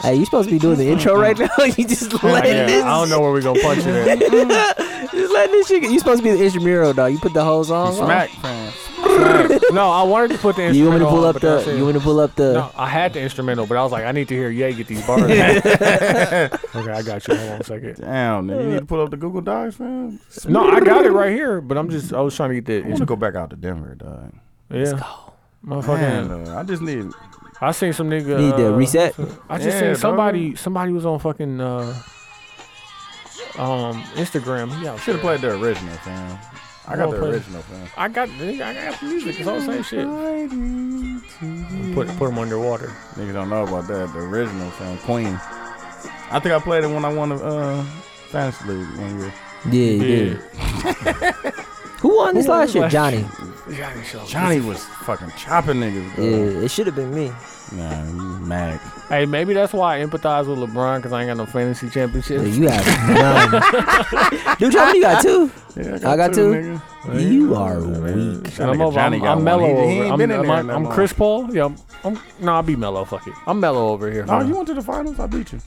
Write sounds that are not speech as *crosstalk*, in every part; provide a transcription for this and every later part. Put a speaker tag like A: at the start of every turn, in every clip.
A: Hey, you supposed to be doing the intro right now. *laughs* you just letting
B: Yeah,
A: this.
B: I don't know where we gonna punch it at.
A: Just letting this shit. You supposed to be the intramural dog. You put the whole song. on?
B: Smack, fam. Smack.
C: *laughs*
B: No, I wanted to put the
A: You
B: instrumental.
A: want me to pull
B: on,
A: up
B: but that's
A: the?
B: it.
A: You want me to pull up the?
B: No, I had the instrumental, but I was like, I need to hear Ye get
C: *laughs*
B: these bars. *laughs* okay, I got you. Hold on a second.
C: Damn, nigga, you need to pull up the Google Docs, man.
B: No, I got it right here, but I'm just I was trying to get
C: I
B: the
C: want to
B: instrumental.
C: go back out to Denver, dog.
B: Yeah.
C: Man,
B: Motherfucking,
C: uh, I just need.
B: I seen some nigga.
A: Need to
B: uh,
A: reset.
B: I just
C: Yeah,
B: seen
C: bro.
B: somebody. Somebody was on fucking uh, um Instagram. Yeah,
C: Should have played the original, fam. I got
B: Well
C: the
B: played.
C: original, fam.
B: I got, nigga, I got the music. It's all the same shit.
C: Niggas
B: Put put them underwater.
C: don't know about that. The original, fam. Queen. I think I played it when I won the uh, fantasy league one year.
A: Yeah, you did. Who won this
B: Who won
A: last
B: this
A: year?
B: last
A: Johnny.
B: Johnny Show.
C: Johnny was fucking chopping niggas,
A: Yeah,
C: dog.
A: it should have been me.
C: Nah, you mad.
B: Hey, maybe that's why I empathize with LeBron because I ain't got no fantasy
A: Yeah,
B: championships.
A: you have none.
B: *laughs*
A: Dude, how many you got? Two.
C: Yeah,
A: I got two.
C: nigga.
A: You are weak.
C: That
B: I'm
C: nigga
B: over.
C: Johnny
B: I'm,
C: got
B: I'm
C: one. He-
B: mellow
C: he
B: over.
C: ain't
B: I'm,
C: been in
B: am
C: there
B: I,
C: that
B: am
C: long.
B: Chris Paul. Yeah, I'm, I'm. No, I'll be mellow. Fuck it. I'm mellow over here.
C: Oh,
B: fam.
C: you went to the finals? I beat you.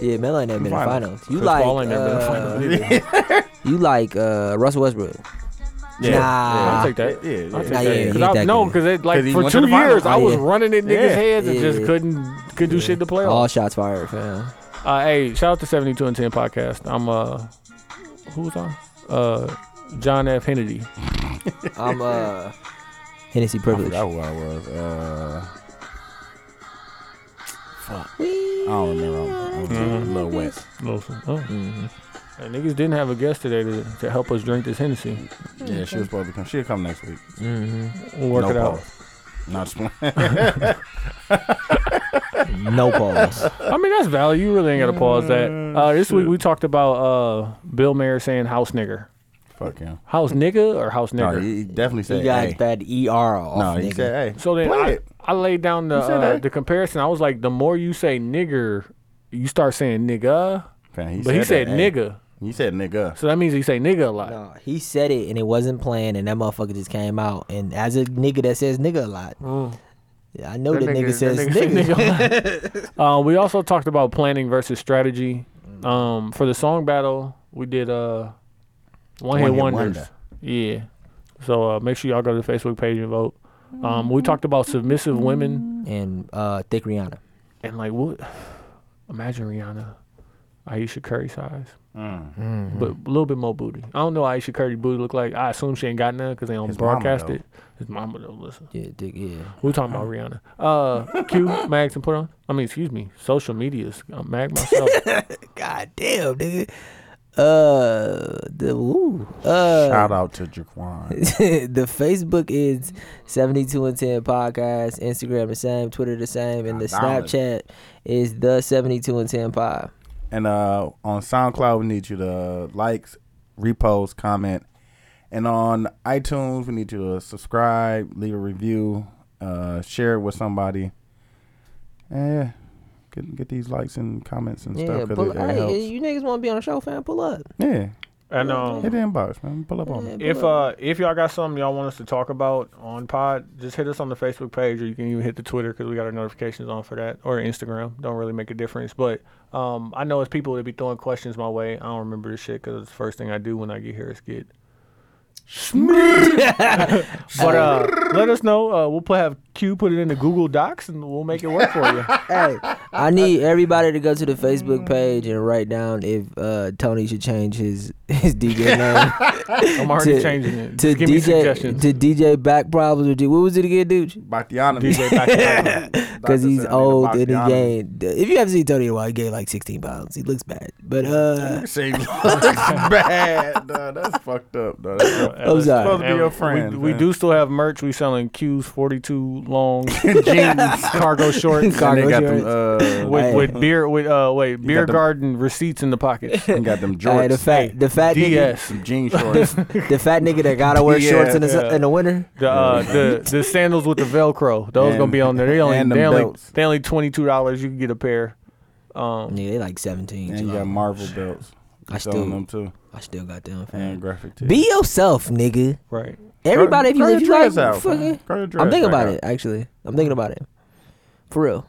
A: Yeah, Melo ain't never been in the
C: Finals.
A: finals. You
B: Chris
A: like
B: Paul ain't never been in the
A: uh,
B: finals.
A: *laughs* you like uh, Russell Westbrook.
C: Yeah.
A: Nah.
B: I'll take that.
C: Yeah, yeah.
B: I'll take
A: Nah,
B: that.
A: yeah, he
B: 'Cause I-
A: that
B: no,
A: good.
B: because it like
C: 'Cause he
B: for
C: went to
B: two
C: the finals.
B: years I
A: Oh,
B: was
A: yeah.
B: running in niggas'
C: Yeah.
B: heads and
A: Yeah,
B: just
A: yeah.
B: couldn't could do shit to play
A: All
B: off.
A: shots fired, fam.
B: Uh, hey, shout out to seventy two and ten podcast. I'm uh, who's on? Uh, John F. Hennedy.
A: I'm uh Hennessy
C: I
A: privilege.
C: forgot who I was. Uh, fuck. I
A: We-
C: don't remember. I was
B: Mhm.
C: a little west.
B: Wilson. Oh,
C: Mm-hmm.
A: Mhm.
B: and niggas didn't have a guest today to, to help us drink this Hennessy.
C: Yeah, she was supposed to come. She'll come next week.
A: Mhm.
B: We'll work
C: no
B: it out.
C: pause. Not just playing. *laughs*
A: No pause.
B: I mean, that's valid. You really ain't got to pause that. Uh, this week
C: Mm, Shit.
B: we talked about uh, Bill Mayer saying house nigger.
C: *laughs* Fuck him.
B: House nigga or house
C: No,
B: nigger?
C: he he definitely
A: You
C: said.
A: guys
C: hey.
A: bad ER off,
C: No, he
A: nigga.
C: said, hey.
B: So then
C: play
B: I,
C: it.
B: I laid down the
C: You said
B: uh,
C: that.
B: the comparison. I was like, the more you say nigger, you start saying nigga.
C: Fam, he
B: but he
C: that,
B: said
C: hey.
B: nigga,
C: He said nigga.
B: so that means he say nigga a lot.
A: No, he said it and it wasn't playing, and that motherfucker just came out. And as a nigga that says nigga a lot, I know Mm. that, nigga, says
B: that
A: nigga.
B: say nigga. uh, we also talked about planning versus strategy. Um, for the song battle, we did uh, one hit
C: One-hit
B: wonders.
C: wonder.
B: Yeah. So uh, make sure y'all go to the Facebook page and vote. Um,
C: Mm-hmm.
B: we talked about submissive women
A: *laughs* And uh, thick Rihanna.
B: and like what? *sighs* Imagine Rihanna, Aisha Curry size,
C: Mm.
B: but a little bit more booty. I don't know what Aisha Curry booty look like. I assume she ain't got none because they don't
C: His mama,
B: broadcast
C: though.
B: it. His mama don't listen.
A: Yeah, thick. Yeah.
C: *laughs*
B: We're talking about Rihanna. Uh, Q, Mags, and put on. I mean, excuse me, social medias. i mag myself.
A: God damn, nigga. Uh, the woo. Uh,
C: Shout out to Jaquan.
A: *laughs* the Facebook is 72 and 10 podcast, Instagram the same, Twitter the same, and the
C: Down it.
A: Snapchat is the 72 and 10 pod.
C: And uh, on SoundCloud, we need you to likes, repost, comment, and on iTunes, we need you to subscribe, leave a review, uh, share it with somebody. And yeah, get get these likes and comments and
A: Yeah,
C: stuff
A: pull,
C: because it, it
A: hey,
C: helps.
A: you niggas want to be on the show, fam? Pull up.
C: yeah,
B: and um,
C: hit the inbox, man. Pull up on
A: Yeah,
C: it.
B: if
A: pull up.
B: uh, if y'all got something y'all want us to talk about on Pod, just hit us on the Facebook page, or you can even hit the Twitter because we got our notifications on for that, or Instagram. Don't really make a difference, but um, I know it's people that be throwing questions my way. I don't remember this shit because the first thing I do when I get here is get. *laughs* but uh, let us know. Uh, we'll put, have Q put it in the Google Docs and we'll make it work for *laughs* you.
A: hey, I need everybody to go to the Facebook page and write down if uh, Tony should change his *laughs* his
B: *laughs*
A: DJ name
B: I'm already
A: to-
B: changing it.
A: to
B: Just give me
A: DJ
B: suggestions.
A: to DJ Back Problems. Or D- what was it again, dude?
C: *laughs* Bakhtiana,
B: DJ back.
A: *laughs* Because he's old and
C: *laughs*
A: he
C: game.
A: gained. If you haven't seen Tony in a while, he gained like 16 pounds. He looks bad, but uh,
C: Shame looks *laughs* bad. Duh, that's fucked up. Duh. That's *laughs* real-
A: I'm sorry.
C: supposed to be your friend,
B: We, we
C: man.
B: do still have merch. We selling Q's 42 long *laughs*
C: jeans.
B: cargo shorts
C: And
A: Cargo
C: they got
A: shorts.
C: them. Uh,
B: with,
A: Hey.
B: with beer with uh wait beer
C: the-
B: garden receipts in
C: *laughs*
B: the pockets.
C: they got them
A: *laughs* Hey, the
C: jorts.
A: fat, the fat nigga,
B: DS.
C: some
A: *laughs*
C: jean shorts.
A: the fat nigga that gotta wear
C: Yeah,
A: shorts in the
B: *laughs* yeah.
A: in the winter.
B: The uh, the the sandals with the Velcro. Those
C: And-
B: gonna be on there. They only
C: and them
B: they only,
C: belts.
B: they only twenty two dollars. You can get a pair. Um,
A: Yeah, they like 17.
C: And you got
A: July.
C: Marvel belts.
A: I
C: I selling
A: still-
C: them too.
A: I still got them.
C: And
A: Fam.
C: graphic tee.
A: Be yourself, nigga.
B: right.
A: Everybody, if you
C: Grow
A: if you
C: your
A: like,
C: dreads out, man.
A: fucking,
C: Grow your dreads
A: I'm thinking
C: back
A: about
C: out.
A: it. Actually, I'm thinking about it. For real,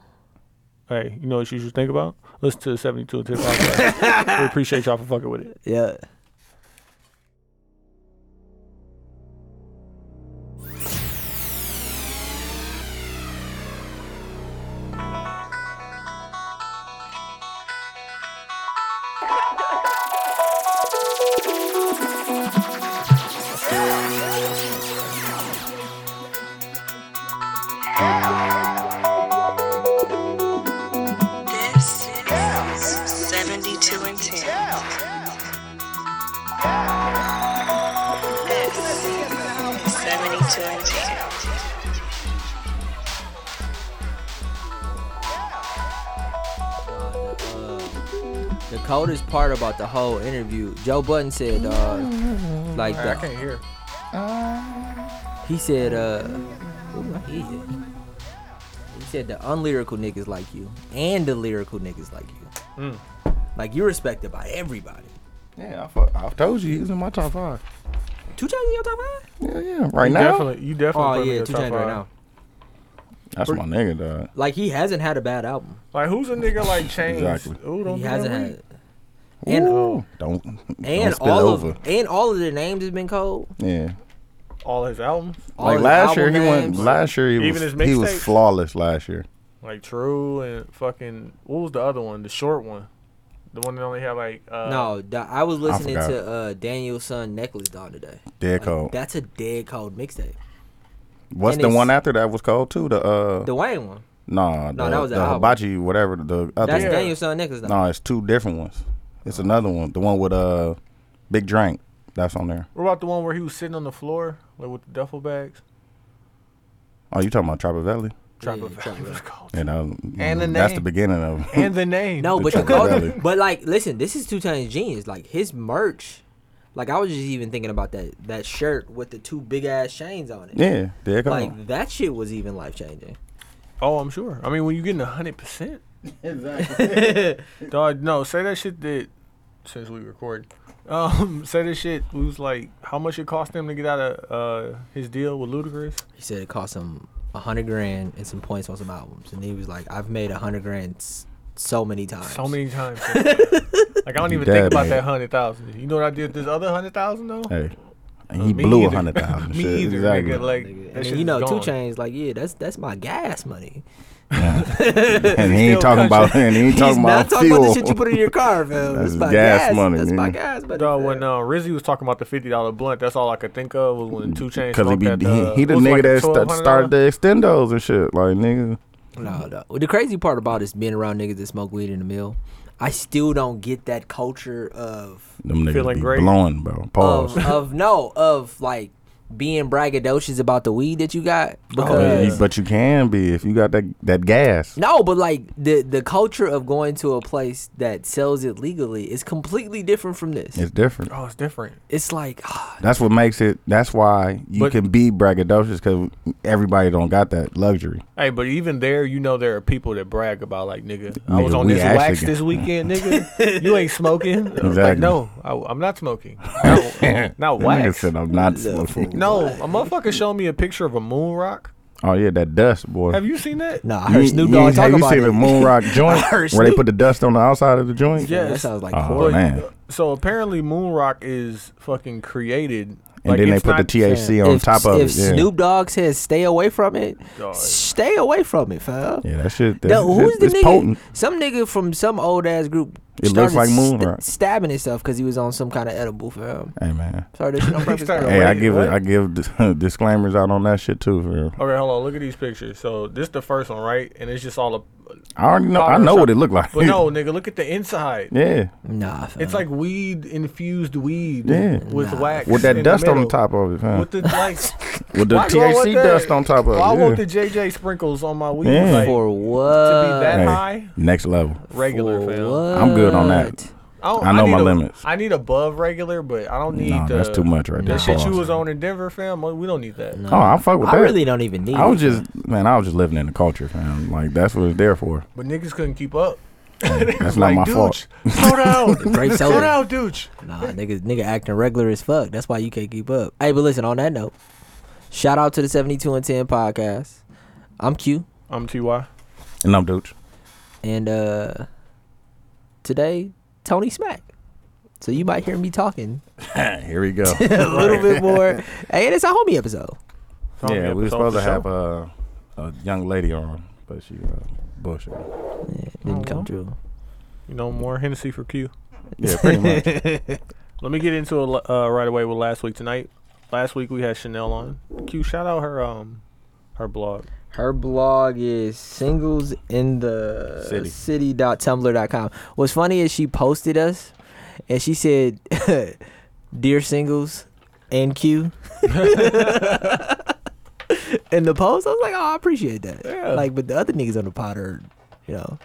B: hey, you know what you should think about? Listen to the 72 and
C: *laughs*
B: 10 podcast. we appreciate y'all for fucking with it.
A: Yeah.
D: This is 72 and 10. This is 72 and 10.
A: The coldest part about the whole interview, Joe Button said, dog, like
B: I
A: the,
B: can't hear.
A: he said, uh, what my head? he said the unlyrical niggas like you and the lyrical niggas like you,
B: Mm.
A: like you're respected by everybody.
C: Yeah, I, fuck, I told you he was in my top five.
A: Two chains in your top five?
C: Yeah, yeah, right
B: You
C: now.
B: definitely, you definitely.
A: Oh
B: put me
A: yeah,
B: in
A: two
B: top
A: chains right
B: five.
A: now.
C: That's my nigga, dog.
A: Like he hasn't had a bad album.
B: Like, who's a nigga
C: *laughs*
B: like Chains?
C: Exactly.
B: Ooh, don't
A: He
B: do that
A: hasn't
B: to me.
A: had. And
C: Ooh, don't
A: and
C: don't spill
A: all
C: over.
A: of and all of their names has been cold.
C: yeah,
B: all his albums.
A: All
C: like
A: his
C: last year
A: album
C: he went.
A: names.
C: Last year he
B: Even
C: was
B: his
C: he was
B: mixtapes?
C: flawless last year.
B: Like True and fucking what was the other one? The short one, the one that only had like uh,
A: No, da- I was listening
C: forgot.
A: to uh, Daniel's son Necklace Don today.
C: Dead
A: Like,
C: cold.
A: That's a dead cold mixtape.
C: What's
A: and
C: the
A: it's-
C: one after that was cold too? The uh,
A: The Wayne one.
C: nah,
A: No,
C: the,
A: that was
C: the
A: the album.
C: hibachi, whatever the other.
A: That's
C: one.
A: Daniel's son Necklace Don.
C: No, it's two different ones. It's another one. The one with uh, Big Drink. That's on there.
B: What about the one where he was sitting on the floor like with the duffel bags?
C: Oh, you talking about Trapper Valley?
A: Yeah,
B: Trapper *laughs*
A: Trapper
B: Valley was
A: Valley.
B: called.
C: You know,
B: And the
C: that's the
B: name.
C: beginning of.
B: And the name.
A: No,
C: The
A: but the
C: Trapper Valley.
A: cold, *laughs* but like, listen, this is Two Times genius. Like his merch, like I was just even thinking about that that shirt with the two big ass chains on it.
C: *laughs* yeah, there it go.
A: Like that shit was even life changing.
B: Oh, I'm sure. I mean, when you getting hundred percent, exactly. Dog, no, say that shit that since we record. Um, *laughs* say that shit was like how much it cost him to get out of uh his deal with Ludacris.
A: He said it cost him a hundred grand and some points on some albums, and he was like, "I've made a hundred grand s- so many times."
B: So
A: *laughs*
B: many times. since then. like I don't
C: You
B: even
C: dead,
B: think about
C: man.
B: that hundred thousand. You know what I did with this other hundred thousand though?
C: hey, and
B: Uh,
C: he
B: me
C: blew a
B: either.
C: hundred
B: *laughs*
C: thousand.
B: Me
C: shit.
B: either,
C: exactly.
B: nigga. Like
A: Nigga.
B: that
A: And
B: shit
A: then, you know,
B: is gone.
A: Two Chains, like, yeah, that's that's my gas money.
C: and he ain't
B: still
C: talking about.
B: country.
C: *laughs* And he ain't
A: He's
C: talking
A: not
C: about
A: talking
C: fuel.
A: about the shit you put in your car,
C: *laughs*
A: fam.
C: That's
A: that's my
C: gas
A: gas,
C: money,
A: money. That's my
C: nigga.
A: gas money.
B: No,
A: fam.
B: when uh, Rizzy was talking about the fifty dollar blunt, that's all I could think of was when Two Chainz.
C: Cause he be
B: smoked that,
C: he,
B: uh,
C: he the
B: what was it,
C: nigga
B: like
C: that st-
B: $1,200?
C: started the extendos and shit. Like nigga,
A: No, no. Well, The crazy part about is being around niggas that smoke weed in the mill. I still don't get that culture of
C: them niggas
B: Feeling
C: be
B: great.
C: blowing, bro. Pause.
A: of, of no of like being braggadocious about the weed that you got because
B: Oh, yeah.
C: You- but you can be if you got that that gas.
A: no, but like the the culture of going to a place that sells it legally is completely different from this.
C: It's different.
B: Oh, it's different.
A: It's like ah,
C: That's what makes it. That's why you
B: But-
C: can be braggadocious because everybody don't got that luxury.
B: Hey, but even there, you know there are people that brag about like, nigga, I
C: Nigga,
B: was on
C: we
B: this
C: actually
B: wax
C: get-
B: this weekend, nigga. you ain't smoking. I was Like,
C: Exactly.
B: no, I, am not smoking.
C: *laughs*
B: No, not
C: That nigga
B: wax.
C: said, I'm not smoking.
A: *laughs*
B: No, a motherfucker showed me a picture of a moon rock.
C: Oh yeah, that dust, boy.
B: Have you seen that?
A: nah, I heard
C: You-
A: Snoop
C: you-
A: Dogg talk
C: have you
A: about
C: seen
B: *laughs*
A: it.
C: the Moon Rock joint where
A: heard
C: they
A: Snoop-
C: put the dust on the outside of the joint?
B: Yeah.
A: That sounds like
C: Oh,
A: porn.
C: man.
B: So apparently, moon rock is fucking created.
C: And then they
B: it's
C: put the
B: not-
C: THC on
A: if,
C: top of
A: if
C: it. Yeah.
A: Snoop Dogg says stay away from it,
B: Dog.
A: stay away from it, fam.
C: Yeah, that shit. That,
A: No, who's
C: it-
A: the
C: it's
A: nigga?
C: potent.
A: Some nigga from some old ass group.
C: It looks
A: started
C: like moon
A: sta-
C: rock.
A: stabbing himself because he was on some kind of edible for him.
C: Hey man.
A: Sorry, that shit
B: *laughs*
A: on purpose.
B: started
A: fam.
C: Hey, I
B: Wait,
C: give
B: what?
C: it. I give dis- *laughs* disclaimers out on that shit too. For real.
B: Okay, hold on. Look at these pictures. So this the first one, right? And it's just all a.
C: I already know. I
B: Powder
C: know
B: shop.
C: what it looked like.
B: But no, nigga, look at the inside.
C: *laughs* yeah,
A: Nah, fam.
B: It's like weed infused weed
C: Yeah.
B: with
A: Nah.
B: wax.
C: with
B: in
C: that dust on the
B: middle.
C: top of it, huh?
B: With the like,
C: With *laughs* the
B: why do I want
C: THC
B: that?
C: dust on top of
B: Why I
C: it.
B: want
C: yeah.
B: the JJ sprinkles on my weed?
C: Yeah.
B: Like,
A: for what?
B: to be that
C: Hey,
B: high,
C: Next level.
B: regular,
A: For
B: fam.
C: I'm good on that.
A: what?
B: don't-
C: I know
B: need
C: my
B: a-
C: limits.
B: I need above regular, but I don't need
C: No,
B: the,
C: that's too much right
B: The
C: there.
B: shit you
C: Pause.
B: was on in Denver, fam. We don't need that.
C: Oh, I fuck with
A: I
C: that.
A: really don't even need.
C: I was
A: it.
C: just man, I was just living in the culture, fam. Like that's what it's there for.
B: But niggas couldn't keep up.
C: *laughs*
B: *laughs*
C: That's not my fault.
B: Slow
C: *laughs*
B: down.
A: Grape
B: Slow
A: soda.
B: down, douche.
A: Nah, nigga, nigga acting regular as fuck. That's why you can't keep up. Hey, but listen. On that note, shout out to the 72 and 10 podcast. I'm Q.
B: I'm Ty.
C: And I'm dudes.
A: And uh today, Tony Smack. So you might hear me talking
C: Eh, Here
B: *laughs*
C: we go.
A: a little bit more. Hey, and it's a homie episode.
C: yeah, we were
B: It's
C: supposed to
B: off the
C: have
B: show.
C: uh, a young lady on, but she uh, bullshit.
A: Yeah, it didn't come true.
B: You know, more Hennessy for Q.
C: Yeah,
B: *laughs*
C: pretty much.
B: Let me get into it uh, right away with last week tonight. Last week we had Chanel on. Q, shout out her um her blog.
A: Her blog is singles in the
C: City.
A: city.tumblr.com. What's funny is she posted us and she said, *laughs* Dear singles, NQ. *laughs* in the post, I was like, Oh, I appreciate that.
B: Yeah.
A: Like, but the other niggas on the pod are, you know,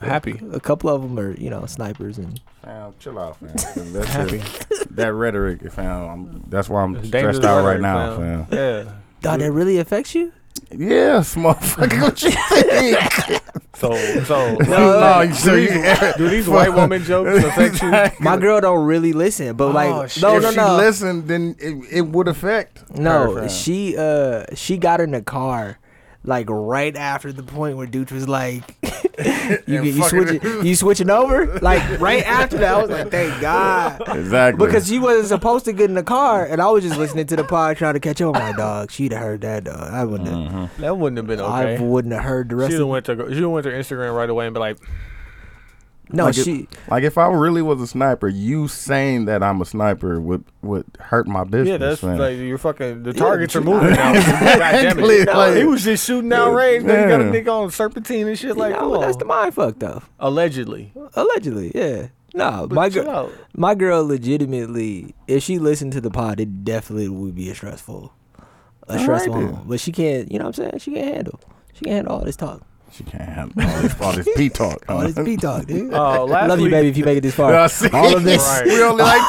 B: Happy.
A: a couple of them are, you know, snipers and
C: Fam, chill out, fam. 'Cause That's it. that rhetoric, fam. I'm, that's why I'm
B: It's dangerous
C: stressed out right
B: rhetoric,
C: now,
B: fam.
C: fam.
B: Yeah.
A: Dog, that really affects you?
C: Yes, *laughs* motherfucker. What
B: *laughs*
C: you think?
B: So so *laughs*
C: *laughs*
A: No,
C: no, you so you.
B: do these white
C: *laughs*
B: woman jokes affect uh, you?
A: My girl don't really listen, but like
B: Oh, shit.
A: no,
C: if
A: no,
C: she
A: no.
C: listened, then it, it would affect.
A: No,
C: her, fam.
A: she uh she got in the car like right after the point where Dooch was like *laughs* you,
C: And
A: you
C: fucking- *laughs*
A: switching you switching over like right after that I was like thank God
C: exactly
A: because she wasn't supposed to get in the car and I was just listening to the pod trying to catch up my dog she'd have heard that dog I wouldn't have,
C: Mm-hmm.
B: That wouldn't have been
A: I
B: okay.
A: wouldn't have heard the rest
B: She
A: of
B: went to go- she went to Instagram right away and be like,
A: no
C: like
A: she
C: If, like if I really was a sniper, you saying that I'm a sniper would would hurt my business.
B: "Yeah, that's
C: fam.
B: like you're fucking the targets
A: but
B: are
A: you-
C: *laughs*
B: moving now." God damn
C: Exactly,
B: it!
C: like-
B: he was just shooting down range. Then you got a
C: Yeah.
B: nigga on serpentine and shit like,
A: no,
B: come
A: that's
B: on.
A: the mind fuck though
B: allegedly.
A: allegedly yeah no my
B: But chill
A: girl
B: out.
A: my girl legitimately if she listened to the pod it definitely would be a stressful a
C: Alright
A: stressful
C: then.
A: moment. but she can't you know what I'm saying she can't handle she can't handle all this talk
C: She can't have all this, all this pee talk.
A: *laughs* all this
C: *laughs*
A: pee talk dude
B: *laughs* Uh, last
A: love you
B: week-
A: baby if you make it this far
C: Yeah, I Uh-huh. see.
A: all of this
C: *laughs*
B: Right.
C: We only like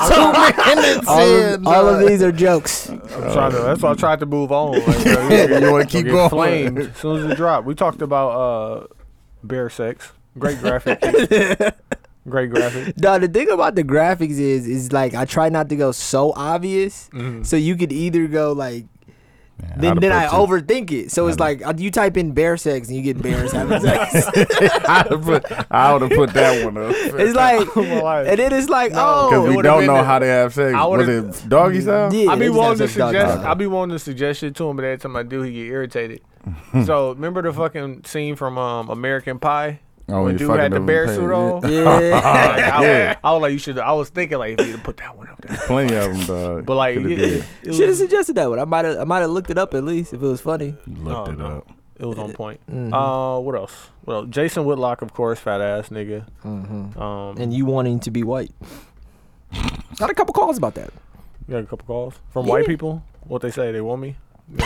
C: two minutes
A: all,
C: in.
A: of, all of
C: dog.
A: these are jokes
B: I'm trying to, that's why I tried to move on. Like, bro,
C: You wanna
B: gonna
C: keep
B: get
C: going?
B: Flamed as soon as it dropped. We talked about uh, bear sex. Great graphic. Great graphic.
A: No, the thing about the graphics is is like I try not to go so obvious,
C: Mm-hmm.
A: so you could either go like
C: Man,
A: then
C: I'd
A: then I
C: have put
A: overthink it. So it's like uh, you type in bear sex and you get
C: *laughs*
A: bears having sex.
C: two- I'd have put, I would have put that one up.
A: *laughs* It's
B: *laughs*
A: like,
B: I'm alive.
A: and then it's like,
C: because
A: oh,
C: we
B: would've
C: don't
B: been
C: know
B: the-
C: how they have sex.
B: I
C: Was
B: would've-
C: it doggy style?
A: Yeah.
B: I
A: they
B: be
A: just
B: wanting to
A: have sex dog
B: suggest.
A: style.
B: I be wanting to suggest shit to him, but every time I do, he get irritated. so remember the fucking scene from um, American Pie
C: Oh,
B: when
C: you
B: dude
C: fucking
B: had the
C: never
B: bear
C: paid.
B: suit
A: *laughs*
B: on.
A: yeah.
B: Like, I,
C: Yeah.
B: was, I was like, you should. I was thinking like, if you put that one up there.
C: Plenty of them, dog.
B: But like,
C: Coulda
B: it,
C: did.
B: it, it
A: Should have
B: was-
A: suggested that one. I might have, I might have looked it up at least if it was funny.
C: looked
B: No,
C: it
B: Oh, no.
C: up.
B: It was on point.
C: mm-hmm.
B: Uh, what else? Well, Jason Whitlock, of course, fat ass nigga.
C: Mm-hmm.
B: Um,
A: And you wanting to be white. Got a couple calls
C: *laughs*
A: about that.
B: you got a couple calls from
A: Yeah.
B: white people. What they say? They
C: *laughs*
B: want me.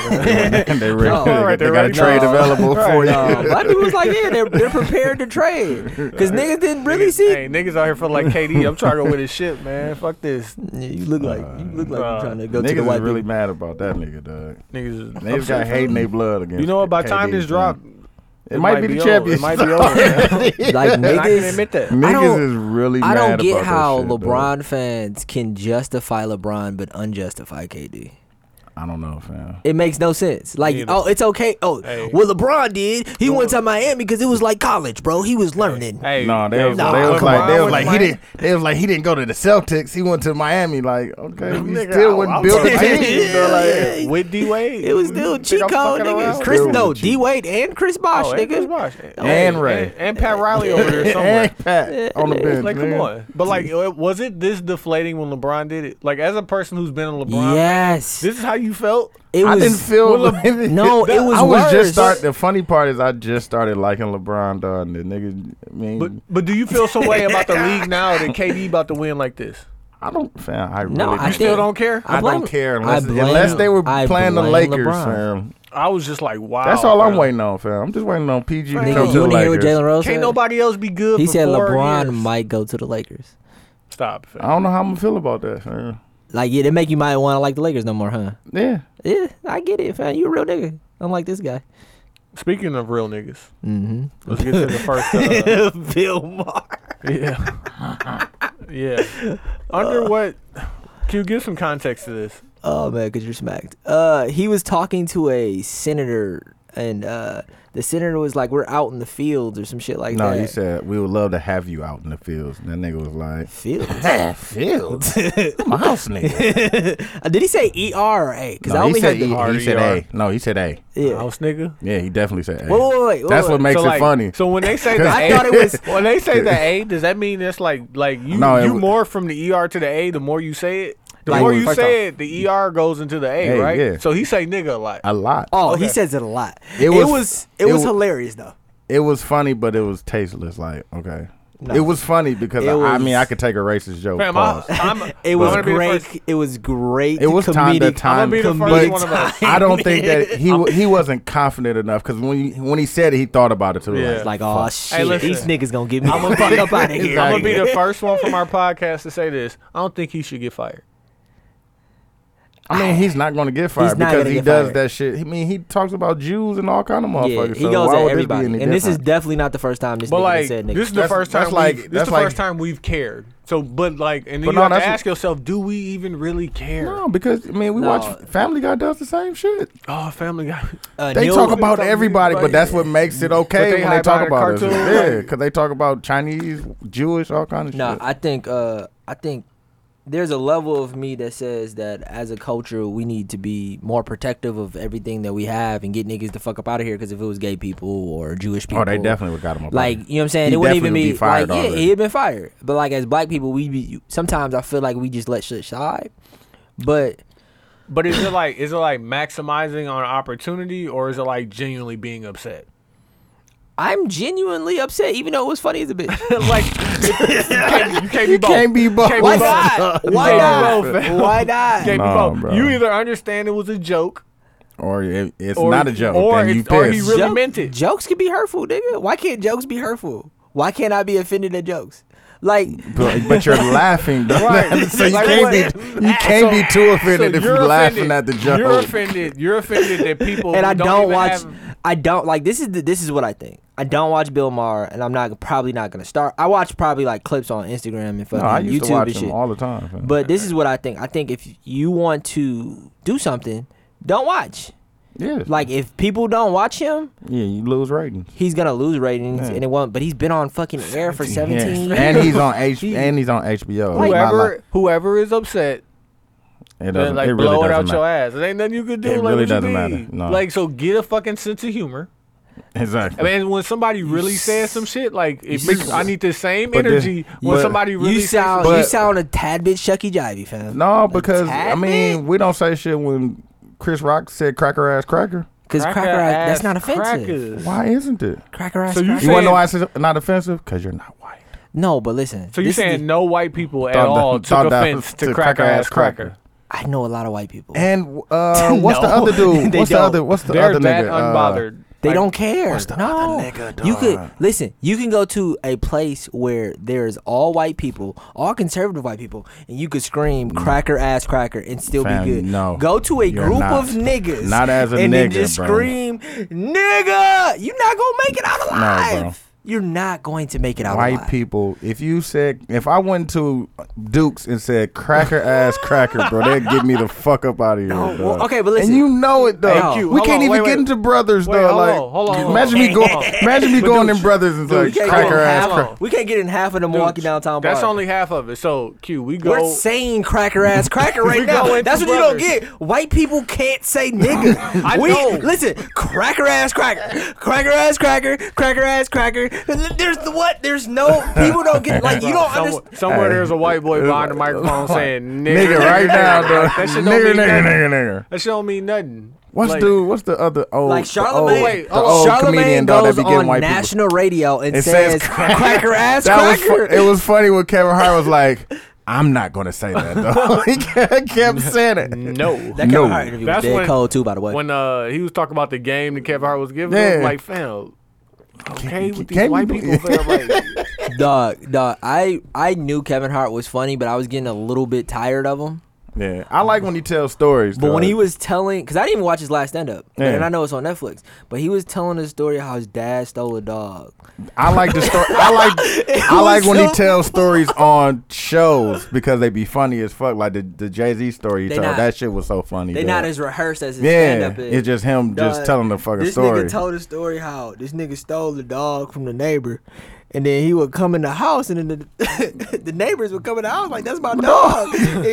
C: they re-
A: all
B: right,
C: they
B: they're
C: got a
B: ready.
C: trade
A: No.
C: available
B: Right,
C: for *laughs*
A: Uh,
C: you.
A: black people was like, yeah, they're, they're prepared to trade because niggas didn't really
B: Niggas-
A: see.
B: Hey, niggas out here feel like KD. I'm trying to go with his shit, man. Fuck this.
A: Yeah, you look like you look like
B: Uh,
A: you trying to go to the
C: Niggas
A: white
C: is really
A: people.
C: mad about that nigga, dog.
B: Niggas, is
C: Niggas got
B: upset.
C: hate in their blood against.
B: You know what? By the
C: KD,
B: time this
C: fam.
B: drop,
C: it, might, be the
B: over.
C: champions.
B: It might
C: *laughs*
B: be over.
A: Like
B: And I can
A: niggas,
B: admit that.
A: I don't-
C: Niggas is really.
A: I don't
C: mad
A: get
C: about that
A: how
C: shit, dog.
A: LeBron fans can justify LeBron but unjustify KD.
C: I don't know, fam.
A: It makes no sense. Like,
B: Neither.
A: oh, it's okay. Oh,
B: Hey.
A: what LeBron did, he
B: Well-
A: went to Miami because it was like college, bro. He was learning.
B: Hey,
C: No, they was,
A: nah,
C: they was
A: LeBron
C: like they was
A: went
C: like
A: to
C: he
B: *laughs*
C: didn't they was like he didn't go to the Celtics. He went to Miami. Like okay, he
B: Nigga, I-
C: still wouldn't
B: I'm
C: build a
B: *laughs* talking about
C: team.
A: Yeah,
C: bro, like, *laughs*
A: yeah.
B: with D Wade.
A: It was still Chico, nigga. Chris,
C: Still
A: no,
C: with you.
A: D Wade and Chris Bosh,
B: Oh,
A: nigga.
B: and Chris Bosh.
C: And Ray.
B: and, and Pat Riley over
C: *laughs*
B: there somewhere.
C: and Pat on the bench.
B: Like, come
C: nigga.
B: on. But, like, uh, was it this deflating when LeBron did it? Like, as a person who's been on LeBron,
A: Yes,
B: this is how you felt?
A: it
C: I
A: was.
C: didn't feel
B: Well,
C: Le-
A: No, it was
C: I was
A: worse.
C: just start. The funny part is I just started liking LeBron, dog. And the nigga, I mean,
B: But but do you feel some way
A: *laughs*
B: about the league now that KD about to win like this?
C: I don't. Fam, I really
A: *laughs* No, I
C: don't.
A: think-
B: Still don't care?
A: I
C: I
A: blame-
C: don't care unless,
A: I blame-
C: unless they were
A: I
C: playing the
A: blame
C: Lakers,
A: LeBron.
C: fam.
B: I was just like, wow.
C: That's all I'm
B: bro.
C: waiting on, fam. I'm just waiting on PG to
A: Nigga,
C: come
A: you
C: to the
A: want to hear what
C: Lakers.
A: Jalen Rose
B: Can't
A: said?
B: nobody else be good
A: he
B: for
A: said
B: four
A: LeBron
B: years.
A: might go to the Lakers.
B: Stop. fam.
C: I don't know how I'm gonna feel about that, fam.
A: Like, yeah, they make you might want to like the Lakers no more, huh?
C: Yeah.
A: Yeah, I get it, fam. You a real nigga, unlike this guy.
B: Speaking of real niggas,
A: Mm-hmm.
C: *laughs*
B: let's get
A: *laughs*
B: to the first. Uh,
A: Bill Maher.
B: yeah.
A: *laughs*
B: yeah. Under what? Can you give some context to this?
A: Oh man, because you're smacked. Uh, he was talking to a senator and uh, the senator was like, "We're out in the fields or some shit like
C: No,
A: that."
C: he said we would love to have you out in the fields. And that nigga was like,
A: fields.
C: "Hey, fields, I'm a house
A: *laughs*
C: nigga."
A: Uh, Did he say E R or A? Because I
C: No, he
A: only
C: said
A: heard
C: he,
A: the.
C: he said
B: RER.
C: a. No, he said a.
A: Yeah.
B: House nigga.
C: Yeah, he definitely said a.
A: Whoa, whoa, wait, whoa,
C: That's
A: wait.
C: what makes
B: so like,
C: it funny.
B: So when
C: *laughs*
B: they say the
A: I
B: A,
A: thought it was-
B: *laughs* when they say the A, does that mean it's like like you
C: No, it
B: you
C: w-
B: more from the ER to the A? The more you say it, the
A: Like,
B: more you
C: first
B: say it, the ER goes into the A,
C: Hey,
B: right?
C: yeah.
B: So he say nigga a lot.
C: a lot.
A: Oh, he
B: Okay.
A: says it a lot.
C: It
A: It
C: was-
A: was it was,
C: it wa-
A: hilarious though.
C: It was funny, but it was tasteless. Like, okay,
A: No.
C: it was funny because
A: It
C: I, I
A: was-
C: mean I could take a racist joke.
B: Fam,
C: pause.
B: *laughs*
A: *laughs*
B: I, am
A: It was
B: gonna be the first-
A: great. It was great.
C: It was time to
A: comedic-
C: time,
B: be the first
C: but
B: one of
C: *laughs*
B: us.
C: I don't think that
A: *laughs*
C: he wa- he wasn't confident enough because when he, when he said it, he thought about it too.
B: Yeah.
A: Like, oh shit,
B: listen.
A: these niggas gonna get me
B: I'm
A: the
B: gonna
A: fuck
B: be-
A: up out of here.
B: I'm gonna be the first one from our podcast to say this. I don't think he should get fired.
C: I mean, he's not going to get fired
A: He's not
C: because
A: gonna
C: he
A: get
C: does
A: fired.
C: that shit. I mean, he talks about Jews and all kind of
A: Yeah,
C: motherfuckers.
A: he
C: so
A: goes
C: why
A: at
C: would this be
A: everybody,
C: any
A: and this is
C: different?
A: definitely not the first time this
B: But
A: nigga
B: like,
A: said
B: this is
A: nigga.
B: the
C: That's-
B: first
C: that's
B: time.
C: like-
B: Like, this
C: that's
B: the
C: like-
B: first time we've cared. So, but like, and then
C: But
B: you
C: no,
B: have to
C: that's-
B: ask yourself, do we even really care?
C: no because I mean we
A: No.
C: watch Family Guy does the same shit.
B: Oh, Family Guy.
A: Uh,
C: They
A: Neil-
C: talk about
B: talking
C: everybody, but
B: everybody.
C: that's what makes it okay
B: they
C: when they
B: hide
C: talk
B: behind a
C: about it.
B: cartoon.
C: Yeah, because they talk about Chinese, Jewish, all kind of
A: No,
C: shit.
A: I think uh, I think there's a level of me that says that as a culture we need to be more protective of everything that we have and get niggas the fuck up out of here. Because if it was gay people or Jewish people,
C: oh, they definitely would got him. up
A: like
C: on it.
A: you know what I'm saying.
C: He
A: it wouldn't even
C: definitely
A: be,
C: would be fired
A: like yeah,
C: already.
A: he had been fired. But like as black people, we be sometimes I feel like we just let shit slide. But
B: But is it like is it like maximizing on opportunity or is it like genuinely being upset?
A: I'm genuinely upset, even though it was funny as a bitch.
C: *laughs*
B: like you can't, you can't be both.
C: can't be both. *laughs*
B: Can't
A: Why
B: be both.
A: not? Why
B: You
A: not?
B: can't be both, fam.
A: Why
B: You
A: not?
B: Can't
C: Nah,
B: be both.
C: bro.
B: You either understand it was a joke
C: or it, it's
B: or-
C: not a joke.
B: or
C: and you
B: it's- or he
C: pissed.
B: really meant it.
A: Jokes can be hurtful, nigga. Why can't jokes be hurtful? Why can't I be offended at jokes? Like,
C: *laughs* but, but
B: *laughs*
C: you're laughing though.
B: Right.
C: *laughs* so you
B: Like,
C: can't
B: what?
C: be *laughs* you can't be too offended
B: So
C: if
B: you're
C: you're laughing
B: offended-
C: at the joke.
B: You're offended. You're offended that
A: *laughs*
B: people
A: and I
B: who
A: don't,
B: even
A: watch.
B: have-
A: I don't like. This is the, this is what I think. I don't watch Bill Maher, and I'm not probably not gonna start. I watch probably like clips on Instagram and fucking
C: No, I used
A: YouTube
C: to watch
A: and shit.
C: him all the time. fam.
A: but this is what I think. I think if you want to do something, don't watch.
C: yeah,
A: Like if people don't watch him,
C: yeah, you lose ratings.
A: he's gonna lose ratings,
C: Yeah.
A: and it won't. But he's been on fucking air for 17
C: *laughs* Yeah.
A: years.
C: and he's on
B: *laughs*
C: H and he's on HBO. It's not
B: whoever
C: like-
B: whoever is upset
C: it
B: Then,
C: doesn't,
B: like
C: it really
B: blow it
C: doesn't
B: out
C: matter.
B: your ass. It ain't nothing you could do.
C: It
B: like,
C: really
B: what you
C: doesn't matter.
B: mean?
C: No.
B: Like so, get a fucking sense of humor.
C: Exactly.
B: I mean, when somebody really says some shit, like it makes I need the same
C: But this-
B: energy when
C: but-
B: somebody
A: *laughs*
B: really
A: You
B: says some
A: sound
B: shit.
A: you
C: But-
A: sound a tad bit Shucky Jivey, fam.
C: no, because I
A: tad
C: mean, we don't say shit when Chris Rock said cracker ass cracker.
A: because cracker,
B: Cracker
A: ass, that's
B: ass
A: not offensive.
B: crackers.
C: Why isn't it?
A: Cracker ass.
B: So you
A: cracker-
C: You want to know
B: Saying-
C: why it's not offensive? Because you're not white.
A: no, but listen.
B: So you
A: this is the-
B: saying no white people at
C: Thought that-
B: all
C: thought
B: took
C: that
B: offense
C: was-
B: to cracker ass cracker?
A: I know a lot of white people.
C: And *laughs* uh, what's the
A: No,
C: other dude?
A: they
C: What's the
A: don't.
C: other? What's the
B: They're
C: other
B: that
C: nigga? Uh,
B: unbothered.
A: they
B: Like,
A: don't care. no,
C: nigga,
A: you could
C: dog?
A: listen. You can go to a place where there's all white people, all conservative white people, and you could scream "cracker ass cracker" and still
C: Mm. Fam,
A: be good.
C: no.
A: go to a
C: You're
A: group
C: not.
A: of niggas,
C: Not as a
A: and then
C: nigga,
A: just
C: bro.
A: scream "nigga." You're not gonna make it out alive. You're not going to make it out
C: white
A: alive.
C: people. If you said, if I went to Duke's and said cracker ass cracker, bro, they'd get me the fuck up out of here.
A: No,
C: dog.
A: well, okay, but listen.
C: and you know it though.
A: Thank you.
C: We
B: Hold
C: can't
B: on,
C: even
B: wait,
C: get
B: wait.
C: into brothers
B: Wait,
C: though.
B: hold
C: like,
B: on, hold on, hold
C: imagine
B: on.
C: me going, imagine me going in brothers and
A: Dude,
C: like
A: we can't
C: cracker
A: go
C: ass
A: half-
C: cracker.
A: We can't get in half of the Milwaukee downtown bar.
B: That's only half of it. So Q, we go.
A: We're saying cracker
C: *laughs*
A: ass cracker right
B: We
A: now.
B: going
A: That's
B: to
A: what you
B: brothers.
A: don't get. White people can't
C: *laughs*
A: say nigga.
B: I
A: we
B: know.
A: listen, cracker ass cracker, cracker ass cracker, cracker ass cracker. There's the what? There's no people don't get like you don't
B: Somewhere,
A: understand.
B: somewhere there's a
C: *laughs*
B: white boy behind the microphone saying nigga,
C: Nigga, right now,
B: nigga."
C: dog.
B: That shit don't
C: Nigga,
B: mean
C: nigga,
B: nothing.
C: nigga, nigga.
B: That shit don't mean nothing.
C: What's
B: Like,
C: dude? What's the other old? Oh,
A: Like
C: the old,
A: Charlemagne,
B: wait,
C: the
B: hold
C: old comedian
B: on.
A: Charlemagne
C: dog that
A: goes
C: be getting
A: on
C: white people.
A: national radio and
C: It
A: says,
C: says cracker.
A: cracker ass
C: That was
A: cracker.
C: fu- it was funny when Kevin Hart was
B: *laughs*
C: like, "I'm not gonna say that." though. *laughs* he kept- kept saying it.
B: No.
A: that Kevin
C: No.
A: Hart interview was
B: That's
A: dead
B: when-
A: cold too, by the way.
B: when uh he was talking about the game that Kevin Hart was giving
C: Yeah.
B: him, like fam, okay with these
C: can you
B: white
C: do-
B: people,
C: *laughs*
B: fam, like
A: dog, dog. I I knew Kevin Hart was funny, but I was getting a little bit tired of him.
C: Yeah, I like when he tells stories.
A: But
C: dog.
A: when he was telling, because I didn't even watch his last stand up,
C: Yeah.
A: and I know it's on Netflix, but he was telling the story of how his dad stole a dog.
C: I like the story.
B: *laughs*
C: I like, I like
A: was
C: when he
A: so-
C: tells stories on shows because they be funny as fuck. Like the, the Jay Z story he
A: They
C: told.
A: not-
C: that shit was so funny.
A: They
C: dog.
A: not as rehearsed as his stand
C: yeah,
A: up is.
C: it's just him just
A: Dog,
C: telling the fucking
A: this
C: story.
A: nigga told a story how this nigga stole the dog from the neighbor, and then he would come in the house, and then the, *laughs* the neighbors would come in the house like,
C: *laughs*
A: "That's my dog," and,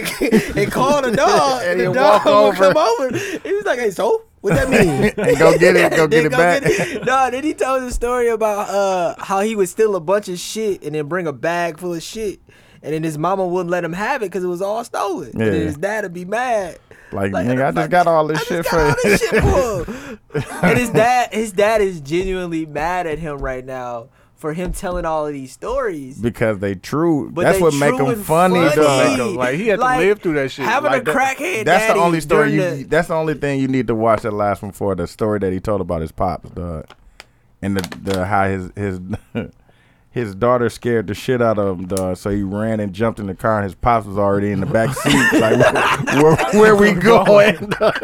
A: and call the dog,
C: And
A: and the
C: he'd walk
A: dog would
C: over.
A: come over. He was like, "Hey, so what that mean?"
C: *laughs* and go get it, go get
A: *laughs*
C: it
A: Then
C: back.
A: it. No, then he told the story about uh, how he would steal a bunch of shit and then bring a bag full of shit. And then his mama wouldn't let him have it because it was all stolen. And
C: Yeah.
A: then his dad would be mad.
C: Like,
A: Like,
C: nigga, I just
A: like,
C: got all
A: I
C: this
A: just
C: shit
A: got
C: for
A: all this shit for him. and his dad, his dad is genuinely mad at him right now for him telling all of these stories.
C: *laughs* because they true.
A: But
C: That's
A: they
C: what make
A: true
C: them
A: and
C: funny,
A: funny.
C: dog.
B: Like, like, he had to live through that shit.
A: Having
B: Like
A: a
B: that-
A: crackhead.
C: That's the
A: daddy
C: only story.
A: during
C: You,
A: the-
C: that's the only thing you need to watch that last one for the story that he told about his pops, dog, and the the how his his *laughs* his daughter scared the shit out of him, dog. So he ran and jumped in the car, and his pops was already in the back
A: *laughs*
C: seat. like, where, where, we going? *laughs* dog?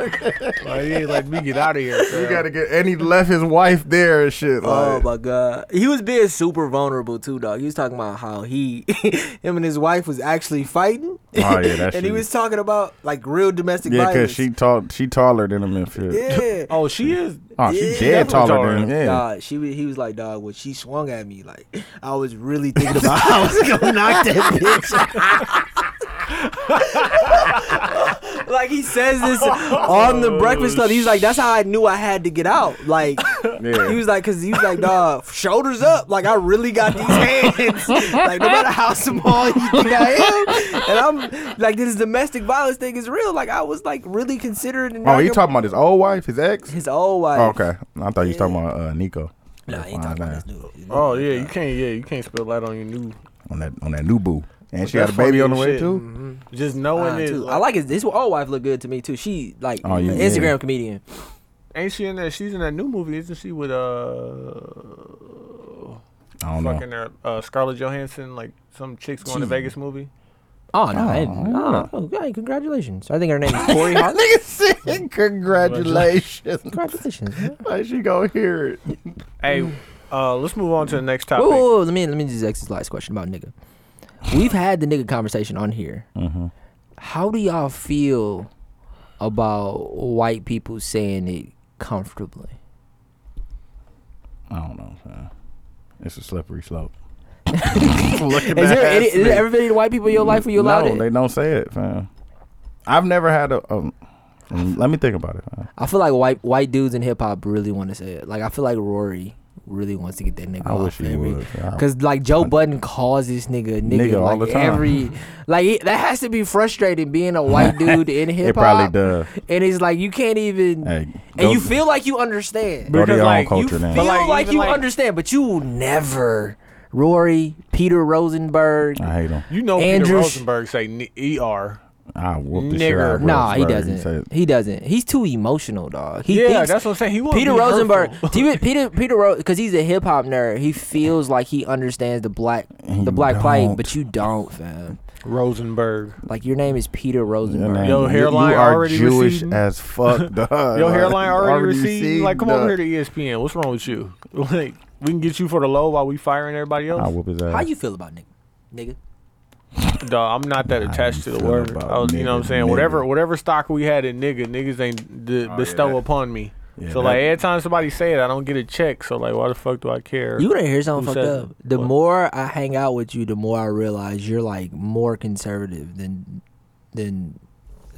B: Like, he ain't let me get out of here.
C: you gotta get. And he left his wife there and shit.
A: Oh
C: Like,
A: my god, he was being super vulnerable too, dog. He was talking about how he, *laughs* him and his wife was actually fighting.
C: Oh, yeah, that
A: *laughs* and he
C: shit.
A: was talking about like real domestic
C: yeah,
A: violence.
C: because she tall. She taller than him and shit.
A: yeah.
B: Oh, she is.
C: Oh, she
A: Yeah.
C: dead
B: Definitely
C: taller,
B: taller
C: than him.
B: than
C: Yeah.
A: Dog, she was, he was like, dog, when she swung at me, like I was really thinking about how I was
C: *laughs*
A: gonna knock that bitch. out. like he says this on the Breakfast Club. He's like, that's how I knew I had to get out. Like
C: Yeah.
A: he was like, cause he was like, dog, shoulders up. Like I really got
C: *laughs*
A: these hands. like no matter how small you think I am, and I'm like this domestic violence thing is real. Like I was like really considered. and
C: Oh, you
A: knocking-
C: talking about his old wife, his ex?
A: his old wife.
C: Oh, okay, I thought you was talking about uh, Nico.
A: Nah, I ain't talking about this dude.
B: Oh yeah, you can't. Yeah, you can't spill light on your new.
C: on that on that new boo, and she got
B: That's
C: a baby on
B: funny
C: the
B: as
C: way
B: shit.
C: too.
B: Just knowing
A: Uh,
B: it.
A: too. I like his his old wife look good to me too. She like
C: Oh, yeah,
A: an
C: yeah.
A: Instagram comedian.
B: Ain't she in that? She's in that new movie, isn't she? With uh,
C: Oh, I don't know.
B: fucking her, uh, Scarlett Johansson, like some chicks going to
A: Gee.
B: Vegas movie.
A: Oh no!
C: Oh,
A: I-
C: yeah.
A: oh, okay, congratulations. I think her name is
C: *laughs*
A: Corey Hart.
C: *laughs* Nigga
B: Mm-hmm.
C: said, congratulations. *laughs*
A: congratulations. man.
C: Like she gonna hear it.
B: Hey, uh, let's move on to the next topic.
A: Whoa, whoa, whoa, let me let me just ask this last question about nigga. We've had the nigga conversation on here.
C: Mm-hmm.
A: How do y'all feel about white people saying it comfortably?
C: I don't know. Man. It's a slippery slope. *laughs* Look at that
A: Is there any,
C: ass
A: is there
C: nigga.
A: ever been any white people in your life where you allowed
C: No,
A: it?
C: they don't say it, fam. I've never had a. Um, mm, let me think about it. fam.
A: I feel like white white dudes in hip hop really want to say it. Like I feel like Rory really wants to get that nigga
C: I
A: off
C: wish he
A: every,
C: would. fam.
A: Cause like Joe Budden calls this nigga a nigga,
C: Nigga all
A: like
C: the time. *laughs*
A: every like it, that has to be frustrating being a white dude in
C: It
A: hip
C: probably
A: hop.
C: does.
A: And it's like you can't even
C: Hey,
A: and
C: go-
A: you feel like you understand.
C: go to
B: Because,
C: your own
B: like, you
C: culture
A: feel
C: now.
B: But,
A: like,
B: like, even,
A: you
B: like-
A: understand, but you will never Rory, Peter Rosenberg.
C: I hate him.
B: You know, Peter
A: Andrew Sh-
B: Rosenberg say ni- er.
C: I whoop the shit
B: Nigger.
C: out of
A: Nah, he
C: Rosenberg. Say-
A: doesn't. He doesn't. He's too emotional, dog. He
B: yeah,
A: thinks
B: that's what I'm saying. He wouldn't
A: Peter
B: be hurtful. *laughs*
A: Rosenberg, Peter Peter Peter because he's a hip hop nerd. He feels like he understands the black
C: you
A: the black plight,
C: don't.
A: but you don't, fam.
B: Rosenberg.
A: Like your name is Peter
C: Your
A: Rosenberg.
C: name-
B: Yo,
C: you-
B: hairline
C: you are
B: already
C: Jewish
B: receding.
C: as
B: *laughs*
C: fuck, dog.
B: Your hairline already, received. Like, come
C: dog.
B: over here to E ESPN. What's wrong with you? *laughs* Like, we can get you for the low while we firing everybody else.
C: I whoop his ass.
A: How you feel about nigga? Nigga,
B: Dog, I'm not that attached to the
C: feel
B: word.
C: about
B: I was, you know
C: nigga,
B: what I'm saying?
C: nigga.
B: Whatever whatever stock we had in nigga, niggas ain't d- bestow
C: yeah.
B: upon me.
C: Yeah,
B: so
C: that-
B: like every time somebody say it, I don't get a check. So like, why the fuck do I care?
A: you gonna hear something
B: Who
A: fucked
B: says
A: up.
B: it?
A: The
B: What?
A: more I hang out with you, the more I realize you're like more conservative than than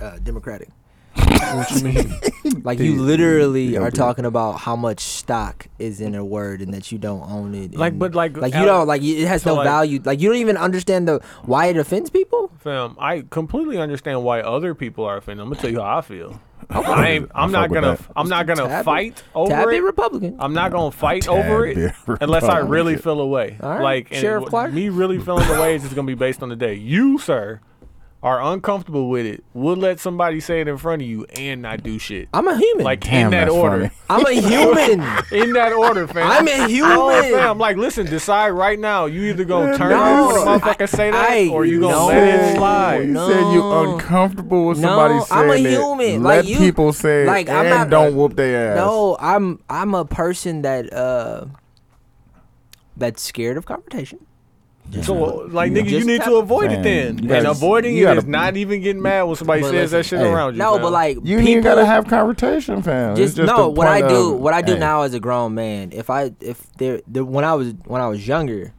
A: uh, democratic.
B: What you mean?
A: *laughs* Like you
C: Dude,
A: literally
C: don't
A: are
C: do
A: talking about how much stock is in a word and that you don't own it.
B: Like,
A: and-
B: but, like,
A: like you
B: Al-
A: don't like it has
B: so,
A: no
B: like-
A: value. Like you don't even understand the why it offends people.
B: Fam, I completely understand why other people are offended. I'm gonna tell you how I feel. I ain't,
C: *laughs* I fuck
B: I'm not
C: with
B: gonna.
C: that.
B: I'm not gonna
A: Tab it-
B: fight over
A: Tab
B: it.
A: Republican.
B: I'm not gonna fight over
C: Tab
B: it
C: it
B: unless I
C: Republican.
B: really feel away.
A: All right,
B: Like and
A: Sheriff
B: wh-
A: Clark?
B: me really feeling away is just gonna be based on the day. You, sir, are uncomfortable with it will let somebody say it in front of you and not do shit.
A: I'm a human.
B: like
E: Damn,
B: in that
E: that's
B: order. *laughs*
A: I'm a human.
B: In that order,
A: *laughs*
B: fam.
A: I'm a human.
B: Oh, fam. Like, listen, decide right now. You either gonna turn
A: No.
B: on when the motherfucker say that,
A: I-
B: or you gonna
A: no.
B: let it slide.
E: You said you
A: No.
E: uncomfortable with
A: No,
E: somebody saying
A: I'm a
E: it.
A: human.
E: Let
A: Like, you-
E: people say it
A: like, I'm
E: and
A: not-
E: don't whoop their ass.
A: No, I'm I'm a person that uh that's scared of confrontation.
B: So, like, nigga, you
A: Just
B: need
A: tap-
B: to avoid
E: Man,
B: it then.
E: you gotta-
B: and avoiding
E: you
B: it
E: gotta-
B: is not even getting mad when somebody
A: But
B: says that
A: listen,
B: shit
E: hey.
B: around you.
A: No,
B: fam.
A: but like
E: You
A: people
E: ain't gotta have confrontation, fam. It's
A: just,
E: just
A: no.
E: the
A: What I
E: point
A: do,
E: of-
A: what I do
E: Hey,
A: now as a grown man, if I if there, the, when I was when I was younger,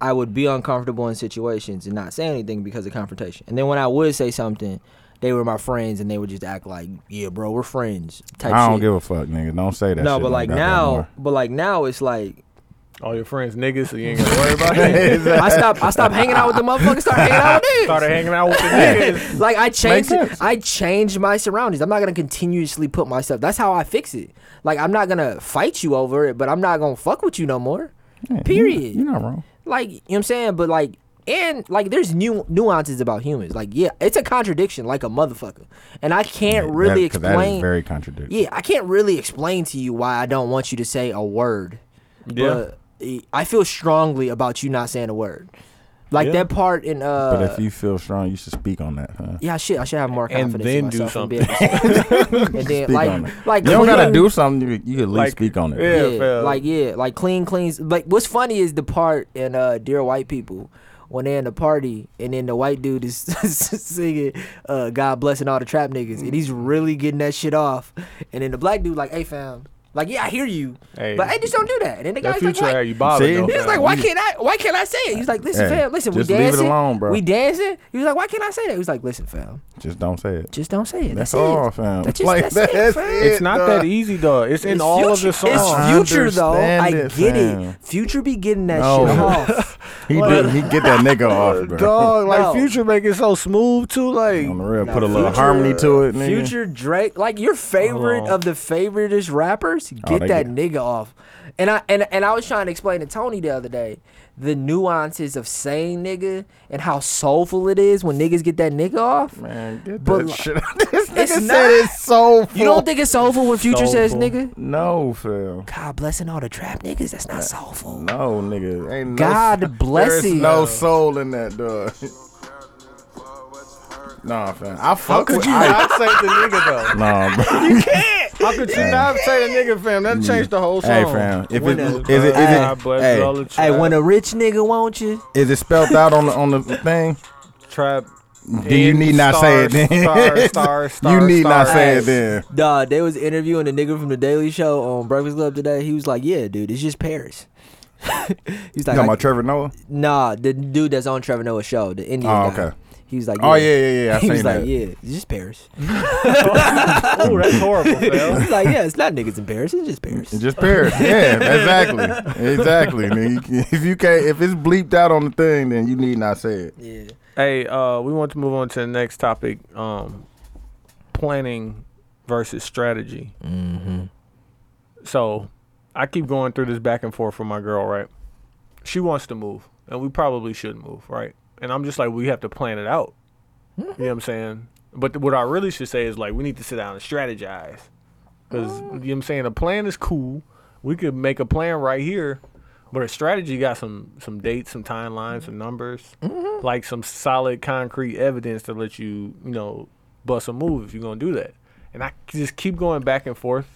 A: I would be uncomfortable in situations and not say anything because of confrontation. And then when I would say something, they were my friends and they would just act like, yeah, bro, we're friends. Type
E: I don't
A: shit.
E: give a fuck, nigga. Don't say that.
A: no,
E: shit
A: but like
E: that no
A: now,
E: more.
A: but like now, it's like
B: all your friends niggas, so you ain't gotta worry about *laughs* it.
A: I stop I stop hanging out with the motherfuckers, start hanging out
E: *laughs*
A: with dudes.
B: Started hanging out with the niggas.
A: like I changed
E: Makes sense.
A: I changed my surroundings. I'm not gonna continuously put myself that's how I fix it. Like I'm not gonna fight you over it, but I'm not gonna fuck with you no more.
E: Yeah,
A: period.
E: You're not wrong.
A: Like, you know what I'm saying? But like and like there's new nuances about humans. Like, yeah, it's a contradiction, like a motherfucker. And I can't really
E: That- 'cause
A: explain
E: That is very contradictory.
A: Yeah, I can't really explain to you why I don't want you to say a word.
B: Yeah.
A: But eh, I feel strongly about you not saying a word. Like
B: Yeah.
A: that part in uh
E: But if you feel strong, you should speak on that, huh?
A: yeah, I should. I should have more
B: And
A: confidence
B: then
A: in
B: do
A: myself. and, be
E: *laughs*
A: able to- and then,
E: Speak
A: like,
E: on it.
A: like
E: you don't
A: when
E: gotta do something. You, you can at least
B: Like,
E: speak on it.
B: yeah.
A: Yeah,
B: fam.
A: like yeah, like clean, clean. Like what's funny is the part in uh, "Dear White People" when they're in the party and then the white dude is *laughs* singing uh, "God blessing all the trap niggas" and he's really getting that shit off, and then the black dude like, "Hey fam, like yeah, I hear you,
B: Hey.
A: but hey, just don't do that." And then the
B: That
A: guy's like,
B: future had
A: like
B: you bothered.
E: See?
B: though,
A: he was
B: fam.
A: like, why can't I? Why can't I say it? He's like, listen,
E: Hey,
A: fam, listen, we
E: just leave it
A: dancing,
E: alone, bro.
A: we dancing. He was like, why can't I say that? He was like, listen, fam,
E: Just don't say it.
A: just don't say it.
E: That's
A: That's,
E: all,
A: it.
E: fam.
A: That's just-
E: Like,
A: that's it,
E: that's
A: fam.
E: it.
B: It's not
E: dog.
B: that easy though. It's in
A: It's
B: all of the
A: Future-
B: songs.
A: It's future though. I
E: Understand it,
A: get
E: fam.
A: it. Future be getting that
E: No.
A: shit off.
E: He did. He get that
A: *laughs*
E: nigga off, bro.
B: Dog, like
A: No.
B: Future make it so smooth too. Like
E: On the real,
A: No,
E: put a little
A: Future-
E: harmony to it, *laughs* nigga.
A: Future Drake, like your favorite
B: Hold on.
A: of the favoriteest rappers, get
E: Oh, they
A: that
E: get-
A: nigga off. And I and and I was trying to explain to Tony the other day the nuances of saying nigga and how soulful it is when niggas get that nigga off.
E: Man, get
A: But
E: that
A: like-
E: shit. this *laughs* nigga
A: It's
E: said
A: not-
E: it's so. Full.
A: You don't think it's soulful when Future says
B: Soulful.
A: nigga?
E: No, Phil.
A: God blessing all the trap niggas. That's not soulful.
E: No, nigga. Ain't no-
A: God bless
E: There's
A: you.
E: no soul in that, dog. *laughs* Nah, fam. I
B: how
E: fuck
B: could
E: with
B: you
E: I,
B: not say the nigga though?
E: *laughs* Nah, bro.
B: How could you not say the nigga, fam? That changed the whole song.
E: Mm. Hey, fam. If
B: When
E: it,
B: the-
E: is it is it
B: God bless
E: hey,
B: all the
A: Hey, when
B: trap-
A: a rich nigga want you,
E: is it spelled out on the on the thing?
B: trap.
E: Do you
B: in
E: need not say it
B: stars,
E: then?
B: Star, star, star,
E: *laughs* you need not
B: star.
E: say
A: Hey.
E: it then.
A: Dog, they was interviewing the nigga from the Daily Show on Breakfast Club today. He was like, "Yeah, dude, it's just Paris." *laughs* He's
E: You
A: like,
E: talking
A: I-
E: about Trevor Noah?
A: "Nah, the dude that's on Trevor Noah's show, the Indian
E: Oh,
A: guy."
E: okay.
A: He was like,
E: Oh, yeah, yeah, yeah, I
A: *laughs* he was
E: seen
A: like,
E: that.
A: "Yeah, it's just Paris." *laughs*
B: Oh, that's horrible, fam.
A: He's like, "Yeah, it's not niggas in Paris. It's just Paris." *laughs*
E: Just Paris. Yeah, exactly. Exactly. nigga. You can- If you can't if it's bleeped out on the thing, then you need not say it.
A: yeah.
B: Hey, uh, we want to move on to the next topic. Um, planning versus strategy. Mm-hmm. So, I keep going through this back and forth with my girl. Right, she wants to move, and we probably should move. Right, and I'm just like, we have to plan it out. You know what I'm saying? But th- what I really should say is like, we need to sit down and strategize. Because, you know what I'm saying? A plan is cool. We could make a plan right here, but a strategy got some some dates, some timelines, some numbers, like some solid concrete evidence to let you, you know, bust a move if you're going to do that. And I c- just keep going back and forth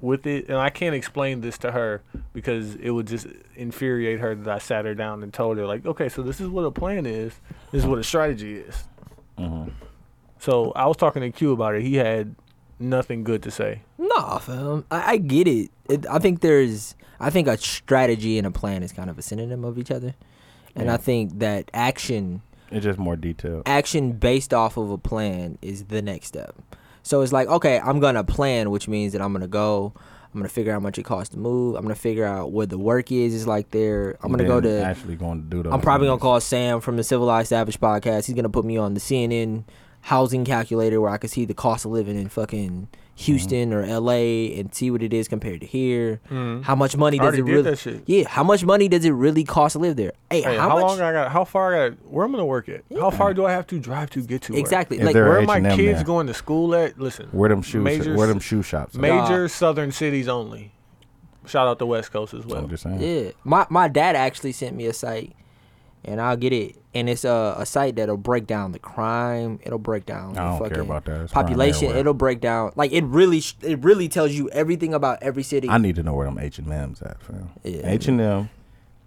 B: with it. And I can't explain this to her because it would just infuriate her that I sat her down and told her, like, okay, so this is what a plan is, this is what a strategy is. So I was talking to Q about it. He had nothing good to say.
A: Nah, fam. I, I get it. it. I think there's, I think a strategy and a plan is kind of a synonym of each other, and I think that action
E: It's just more detailed.
A: action based off of a plan is the next step. So it's like, okay, I'm gonna plan, which means that I'm gonna go. I'm gonna figure out how much it costs to move. I'm gonna figure out where the work is. Is like there. I'm gonna go
E: Then
A: to.
E: actually going to do those
A: I'm probably gonna
E: things.
A: call Sam from the Civilized Savage podcast. He's gonna put me on the CNN housing calculator where I could see the cost of living in fucking Houston or LA and see what it is compared to here. How much money does
B: Mm-hmm. already
A: it
B: did
A: really?
B: that shit.
A: Yeah, how much money does it really cost to live there? Hey,
B: Hey,
A: how,
B: how,
A: much?
B: long I got? How far I got? Where I'm gonna work at? How far do I have to drive to get to? work?
A: exactly.
C: If
A: Like
C: they're-
B: Where are my
C: H&M
B: kids
C: there.
B: going to school at? Listen,
C: Where them shoes?
B: Major,
C: where them shoe shops? at?
B: major southern cities only. Shout out the West Coast as well.
C: I'm just saying.
A: Yeah, my my dad actually sent me a site, and I'll get it. And it's a, a site that'll break down the crime. It'll break down.
C: I don't
A: the
C: care
A: fucking
C: about that. It's crime
A: population.
C: everywhere.
A: It'll break down. Like it really, sh- it really tells you everything about every city.
C: I need to know where them H and M's at, fam.
A: Yeah.
C: H and M,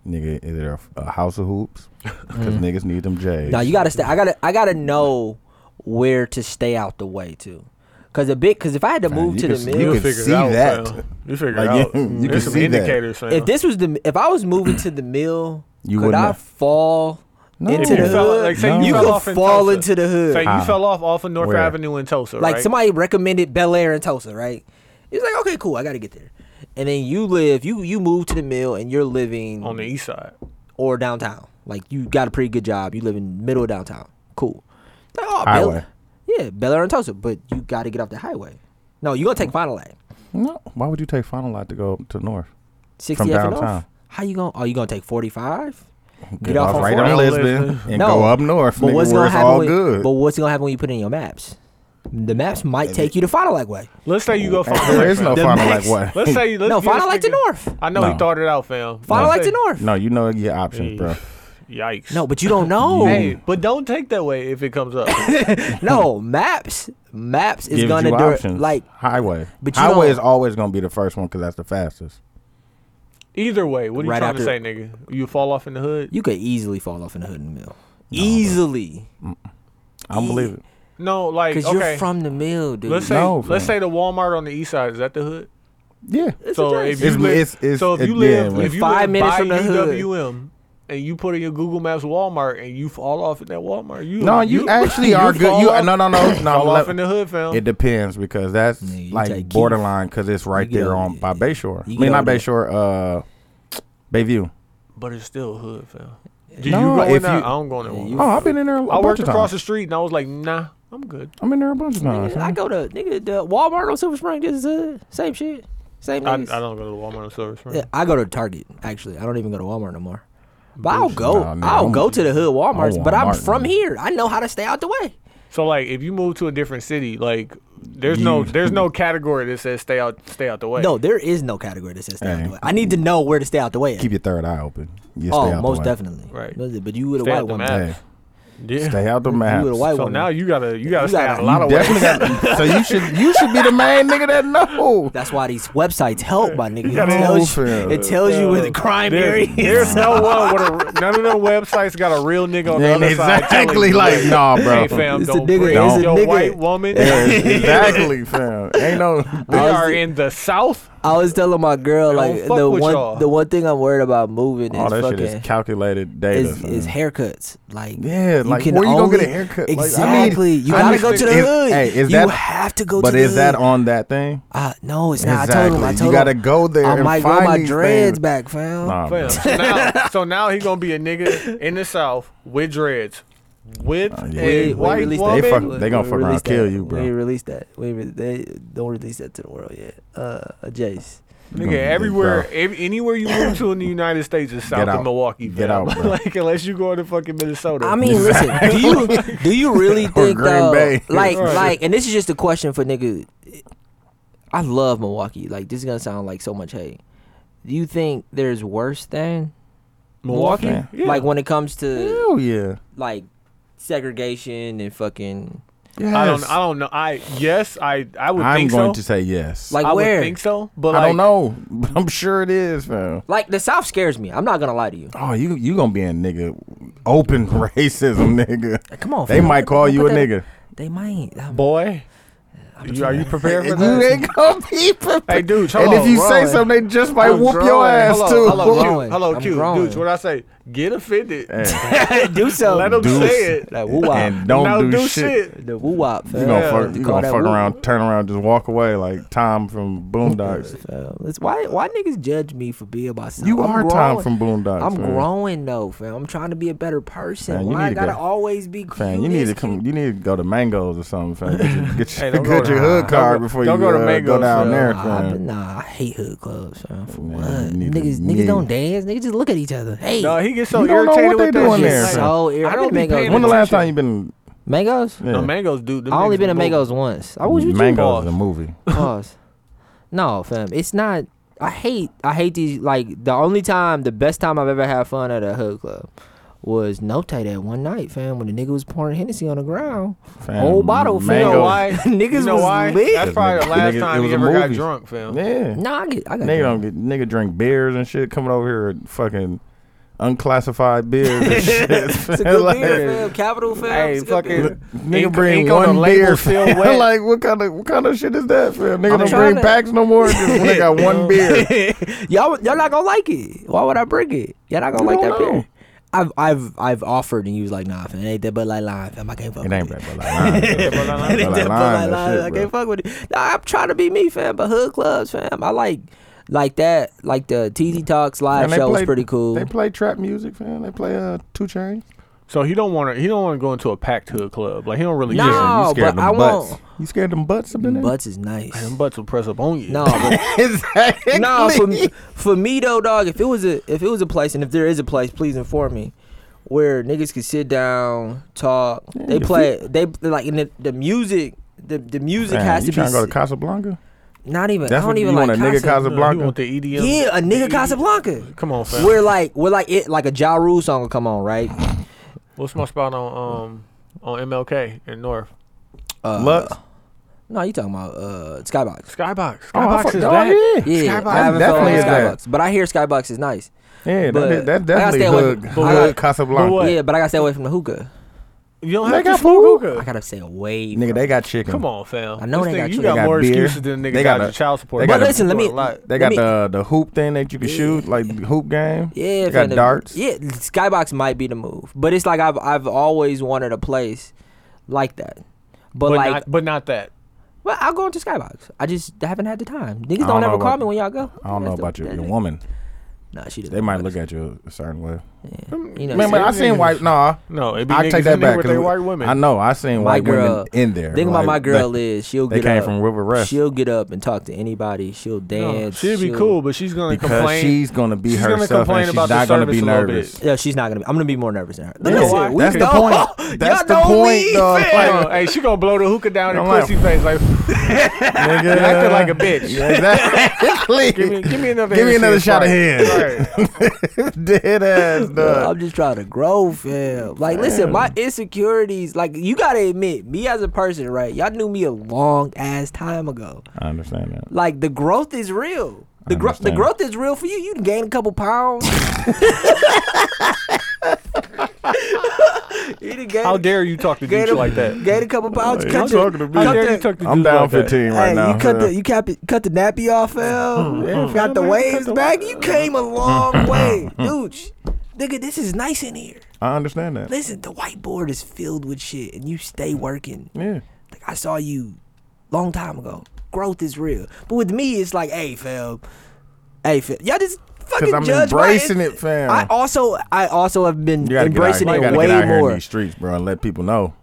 C: nigga, either a, a house of
A: *laughs*
C: hoops, because niggas need them J's.
A: No, Mm. you gotta stay. I gotta. I gotta know where to stay out the way too. Cause a bit. Cause if I had to
C: Man,
A: move
C: you
A: to
C: can
A: the
C: see-
A: middle,
C: you
B: You'll figure
C: see
B: it out,
C: that.
B: fam. You figure it
C: Like,
B: out.
C: you- you can
B: There's some
C: see that.
B: indicators. fam.
A: if this was the, if I was moving to the mill,
C: You
A: could
C: wouldn't
A: I
C: have-
A: fall
C: No. If
A: into
C: you
A: the
C: fell-
A: hood?
B: like,
C: say you
A: you
C: fell
A: could
B: off in
A: fall
B: Tulsa.
A: into the hood.
B: Say
C: How?
B: you fell off off of North
C: Where?
B: Avenue in Tulsa,
A: like
B: right?
A: somebody recommended Bel Air and Tulsa, right? It's like okay, cool, I gotta get there. And then you live, you you move to the mill, and you're living
B: on the east side.
A: or downtown. Like you got a pretty good job. You live in middle of downtown. Cool. Like, oh,
C: Highway.
A: Bel- yeah, Bel Air and Tulsa, but you got to get off the highway. No, you
C: Mm-hmm.
A: gonna take Final Act.
C: No, why would you take Final Lot to go up to North?
A: Sixty
C: From
A: F and
C: downtown.
A: north. How you gonna? Oh, you gonna take forty five? Get,
C: Go
A: on
C: right
A: 40.
C: on
B: Fort
C: Lisbon *laughs*
B: Lisbon.
C: and go up north, nigga, where it's all
A: when,
C: good.
A: But what's gonna happen when you put it in your maps? The maps might take you to Final Act way.
B: Let's say you go Final
C: Oh, there
B: Act,
C: is no
B: fam.
C: Final
A: max-
C: Like
B: Let's say let's
A: No,
B: give this
A: Final Act to
B: nigga-
A: North.
B: I know
C: No.
B: he thought it out, fam.
A: Final
B: Let's
A: Act to
B: say-
A: North.
C: No, you know your options, bro.
B: Yikes.
A: No, but you don't know.
B: Hey, but don't take that way if it comes up.
A: no, maps. Maps is
C: Gives
A: gonna
C: you
A: do
C: options.
A: like
C: highway.
A: But you
C: highway
A: don't-
C: is always gonna be the first one because that's the fastest.
B: Either way, what are you
A: Right
B: trying
A: after-
B: to say, nigga? You fall off in the hood?
A: you could easily fall off in the hood and mill. easily,
C: I don't believe it.
B: No, like
A: because
B: okay.
A: you're from the mill, dude.
B: let's say
C: No,
B: let's
C: fam.
B: say the Walmart on the east side is that the hood.
C: Yeah,
A: It's
B: so
A: a
B: if
A: joke.
B: you
C: It's-
B: live,
C: it's- it's-
B: so if
C: it-
B: you live,
C: yeah,
B: if
A: it's
B: you
A: five
B: live
A: minutes
B: by
A: from the hood.
B: UWM and you put in your Google Maps Walmart and you fall off in that Walmart, you
C: no, you,
A: *laughs*
C: actually are good.
B: fall
C: You
B: off-
C: no, no, no, no.
B: fall
C: let-
B: off in the hood, fam.
C: It depends because that's
A: Nigga, you
C: like
A: take
C: borderline because it's right
A: You
C: there
A: go-
C: on by Bayshore. I
A: you
C: mean,
A: go
C: not
A: there.
C: Bayshore, uh, Bayview.
B: but it's still hood, fam. Do
C: No,
B: you go
C: if
B: in there?
C: you-
B: I don't go in there. Walmart.
C: Oh, I've been in there a
B: I
C: bunch
B: worked
C: of
B: across
C: times.
B: the street and I was like, nah, I'm good.
C: I'm in there a bunch of times.
A: nigga, I
C: man.
A: go to nigga the Walmart on Silver Spring. This is uh, same shit, same.
B: I, I
A: niggas.
B: don't go to the Walmart on Silver Spring.
A: Yeah, I go to Target actually. I don't even go to Walmart no more. But I'll go.
C: Nah, nigga,
A: I'll
C: I'm-
A: go to the hood Walmart's,
C: I'm
A: but I'm
C: Walmart,
A: from
C: nigga.
A: here. I know how to stay out the way.
B: So like, if you move to a different city, like, there's no
C: You-
B: there's no category that says stay out stay out the way.
A: No, there is no category that says stay out
C: Hey.
A: the way. I need to know where to stay out the way. At.
C: Keep your third eye open. You stay out
A: oh,
C: the
A: most
C: way.
A: definitely.
B: Right.
A: But you with a
B: Stay out
A: white
B: the
A: woman.
B: map.
C: Hey,
B: yeah.
C: stay out the maps.
A: You with a white
B: So
A: woman.
B: now you gotta you gotta
A: You
B: stay
A: gotta-
B: out a
A: you
B: lot
C: You
B: of ways.
C: definitely got, so you should you should be the main nigga that
A: *laughs*
C: know.
A: That's why these websites help, my nigga. It
C: gotta
A: tells, you,
C: know,
A: it tells you where the crime area
B: There's,
A: is.
B: there's no one with a none of them websites got a real nigga on the
C: And
B: other side. telling
C: exactly
B: you,
C: like, nah, bro.
B: Hey fam,
A: It's a
B: don't
A: nigga,
B: bring
C: it's a
B: your
A: nigga.
B: white *laughs* woman.
C: Yeah,
B: we
C: exactly, fam. Ain't no.
B: are in the south.
A: I was telling my girl
B: They don't
A: like
B: fuck
A: the
B: with
A: one
B: y'all.
A: the one thing I'm worried about moving
C: All
A: Oh, is
C: that shit
A: fucking
C: is calculated data.
A: is,
C: fam.
A: is haircuts. Like
C: Yeah, like,
A: can
C: where you gonna get a
A: only-
C: haircut? Like, I
A: Exactly.
C: need-
A: you
C: I
A: gotta
C: need-
A: go to the
C: is-
A: hood.
C: hey, is
A: you
C: that-
A: have to go.
C: but
A: to
C: is
A: the
C: that
A: hood.
C: on that thing?
A: Uh, no, it's not. I told him.
C: Exactly.
A: I told
C: You
A: him.
C: gotta go there
A: I
C: and
A: might
C: find
A: go my
C: these
A: dreads
C: things.
A: back, fam.
C: Nah, bro.
B: Fam. So
C: *laughs*
B: now, so now he gonna be a nigga in the south with dreads, with
C: Uh, yeah.
A: We-
B: a
A: we
B: white
A: released that.
B: woman.
C: They fuck- they gonna
A: We
C: fuck around
A: released
C: kill
A: that.
C: you, bro.
A: We released that. We re- they don't release that to the world yet. Uh, Jace.
C: You gonna
B: Nigga,
C: be
B: everywhere,
C: bro.
B: ev- anywhere you move to in the United States is south
C: out.
B: of Milwaukee.
C: Get
B: fam.
C: out, bro.
B: *laughs* like unless you go to fucking Minnesota.
A: I mean, listen. Do you *laughs* do you really think
C: Green
A: though,
C: Bay.
A: like
B: Right.
A: like? And this is just a question for nigga. I love Milwaukee. Like this is gonna sound like so much hate. Do you think there's worse than
B: Milwaukee.
C: Man.
B: Yeah.
A: like when it comes to
C: Hell yeah.
A: like segregation and fucking
C: Yes.
B: I don't. I don't know. I yes. I I would
C: I'm
B: think
C: going
B: so.
C: to say yes.
A: like
B: I
A: where
B: would think so, but
C: I
B: like,
C: don't know. but I'm sure it is, fam.
A: like the South scares me. I'm not gonna lie to you.
C: Oh, you you gonna be a nigga? Open *laughs* racism, nigga.
A: Come on,
C: They
A: fam.
C: might call
A: Don't
C: you
A: put
C: a
A: that-
C: nigga.
A: They might. Um,
B: boy. You, are you prepared for
E: *laughs* You
B: that?
E: ain't gonna be prepared.
B: Hey, dude, hold
E: and
B: on,
E: if you
B: Rowan.
E: say something, they just might
B: I'm
E: whoop your
B: growing.
E: ass
B: Hold on,
E: too.
B: hold on,
A: Hello,
B: Q.
A: growing.
B: Hello,
A: I'm
B: Q.
A: growing.
B: Dudes, what I say? Get offended.
A: do so.
B: *laughs* Let them
E: Do
B: say
E: s-
B: it.
A: Like woo wop.
E: And don't
B: no,
E: do,
B: do
E: shit.
A: The woo wop.
E: You gonna
B: Yeah.
E: fuck, you
A: Call
E: gonna
A: that
E: fuck
A: whoop.
E: around, turn around, just walk away like Tom from Boondocks.
A: Fam, It's why why niggas judge me for being myself.
E: You
A: I'm
E: are Tom
A: growing.
E: from Boondocks.
A: I'm
E: man.
A: growing though, fam. I'm trying to be a better person.
E: Man, you
A: Why
E: need
A: I
E: to
A: gotta
E: go-
A: always be cute?
E: Man, you need
A: as
E: to come.
A: cute?
E: You need to go to Mangoes or something, fam.
B: *laughs*
E: Get your, get
B: Hey,
E: your,
B: don't go
E: get
B: to-
E: your
B: nah,
E: hood
B: don't
E: card
B: go-
E: before
B: don't
E: you
B: go to
E: uh,
B: Mangoes,
E: go down
B: fam.
E: there,
A: Nah, I, be-
E: fam.
A: nah, I hate hood clubs, fam. For
E: Man,
A: what?
E: you need to-
A: Niggas,
E: you
A: niggas
E: need-
A: don't dance. Niggas just look at each other. Hey,
B: No, he gets so
E: You don't know
B: irritated
E: what
B: with
E: they
B: that
E: doing
B: shit.
E: there,
B: Like,
E: fam.
A: so ir-
B: I
A: I've
B: don't
A: been
B: be
A: mangoes
B: paying
E: When the last
B: attention.
E: time you been?
A: mangoes.
E: Yeah.
B: No, mangoes, dude. them
A: I only
B: niggas
A: been to
B: move.
A: mangoes once. I was with you.
E: Mangoes
B: boss?
E: is a movie.
A: *laughs* Pause. No, fam. It's not. I hate. I hate these. Like the only time, the best time I've ever had fun at a hood club was no tight that one night, fam, when the nigga was pouring Hennessy on the ground,
E: Fam,
A: whole bottle, fam.
B: You know
E: Mangoes. *laughs*
B: why?
A: Niggas
B: you know
A: was
B: why?
A: lit.
B: That's probably the
E: Niggas-
B: last
E: niggas- it
B: time
E: was
B: he
E: a
B: ever got
E: movie.
B: drunk, fam.
E: Yeah.
A: Nah, I get. I got.
E: Nigga
A: drunk.
E: don't get nigga drink beers and shit. Coming over here, with fucking unclassified beers *laughs* and shit.
A: It's a
E: man.
A: good
E: Like,
A: beer, fam. Capital, fam.
B: Hey,
A: It's a good beer.
B: fucking
E: Nigga
B: ink-
E: bring
B: ink on
E: one
B: the
E: beer.
B: label still
E: *laughs* fam.
B: wet.
E: like what kind of what kind of shit is that, fam? Nigga don't
A: trying
E: bring
A: to-
E: packs no *laughs* more. Just when they got one beer.
A: *laughs* y'all y'all not gonna like it. Why would I bring it? Y'all not gonna
E: You
A: like
E: don't
A: that
E: know.
A: beer. I've I've I've offered and you was like, nah, fam, it ain't that but like line, fam. I can't fuck
E: It
A: with
E: ain't
A: it.
E: Red Bull Line.
B: Red Bull Line.
A: It ain't
E: Red
A: that
E: Bull
A: but
E: Line,
A: like
E: that
A: line.
E: shit,
A: I
E: bro.
A: can't fuck with it. Nah, I'm trying to be me, fam. But hood clubs, fam. I like like that. Like the TZ Talks live
E: And they
A: show was
E: play-
A: pretty cool.
E: They play trap music, fam. They play uh two chains.
B: So he don't want to. He don't want to go into a packed hood club. Like he don't really.
A: No.
B: care.
A: Oh, but I won't-
E: You scared them butts up in there?
A: Butts is nice.
B: Hey, them butts will press up on *laughs* you.
A: No, but
E: *laughs* exactly.
A: no, for, me- for me though, dog. If it was a if it was a place, and if there is a place, please inform me, where niggas could sit down, talk. They play. They like and the, the music. The, the music
E: Man,
A: has
E: you
A: to be
E: trying to go to
A: s-
E: Casablanca?
A: not even.
E: That's
A: I
E: what
A: don't
E: you
A: even
E: want
A: like
E: a nigga
A: Casa-
B: No, he
E: Casablanca.
B: want the EDM.
A: Yeah, a nigga
B: EDM.
A: Casablanca.
B: Come on, fam.
A: Where like where like it like a Ja Rule song will come on, right?
B: What's my spot on um on MLK in North
A: Uh,
E: Lux?
A: No, you talking about uh
B: *laughs*
A: Skybox?
B: Skybox?
E: I
B: Skybox
E: fuck-
B: is
E: oh,
B: that?
E: yeah.
A: Yeah,
E: Skybox
A: I haven't
E: definitely
A: definitely
E: is
A: Skybox,
E: that.
A: but I hear Skybox is nice.
E: Yeah,
A: But-
E: that, is- that
A: I gotta
E: definitely
A: stay away
E: hood,
A: from-
E: hood
A: I gotta-
E: Casablanca.
B: But-
A: Yeah, but I gotta stay away from the hookah.
B: You don't
E: They
B: have
E: got
B: to smoke
E: food?
B: hookah.
A: I gotta stay away.
E: Nigga, they got chicken.
B: Come on, fam.
A: I know they
B: This nigga-
A: got
B: you
A: you.
B: got,
E: They got
B: more
E: beer.
B: excuses than nigga
E: They
B: got,
E: got
B: your
E: a-
B: child support.
E: they
A: But
E: got a-
A: listen, let me-
B: A lot.
E: They got
A: Let me-
E: the the hoop thing that you can shoot, like hoop game.
A: Yeah,
E: they got
A: fam, the-
E: darts.
A: Yeah, Skybox might be the move, but it's like I've I've always wanted a place like that. But,
B: but
A: like,
B: not, but not that.
A: well, I'll go into Skybox. I just haven't had the time. Niggas
E: don't
A: don't,
E: know
A: ever call
E: about-
A: me when y'all go.
E: I don't know
A: That's the-
E: about your,
A: that
E: your
A: nigga.
E: woman.
A: Nah, she doesn't.
E: They might look at you a certain way.
A: You know,
E: Man, but I seen white. Nah,
B: No, it'd be
E: I
B: niggas
E: take
B: in
E: that
B: there
E: back.
B: With
E: 'cause
B: their white women.
E: I know. I seen
A: My
E: white
A: girl-
E: women in there.
A: Think about
E: like,
A: my girl
E: They,
A: is she'll
E: they
A: get
E: came
A: up.
E: from River Rest.
A: She'll get up and talk to anybody. She'll
B: No,
A: dance.
B: she'd be
A: she'll-
B: cool, but she's gonna
E: because
B: complain.
E: she's gonna be
B: she's gonna
E: herself
B: complain
E: and she's
B: about the
E: not gonna be
B: service a little bit.
E: nervous.
A: Yeah, she's not gonna. Be, I'm gonna be more nervous than her. But
B: Yeah.
A: listen,
B: Why?
A: we
E: That's the
A: know-
B: *laughs*
A: *laughs*
E: point. That's
A: y'all
E: the
A: know
E: point,
A: me,
E: dog.
A: fam.
B: Like, oh, hey, she gonna blow the hookah down
E: I'm
B: her
E: like-
B: pussy face like *laughs*
E: *laughs* Nigga,
B: acting like a bitch.
E: Yeah, *laughs* exactly.
B: Give me, give me another.
E: Give me
B: Hennessy and
E: another shot of
B: Sprite.
E: hand. *laughs*
B: Right. *laughs*
E: Dead ass
A: Bro,
E: dog.
A: I'm just trying to grow, fam. Like, listen, my insecurities. Like, you gotta admit, me as a person, right? Y'all knew me a long ass time ago.
E: I understand that.
A: Like, the growth is real. The growth, the
E: understand.
A: growth is real for you. You done gained a couple
E: *laughs*
A: pounds. *laughs* you done gained,
B: How dare you talk to
A: gained
B: dudes
A: a,
B: like that?
A: gained a couple pounds.
E: Hey,
A: cut
E: I'm
A: your-
E: talking to
A: cut
E: me.
B: How dare
A: the-
B: you talk to
E: I'm
B: dudes
E: down
B: like that?
E: 15 right
A: Hey,
E: now.
A: you cut
E: yeah. Mm-hmm.
A: the you cap it, cut the nappy off, fam.
E: yeah,
A: got the
E: man,
A: waves
E: cut the- Mm-hmm.
A: back. You came a long way, dude. Nigga, this is nice in here.
E: *laughs* I understand that.
A: Listen, the whiteboard is filled with shit, and you stay working.
E: Yeah.
A: Like I saw you long time ago. Growth is real, but with me, it's like, hey, fam, hey, fam, y'all just fucking
E: Because I'm
A: judge my-
E: embracing it, fam.
A: I also, I also have been
E: You gotta get out,
A: embracing
E: you
A: it
E: gotta
A: way
E: get out here
A: more.
E: in these streets, bro, and let people know.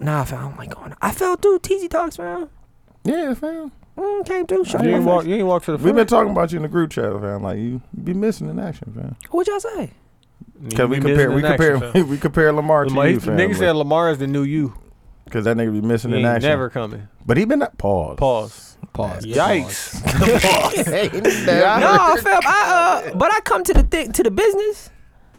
A: Nah, fam, I'm like going. I felt dude, TZ talks, man.
E: Yeah, fam.
A: Mm, came through. Showed
B: You
A: my
B: ain't walk.
A: face.
B: You ain't walk to the.
E: We've
B: front.
E: been talking about you in the group chat, fam. Like you, you be missing in action, fam.
A: What y'all say?
E: Because we
B: You
E: compare,
B: missing
E: we
B: in action,
E: compare, *laughs*
B: fam.
E: we compare Lamar to
B: Lamar,
E: you,
B: he's-
E: fam.
B: nigga said Lamar is the new you.
E: because that nigga be missing
B: He
E: in
B: ain't
E: action.
B: never coming.
E: But he been at pause.
B: Pause.
A: Pause.
B: Yikes.
A: No, fam, I uh, but I come to the thing to the business.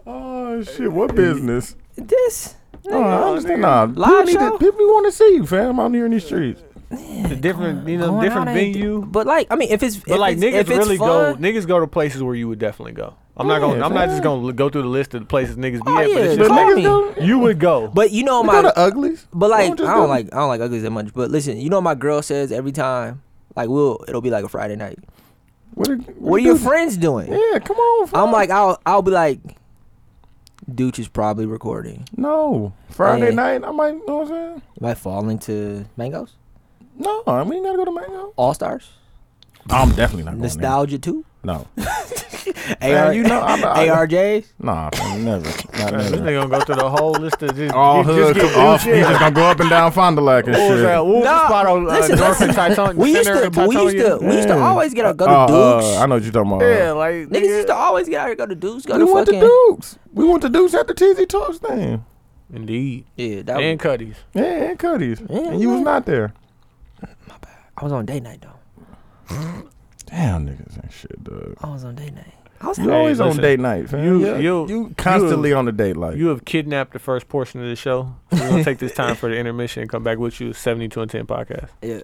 E: Oh shit! What business?
A: This.
E: Oh, I understand. Nah,
A: Live
E: people, need to-
A: show?
E: people want to see you, fam. Out here in these streets.
B: The different, you know,
A: Going
B: different
A: out ain't-
B: venue. But,
A: But like, I mean, if it's if
B: like
A: it's,
B: niggas
A: if it's
B: really
A: fun,
B: go, niggas go to places where you would definitely go. I'm not
E: Yeah,
B: gonna, I'm not
E: fam.
B: just gonna go through the list of the places niggas be
A: Oh,
B: at. But
A: yeah,
B: it's just
A: call
B: like,
A: me.
B: niggas, you would go.
A: But you know
E: You go
A: my,
E: to Uglies.
A: but like I
E: just
A: don't
E: go-
A: like I don't like uglies that much. But listen, you know my girl says every time, like we'll it'll be like a Friday night.
E: What are,
A: What are your friends doing?
E: Yeah, come on.
A: I'm like I'll I'll be like, Dooch is probably recording.
E: No. Friday
A: Yeah.
E: night, I might, you know what I'm saying?
A: Am I falling to mangoes?
E: No, I mean, you gotta go to Mango.
A: All stars?
E: I'm definitely not going there.
A: Nostalgia too? *laughs*
E: No.
A: AR,
E: you know, I'm- I-
A: ARJs?
E: Nah, fam, never. Not
B: this
E: never.
B: nigga gonna go through the whole list of just,
E: All
B: just,
E: hood,
B: just get
E: come off.
B: new
E: He's
B: shit.
E: just gonna go up and down Fond du Lac and
B: What was
E: shit.
B: that? What was
A: Nah,
B: the spot on uh,
A: listen,
B: North and
A: *laughs* listen.
B: Titan-
A: We used
B: Center
A: to
B: and
A: we used to
B: Titonium?
A: we used to
E: Yeah.
A: always get a go to
E: Oh,
A: Dukes.
E: uh, I know what you're talking about.
B: Yeah, like
A: Niggas used to
B: nigga.
A: always get out here go to Dukes, go
E: we
A: to
E: went
A: fucking
E: to Dukes. We went to Dukes at the TZ Talks thing.
B: Indeed.
A: Yeah, that
B: And
A: was,
B: Cuddies.
E: Yeah, and Cuddy's.
A: Yeah,
E: and you was
A: man.
E: not there.
A: I was on day night though.
E: Damn, niggas ain't shit, dog.
A: I was on day
B: *laughs*
A: night. I was
E: You
B: Hey,
E: always
B: listen.
E: on date night, fam.
B: You-
E: Yeah.
B: you-
E: you constantly on the date like
B: You have kidnapped the first portion of the show. We're gonna take this time for the intermission and come back with you. Seventy two and ten podcast.
A: *laughs* yeah.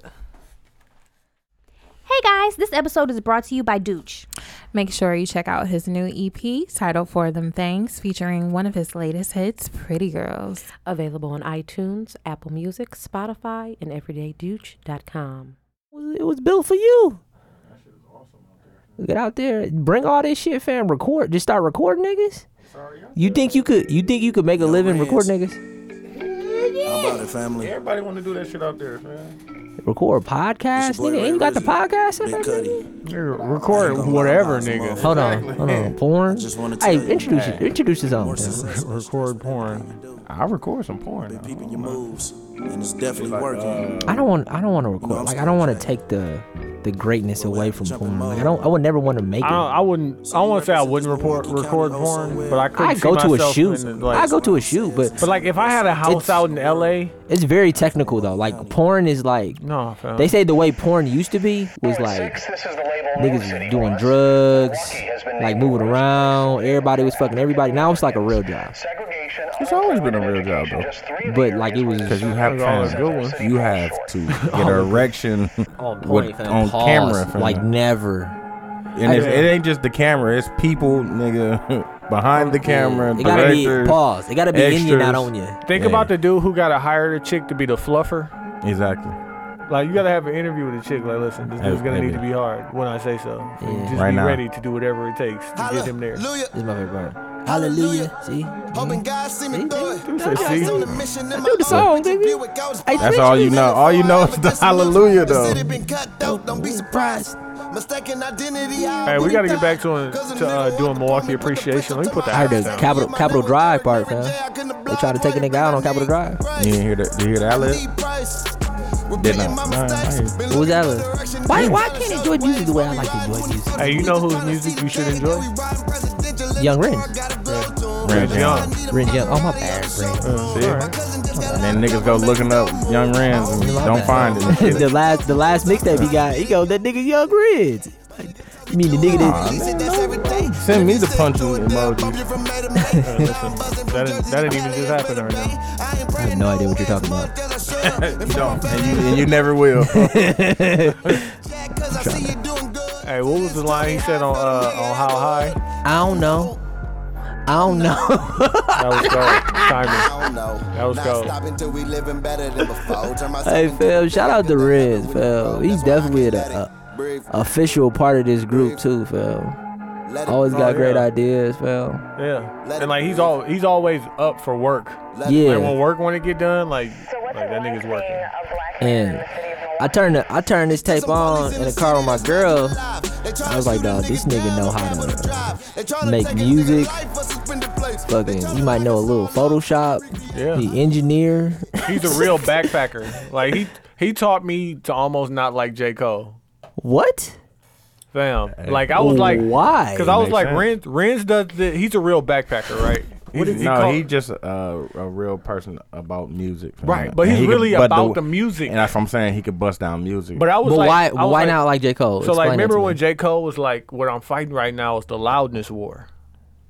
F: Hey guys, this episode is brought to you by Dooch.
G: Make sure you check out his new EP titled For Them Things featuring one of his latest hits, Pretty Girls.
H: Available on iTunes, Apple Music, Spotify, and everydaydooch.com.
A: It was built for you. Get out there, bring all this shit, fam. Record, just start recording, niggas. You think you could? You think you could make a living record, niggas?
E: Everybody want to do that shit out there, man.
A: Record podcasts, nigga. Ain't you got the podcast? in there, nigga?
B: Record whatever, nigga.
A: Hold on, hold on. Porn. Hey, introduce it. Introduce his own. *laughs*
B: Record porn.
E: I record some porn. though.
C: Keeping your moves, and it's definitely working.
A: I don't want. I don't want to record. Like I don't want to take the the greatness away from porn. Like I don't. I would never want to make
B: I don't.
A: it.
B: I wouldn't. I don't want to say I wouldn't report record porn, but I could.
A: I go to a shoot. I go to a shoot,
B: But
A: but
B: like, if I had a house
A: It's-
B: out in L.A.,
A: it's very technical though. Like porn is like.
B: no, fam.
A: They say the way porn used to be was like niggas was doing drugs, like moving around. Everybody was fucking everybody. Now it's like a real job.
E: It's always been a real job though,
A: But like it was
E: because you have
B: All the
E: fam,
B: good ones.
E: You have to get an erection
A: on,
E: with, on
A: pause,
E: camera, fam.
A: Like never.
E: and if, it ain't just the camera, it's people, nigga, *laughs* behind the camera,
A: It gotta be
E: directors.
A: pause. It gotta be in you, not
E: extras.
A: on you.
B: Think
E: Yeah.
B: about the dude who gotta hire the chick to be the fluffer.
E: Exactly.
B: Like you gotta have an interview with a chick. Like, listen, this
E: Hey,
B: dude's gonna need
E: baby.
B: to be hard when I say so. Just
E: Right
B: be
E: now.
B: ready to do whatever it takes to get him there.
A: This is my favorite part. Hallelujah. See?
C: Hoping God see me through it.
B: So, see,
C: On the mission in my
A: Do the song, baby.
E: That's all you know. All you know is the hallelujah though.
C: city been cut out. Don't be surprised. Mistaken identity.
B: hey, we gotta get back to, uh, to uh, doing Milwaukee appreciation. Let me put that.
A: I heard the
B: down.
A: Capital Capital Drive part, fam. They tried to take a nigga out on Capital Drive.
E: You didn't hear that? Did you hear that? Alex? Did not. Nah, I hear you.
A: What was that? Like? Why why can't I enjoy music the way I like to enjoy music?
B: Hey, you know whose music you should enjoy?
A: Young Ren.
E: Ren
B: Young.
A: Ren Young. Oh my bad, Ren.
E: See? And then niggas go looking up Young Rans and don't find it. and
A: *laughs*
E: shit.
A: the last the last mixtape he got, he go, that nigga Young Ren. Like, You mean the nigga that
E: Send me the punching emoji.
B: That didn't, that didn't even just happen right now.
A: I have no idea what you're talking about.
E: You don't, and you, and you never
B: *laughs*
E: will.
B: Hey, what was the line he said on uh, on How High?
A: I don't know. I don't know. *laughs*
B: That was gold. Simon.
C: That
B: That was gold.
C: until we living better than before. *laughs* Turn myself
A: hey
C: into
A: Phil, shout out to Ren, Phil. He's definitely the uh,
C: brave.
A: official part of this group too, Phil.
C: Let it
A: Always got
B: Oh,
A: great
B: yeah.
A: ideas, fam.
B: Yeah. And like he's all he's always up for work. Like when
A: Yeah,
B: work when it get done, like like that nigga's working.
A: and I turned the, I turned this tape on in the car with my girl. I was like, dog, this nigga know how to uh, make music. Fucking, he might know a little Photoshop.
B: Yeah.
A: He engineer.
B: He's a real backpacker. Like he he taught me to almost not like J. Cole.
A: what?
B: Fam. Like I was like
A: Why?
B: Because I was
E: Makes
B: like,
E: sense.
B: Renz, Renz does the, he's a real backpacker, right? He's,
E: no,
B: call-
E: he just uh, a real person about music. fam.
B: Right, but
E: And
B: he's
E: he could-
B: really
E: but
B: about the music.
E: And that's what I'm saying. He could bust down music.
B: but I was
A: but
B: like,
A: why?
B: I was
A: Why not like J Cole?
B: So
A: Explain
B: like,
A: that
B: remember
A: to me.
B: when J Cole was like, "What I'm fighting right now is the loudness war."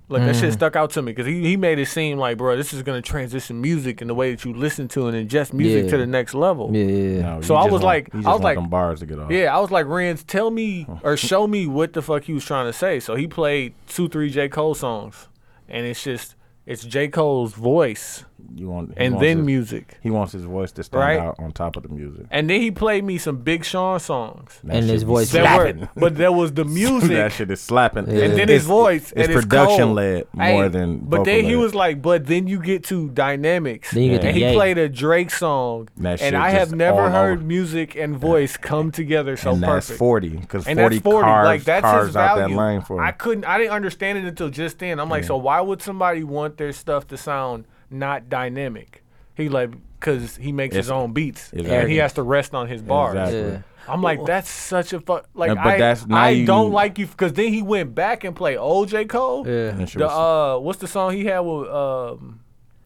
B: Like that shit stuck out to me because he, he made it seem like, bro, this is gonna transition music and the way that you listen to and ingest music
A: Yeah.
B: to the next level.
A: Yeah, yeah, yeah.
E: No, you
B: So I was
E: just want-
B: like-
E: you
B: I was
E: just want
B: like-
E: them bars to get off.
B: Yeah, I was like, Renz, tell me or show me what the fuck he was trying to say. So he played two, three J. Cole songs, and it's just it's J. Cole's voice
E: you want, he
B: and
E: wants
B: then
E: his,
B: music.
E: He wants his voice to stand
B: Right.
E: out on top of the music.
B: And then he played me some Big Sean songs.
E: That
A: And
E: shit
A: his
E: be
A: voice-
B: That
E: slapping.
B: were, but there was the music.
E: *laughs* that shit is slapping.
B: and then
E: It's-
B: his voice
E: It's
B: and his
E: production
B: cold.
E: led
B: Hey,
E: more than.
B: But then
E: vocal
B: he
E: led.
B: was like, but then you get to dynamics,
A: Then you get to
B: and he
A: Ye.
B: played a Drake song,
E: That shit
B: and I
E: just
B: have never
E: all
B: heard
E: over.
B: music and voice come together so
E: and
B: perfect.
E: that's forty because
B: And
E: forty,
B: that's forty.
E: carves,
B: like that's
E: carves
B: his
E: out
B: value.
E: that lane for
B: I
E: him.
B: couldn't. I didn't understand it until just then. I'm like, so why would somebody want their stuff to sound not dynamic? He like because he makes his
E: It's-
B: own beats and
E: Exactly.
B: he has to rest on his bars.
E: Exactly.
A: Yeah.
B: I'm like, that's such a fuck. Like,
E: Uh, but
B: I,
E: that's- now
B: I
E: you-
B: don't like you because then he went back and played old J Cole.
A: Yeah.
E: And she
B: The
E: was-
B: uh, what's the song he had with um,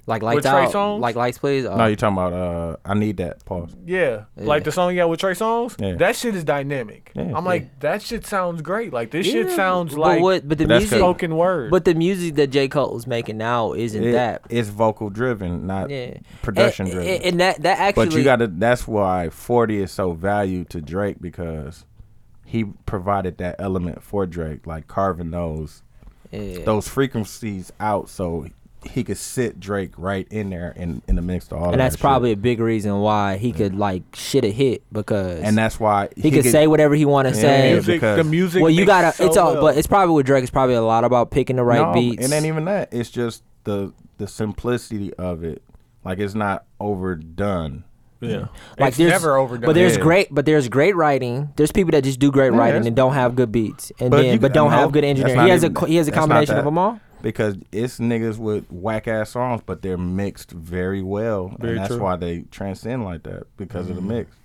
A: Like lights
B: Trey
A: out,
B: Songz?
A: like lights plays. Uh,
E: no, you're talking about. Uh, I need that pause.
B: yeah, like the song he had with Trey Songz?
E: Yeah.
B: That shit is dynamic.
E: Yeah.
B: I'm like, that shit sounds great. Like this shit
A: Yeah,
B: sounds
A: but
B: like
A: what- but the
E: But that's
A: music,
E: good.
B: spoken word.
A: but the music that J Cole's making now isn't
E: It-
A: that.
E: it's vocal driven, not
A: Yeah.
E: production
A: and,
E: driven.
A: and, and that that actually.
E: but you got to. That's why forty is so valued to Drake because he provided that element for Drake, like carving those
A: Yeah.
E: those frequencies out, so he could sit Drake right in there in in the mix to all. of
A: and that's
E: that
A: probably
E: shit.
A: a big reason why he could like shit a hit because
E: and that's why
A: he, could, say whatever he want to
E: Yeah,
A: say.
B: music, the
E: because-
B: music.
A: well, you
B: makes
A: gotta.
B: so
A: it's all,
B: well.
A: but it's probably with Drake. It's probably a lot about picking the right beats.
E: It ain't even that. It's just the the simplicity of it. Like it's not overdone.
B: yeah,
A: like
B: it's
A: there's
B: never overdone.
A: But there's
E: Yeah.
A: great, but there's great writing. There's people that just do great writing
E: that's-
A: and don't have good beats, and
E: But
A: then
E: you-
A: but don't
E: no,
A: have good
E: that's
A: engineering.
E: not
A: He has
E: even-
A: a co- he has a
E: that's not
A: combination of
E: that.
A: them all.
E: Because it's niggas with whack ass songs, but they're mixed very well,
B: Very
E: and that's
B: true.
E: why they transcend like that because of the
A: Mm-hmm.
E: mix.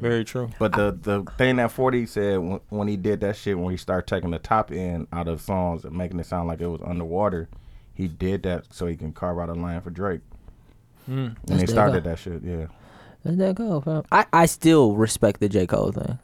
B: very true.
E: But the the thing that Forty said when, when he did that shit, when he started taking the top end out of songs and making it sound like it was underwater, he did that so he can carve out a line for Drake.
B: Hmm.
E: And he
A: That's dope.
E: started that shit, yeah.
A: Let that go, fam. I, I still respect the J Cole thing.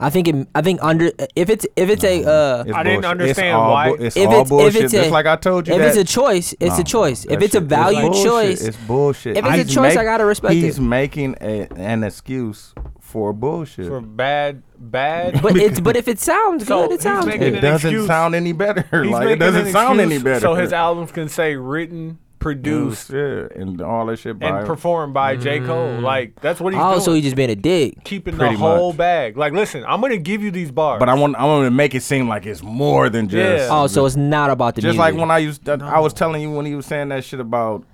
A: I think it, I think under if it's if it's a uh
E: It's
B: I didn't
E: bullshit.
B: understand
E: it's all
B: why-
E: Bu- it's
A: If
E: all
A: it's- if
E: bullshit.
A: it's a-
E: Just like I told you,
A: if
E: that,
A: it's a choice, it's a
E: No,
A: choice.
E: that
A: If it's a
E: shit is
A: value
E: bullshit.
A: choice,
E: *laughs* it's bullshit.
A: If it's a
E: He's
A: choice, I gotta respect
E: he's
A: it.
E: making a, an excuse for bullshit.
B: For bad, bad. *laughs*
A: but it's but if it sounds
B: So,
A: good, it
B: he's
A: sounds
B: making
A: good.
B: an
E: it doesn't
B: excuse.
E: sound any better.
B: he's
E: like it
B: making an
E: doesn't sound any
B: excuse
E: better.
B: So his albums can say written, produced,
E: yeah, and all that shit.
B: and
E: by-
B: performed by J Cole. Like that's what he's
A: Mm. Also,
B: doing.
A: he just being a dick.
B: keeping the
E: Pretty
B: whole
E: much.
B: bag. Like, listen, I'm gonna give you these bars,
E: but I want I want to make it seem like it's more than just.
B: Yeah.
A: Oh, so it's not about the
E: just
A: music,
E: like when I used, to, I was telling you when he was saying that shit about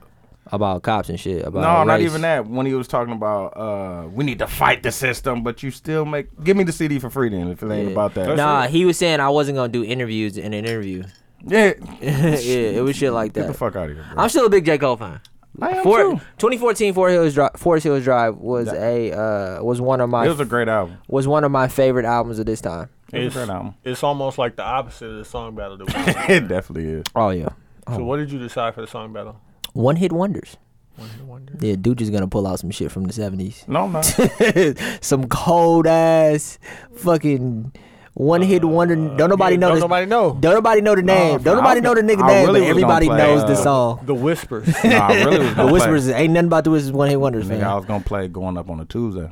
A: about cops and shit. About
E: no, not
A: race.
E: even that. When he was talking about, uh, we need to fight the system, but you still make give me the CD for free then if it ain't
A: Yeah.
E: about that.
A: Nah, he was saying I wasn't gonna do interviews in an interview. *laughs*
E: Yeah, get
A: yeah, it was shit like
E: the
A: that.
E: fuck out of here. Bro.
A: I'm still a big J Cole fan.
E: I am
A: For,
E: too.
A: 2014 Forest Hills Drive, Forest Hills Drive was a uh, was one of my
E: It was a great album.
A: was one of my favorite albums of this time.
E: It was
B: It's,
E: a great album.
B: it's almost like the opposite of the song battle. That we did.
E: *laughs* It definitely is.
A: Oh yeah,
B: so, what did you decide for the song battle?
A: one hit wonders.
B: One Hit Wonder?
A: Yeah, dude is gonna pull out some shit from the seventies, *laughs*
E: No, no. *laughs*
A: some cold ass fucking one hit wonder. Don't nobody
B: Uh, yeah,
A: know.
B: don't
A: this-
B: nobody know.
A: Don't nobody know the name.
E: fam,
A: don't nobody
E: I
A: know the
E: was-
A: nigga
E: I
A: name, but
E: really was gonna
A: everybody
E: play,
A: knows the
E: uh, *laughs*
A: song.
B: The Whispers.
E: nah, I really was
A: The
E: gonna
A: Whispers
E: Play.
A: ain't nothing about the Whispers one hit wonders,
E: Nigga,
A: man.
E: I was gonna play going up on a Tuesday.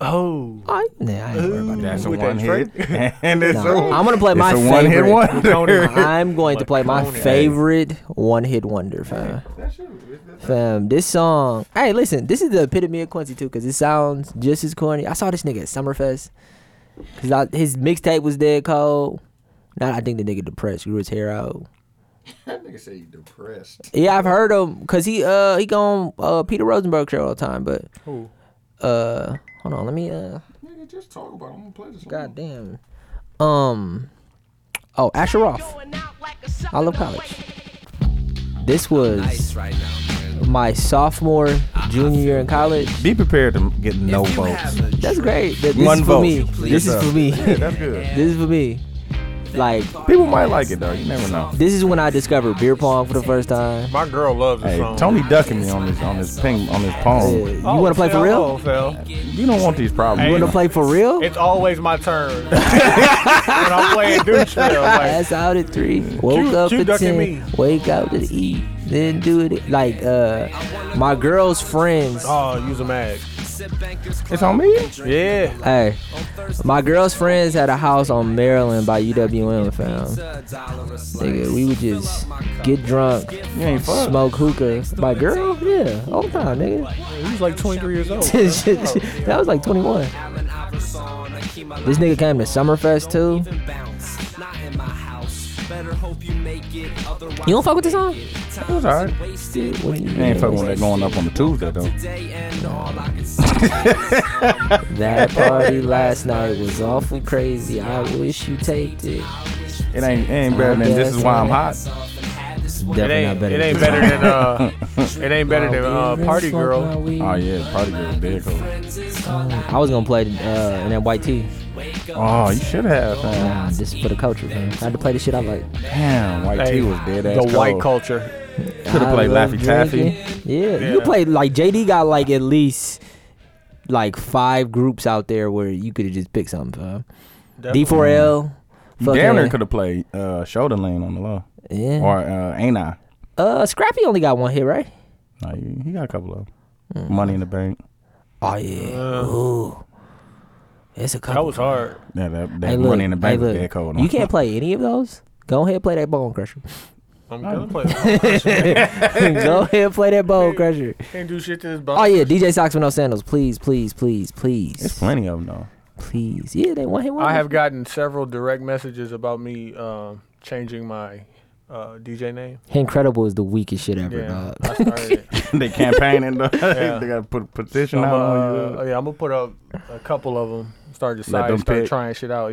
B: oh,
A: I, nah, I ain't worried about that.
B: *laughs*
E: That's a
B: With that
E: one hit, *laughs* and it's
A: Nah,
E: a,
A: I'm gonna play
E: it's
A: my
E: a
A: favorite.
E: one hit
B: *laughs*
E: wonder.
A: *laughs* I'm going to play my
B: Macroni.
A: favorite one hit wonder, fam. Fam, this song. Hey, listen, this is the epitome of Quincy too, cause it sounds just as corny. I saw this nigga at Summerfest, cause I, his mixtape was dead cold. Now I think the nigga depressed, grew his hair out.
E: *laughs* That nigga say you depressed.
A: Yeah, I've heard him, cause he uh he go on uh, Peter Rosenberg show all the time, but
B: Who?
A: uh hold on, let me uh
E: Nigga, just talk about. I'm gonna play this.
A: goddamn um oh Asher Roth. I love college. This was my sophomore, junior year in college.
E: Be prepared to get no votes.
A: That's great. Th- This
E: One
A: is for
E: vote.
A: me. *laughs* This is
E: Yourself.
A: for me.
E: Yeah, that's good.
A: This is for me. Like
E: People might like it though. You never know.
A: this is when I discovered beer pong for the first time.
B: My girl loves this
E: Hey,
B: song. Oh,
E: Tony ducking me on this on this ping on this
A: Yeah.
E: palm.
A: You want to play for real?
E: You don't want these problems.
B: Hey,
A: You want to
B: no.
A: play for real?
B: It's always my turn. when I'm playing douche Phil, like,
A: Pass out at three. Woke
B: Cute-
A: up
B: cute
A: at
B: duck and
A: ten.
B: me.
A: Wake up at E. Then do it like uh, my girl's friends.
B: oh, use a mag.
E: It's on me.
B: Yeah.
A: Hey, my girl's friends had a house on Maryland by UWM, fam. Nigga, we would just get drunk,
E: You ain't fuck.
A: smoke hookah. My girl, yeah, all the time, nigga. *laughs*
B: He was like 23 years old.
A: Shit, shit, shit. that was like 21. This nigga came to Summerfest too. You don't fuck with this song?
E: It was alright.
A: Dude, what do you
E: You ain't
A: mean?
E: fucking with that going up on the Tuesday though.
A: That party last night was awfully crazy. I wish you taped it.
E: It ain't it ain't better than this is why I'm hot.
B: It
A: Definitely
B: ain't,
A: not better.
B: it ain't
A: than
B: better than uh, it ain't better than uh, Party Girl.
E: Oh yeah, party girl dead cool.
A: I was gonna play uh, in that white tee.
E: Oh, you should have. Man.
A: Nah, this is for the culture, man. I had to play the shit I like.
E: Damn, white
B: Hey,
E: tea was dead ass
B: the white
E: cold.
B: culture.
E: Could have played Laffy Taffy.
A: Yeah, you
B: Yeah.
A: could play like JD got like at least like five groups out there where you could have just picked something. fam. D4L.
E: Damn near
A: fucking-
E: could have played uh, Shoulder Lane on the low
A: Yeah.
E: or uh, Ain't I?
A: Uh, Scrappy only got one hit, right?
E: No, he, he got a couple
A: Mm.
E: of them. Money in the Bank.
A: Oh yeah. Ooh. It's a couple.
B: Uh, That was hard.
E: Yeah, that, that
A: Hey, look,
E: Money in the Bank
A: hey,
E: was
A: look.
E: dead cold.
A: You can't play any of those. Go ahead, play that bone
B: *laughs*
A: crusher.
B: I'm gonna play. it.
A: Go ahead, play that bone crusher.
B: Can't do shit to this
A: Oh
B: bone.
A: yeah, DJ Socks with no sandals. Please, please, please,
E: There's
A: please,
E: plenty of them though. *laughs*
A: please. Yeah, they one hit one.
B: I have gotten several direct messages about me um, changing my uh, DJ name.
A: Incredible is the weakest shit ever,
B: Yeah,
E: *laughs*
A: dog.
B: I started it.
A: *laughs*
E: they campaigning. though.
B: Yeah.
E: *laughs* they got to put a petition
B: I'm,
E: out on
B: uh,
E: you.
B: yeah, I'm gonna put up a couple of them. Start
E: Let them
B: deciding, start
E: pick.
B: trying shit out.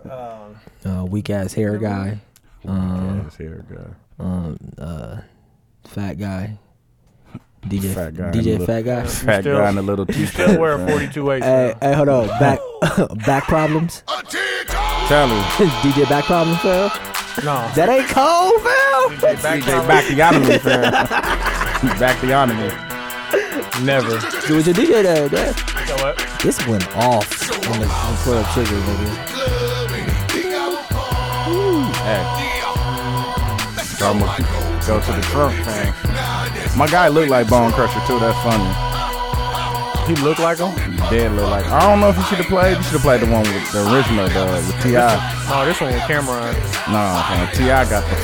E: *laughs*
B: Yeah,
A: Uh, weak ass hair guy,
E: Yes, here we go.
A: um, uh, fat guy, DJ,
E: Fat guy
A: DJ
E: and
A: fat guy.
E: Fat
B: still-
E: guy in
B: *laughs*
E: a little t-shirt.
B: still wearing 42 eight.
A: Hey, hey, hold on, back, *laughs* back problems. *laughs*
E: Tell
A: DJ back problems, fam.
B: No,
A: That ain't cold, fam.
B: back, down.
E: back the
B: *laughs*
E: enemy, fam. back the enemy.
B: never.
A: It was your DJ there, there.
B: You know what?
A: This went off on the on club trigger, nigga.
E: Hey. So I'm gonna go to the Trump thing. My guy looked like Bone Crusher too. That's funny.
B: He look like him?
E: He did look like. I don't know if he should have played. He should have played the one with the original, the with Ti.
B: No, this one with Cameron.
E: No, fam, Ti got the.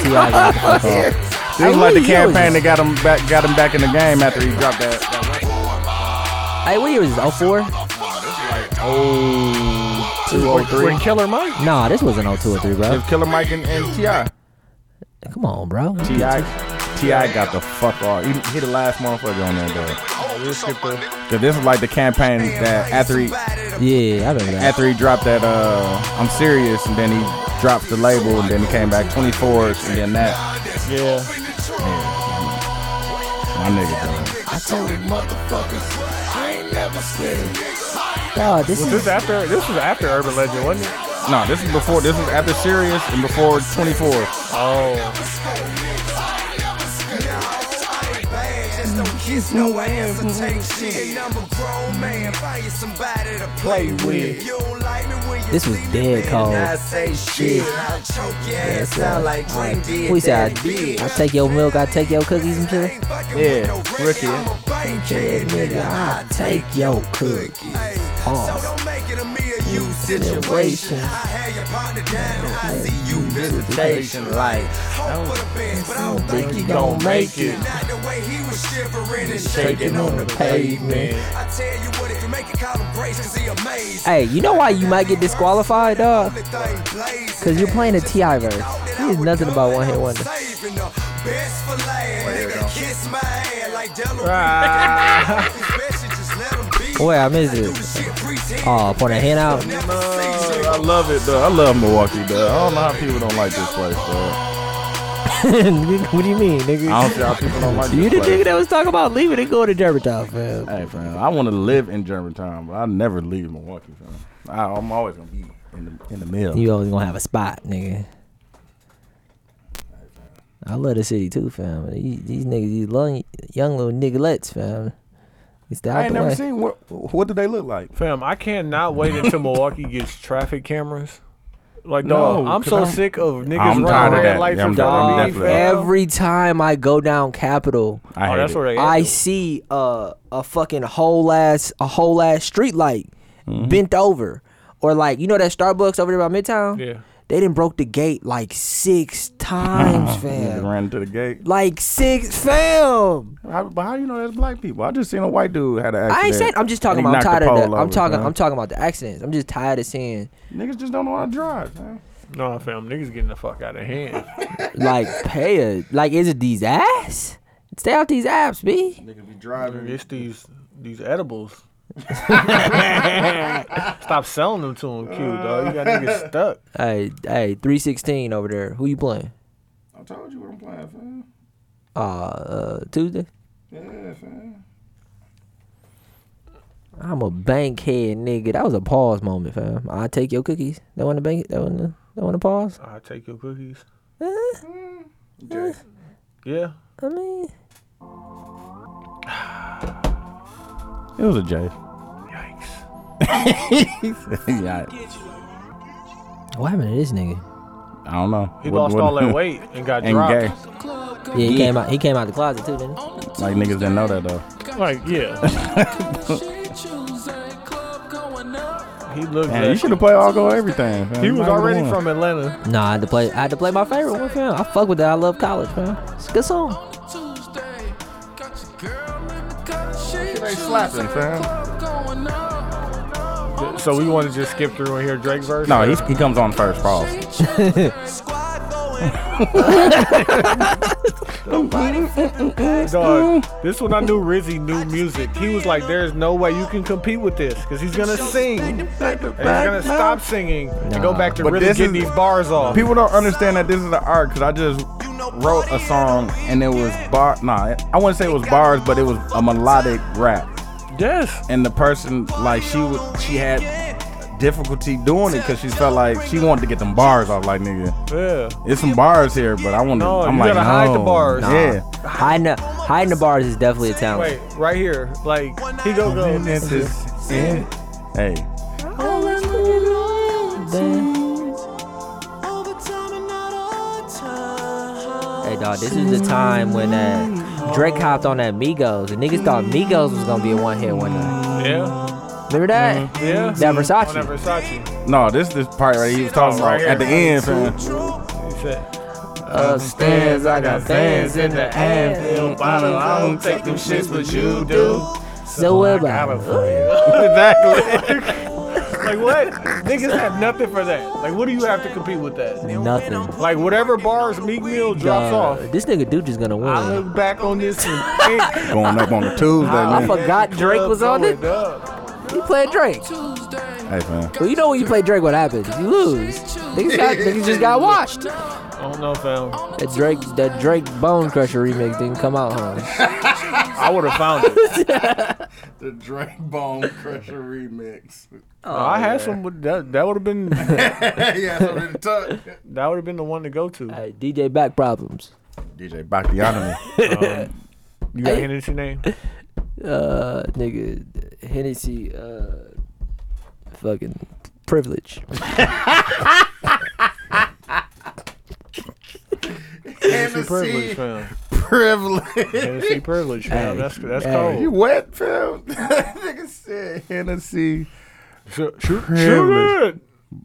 A: T.I. got the fuck off.
E: This was
A: what
E: like the
A: year was
E: campaign
A: this?
E: that got him back, got him back in the game after he dropped that. that
A: Hey, what year is this? 04?
E: oh
B: With Killer Mike.
A: Nah, this wasn't 02 or 3, bro.
E: It's Killer Mike and, and Ti.
A: Come on, bro.
E: Ti, Ti got the fuck off. He, he the last motherfucker on that day.
B: We'll skip the.
E: Cause this was like the campaign that after he
A: Yeah, I remember that.
E: after he dropped that uh I'm serious and then he dropped the label and then he came back 24s and then that
B: Yeah.
E: my nigga done.
A: Dawg, Oh, this is
B: Was this after? This was after Urban Legend, wasn't it?
E: No, this is before this is after serious and before 24s.
B: Oh,
C: Kids no hands to take shit. And I'm a grown man, find somebody to play with. You don't like me when you
A: this was dead cold.
C: say shit. I'll choke your ass out like Dream did.
A: We said, I take your milk, I take your cookies and shit.
E: Yeah, Ricky.
C: Bankhead, nigga, I take your cookies. So don't make it a me or you situation. I had your partner down, I see you visitation. Like, hope for the best, but I don't think he gon' make it. Not the way he was shivering and shaking on the pavement. I tell you what, if you make it, call him Grace, cause he amazed.
A: Hey, you know why you might get disqualified, dog?
C: Only thing blazing.
A: Because you're playing a T.I. verse. He is nothing about one hit wonder.
C: Saving the best for last. Nigga, kiss my hand like Delaware. just let 'em be.
A: Wait, I missed it. Oh, point a hand out.
E: I love it though. I love Milwaukee though. I don't know how people don't like this place though.
A: *laughs* what do you mean, nigga?
E: I don't see how people don't like
A: You
E: this
A: the nigga
E: place.
A: that was talking about leaving and going to Germantown, fam.
E: Hey fam, I want to live in Germantown, but I never leave Milwaukee fam. I, I'm always gonna be in the, in the mill.
A: You always gonna have a spot, nigga. I love the city too, fam. These, these niggas, these long, young little nigglets, fam. It's the
E: I
A: out
E: ain't
A: the
E: never
A: way.
E: seen what. What do they look like?
B: Fam, I cannot wait until Milwaukee gets traffic cameras. Like,
E: No,
B: no, I'm
E: 'cause
B: so
E: I'm-
B: sick of niggas
E: I'm
B: running
E: tired of
B: red
E: that.
B: lights
E: Yeah, I'm
B: in
E: tired
B: front
E: of
B: of me,
E: that.
B: fam.
A: Every time I go down Capitol,
E: I
B: oh,
E: hate
B: that's
E: it.
B: where they.
A: I
B: is.
A: see uh, a fucking whole ass a whole ass street light bent over, or like you know that Starbucks over there by Midtown.
B: Yeah.
A: they didn't broke the gate like six times,
E: Niggas
A: fam.
E: ran to the gate.
A: Like six, fam.
E: How, but how you know that's black people? I just seen a white dude had an accident.
A: I ain't saying. I'm just talking
E: and he
A: about. I'm
E: knocked
A: tired
E: the
A: of that.
E: pole
A: I'm
E: over,
A: talking.
E: man.
A: I'm talking about the accidents. I'm just tired of seeing
E: Niggas just don't know how to drive. Man.
B: No, fam, niggas getting the fuck out of hand.
A: like pay a like. Is it these ass? Stay out these apps, b.
E: Niggas be driving.
B: it's these these edibles.
E: *laughs*
B: Stop selling them to them, Q, dog. You got niggas stuck.
A: Hey, hey, three sixteen over there. Who you playing?
E: I told you what I'm playing, fam.
A: Uh, uh Tuesday.
E: Yeah, fam.
A: I'm a bankhead nigga. That was a pause moment, fam. I take your cookies. That want to bank. That want to. That want to pause.
B: I take your cookies.
E: Okay.
B: Yeah.
A: I mean,
E: It was a J.
B: Yikes.
E: *laughs* yeah,
A: what happened to this nigga?
E: I don't know.
B: He
E: What-
B: lost
E: what-
B: all that weight and got
E: *laughs* and
B: dropped.
E: gay.
A: Yeah, he
E: Yeah.
A: came out. He came out the closet too, didn't he?
E: Like niggas didn't know that though.
B: Like, *laughs* yeah. he looked
E: Man, you
B: like
E: should have played all go everything. fam.
B: he
E: You
B: was
E: might have
B: already
E: won.
B: from Atlanta.
A: Nah, I had to play. I had to play my favorite one, fam. I fuck with that. I love college, fam. It's a good song.
E: Shit ain't slapping, fam.
B: So we want to just skip through and hear Drake verse.
E: No, he, he comes on first pause.
B: dog.
E: Mm.
B: This one I knew Rizzy knew music. He was like, "There's no way you can compete with this, cause he's gonna sing and he's gonna stop singing and go back to
E: But
B: really
E: this
B: getting
E: is-
B: these bars off."
E: People don't understand that this is an art because I just wrote a song and it was bar. Nah, I wouldn't say it was bars, but it was a melodic rap.
B: yes.
E: And the person, like, she would, she had difficulty doing it because she felt like she wanted to get them bars off. Like, nigga,
B: Yeah.
E: it's some bars here, but I want to.
B: No,
E: I'm
B: you
E: like,
B: gotta hide the
E: no,
B: bars. Nah.
E: Yeah.
A: Hiding the hiding the bars is definitely a talent.
B: Wait, right here. Like he go go.
E: This is it. Hey,
A: Hey dog, this is the time when uh, Drake hopped on that Migos. The niggas thought Migos was gonna be a one hit one night.
B: Yeah.
A: Remember that?
B: Yeah.
A: That Versace.
B: On that Versace.
E: no, this this part right here he was talking
B: Oh, right
E: about at the end, fam.
B: He said,
A: Upstairs, I got fans in the
E: anthem. I don't take them shits, but you do.
A: So about
E: exactly.
B: *laughs* like what? Niggas have nothing for that. Like what do you have to compete with that?
A: nothing.
B: Like whatever bars Meek Mill drops
A: Dog,
B: off.
A: This nigga Duke is gonna
B: I
A: win.
B: look back on this and think
E: Going up on the
A: *laughs*
E: Tuesday,
A: I
E: man.
A: forgot Drake was on it.
B: Up.
A: You played Drake.
E: Hey, fam.
A: Well, you know when you play Drake, what happens? You lose. Niggas, *laughs* got, niggas just got washed.
B: I don't know, fam.
A: That Drake, that Drake Bone Crusher remix didn't come out, huh?
B: I would have
A: *laughs*
B: found it.
E: The Drake Bone Crusher *laughs* remix.
A: Oh,
B: I had some. but That, that would
A: *laughs*
B: have been that
E: yeah, so did Tuck.
B: would have been the one to go to.
A: Hey, DJ Back Problems.
E: DJ *laughs* Bakhtianomy.
B: You got handed your name.
A: Uh, nigga, Hennessy, uh, fucking privilege.
B: Hennessy privilege, fam.
E: Privilege. *laughs*
B: Hennessy privilege, fam. That's that's
A: hey.
E: You
B: cold.
E: wet, *laughs* Phil? Nigga said Hennessy.
B: Shoot, shoot,
E: Privilege.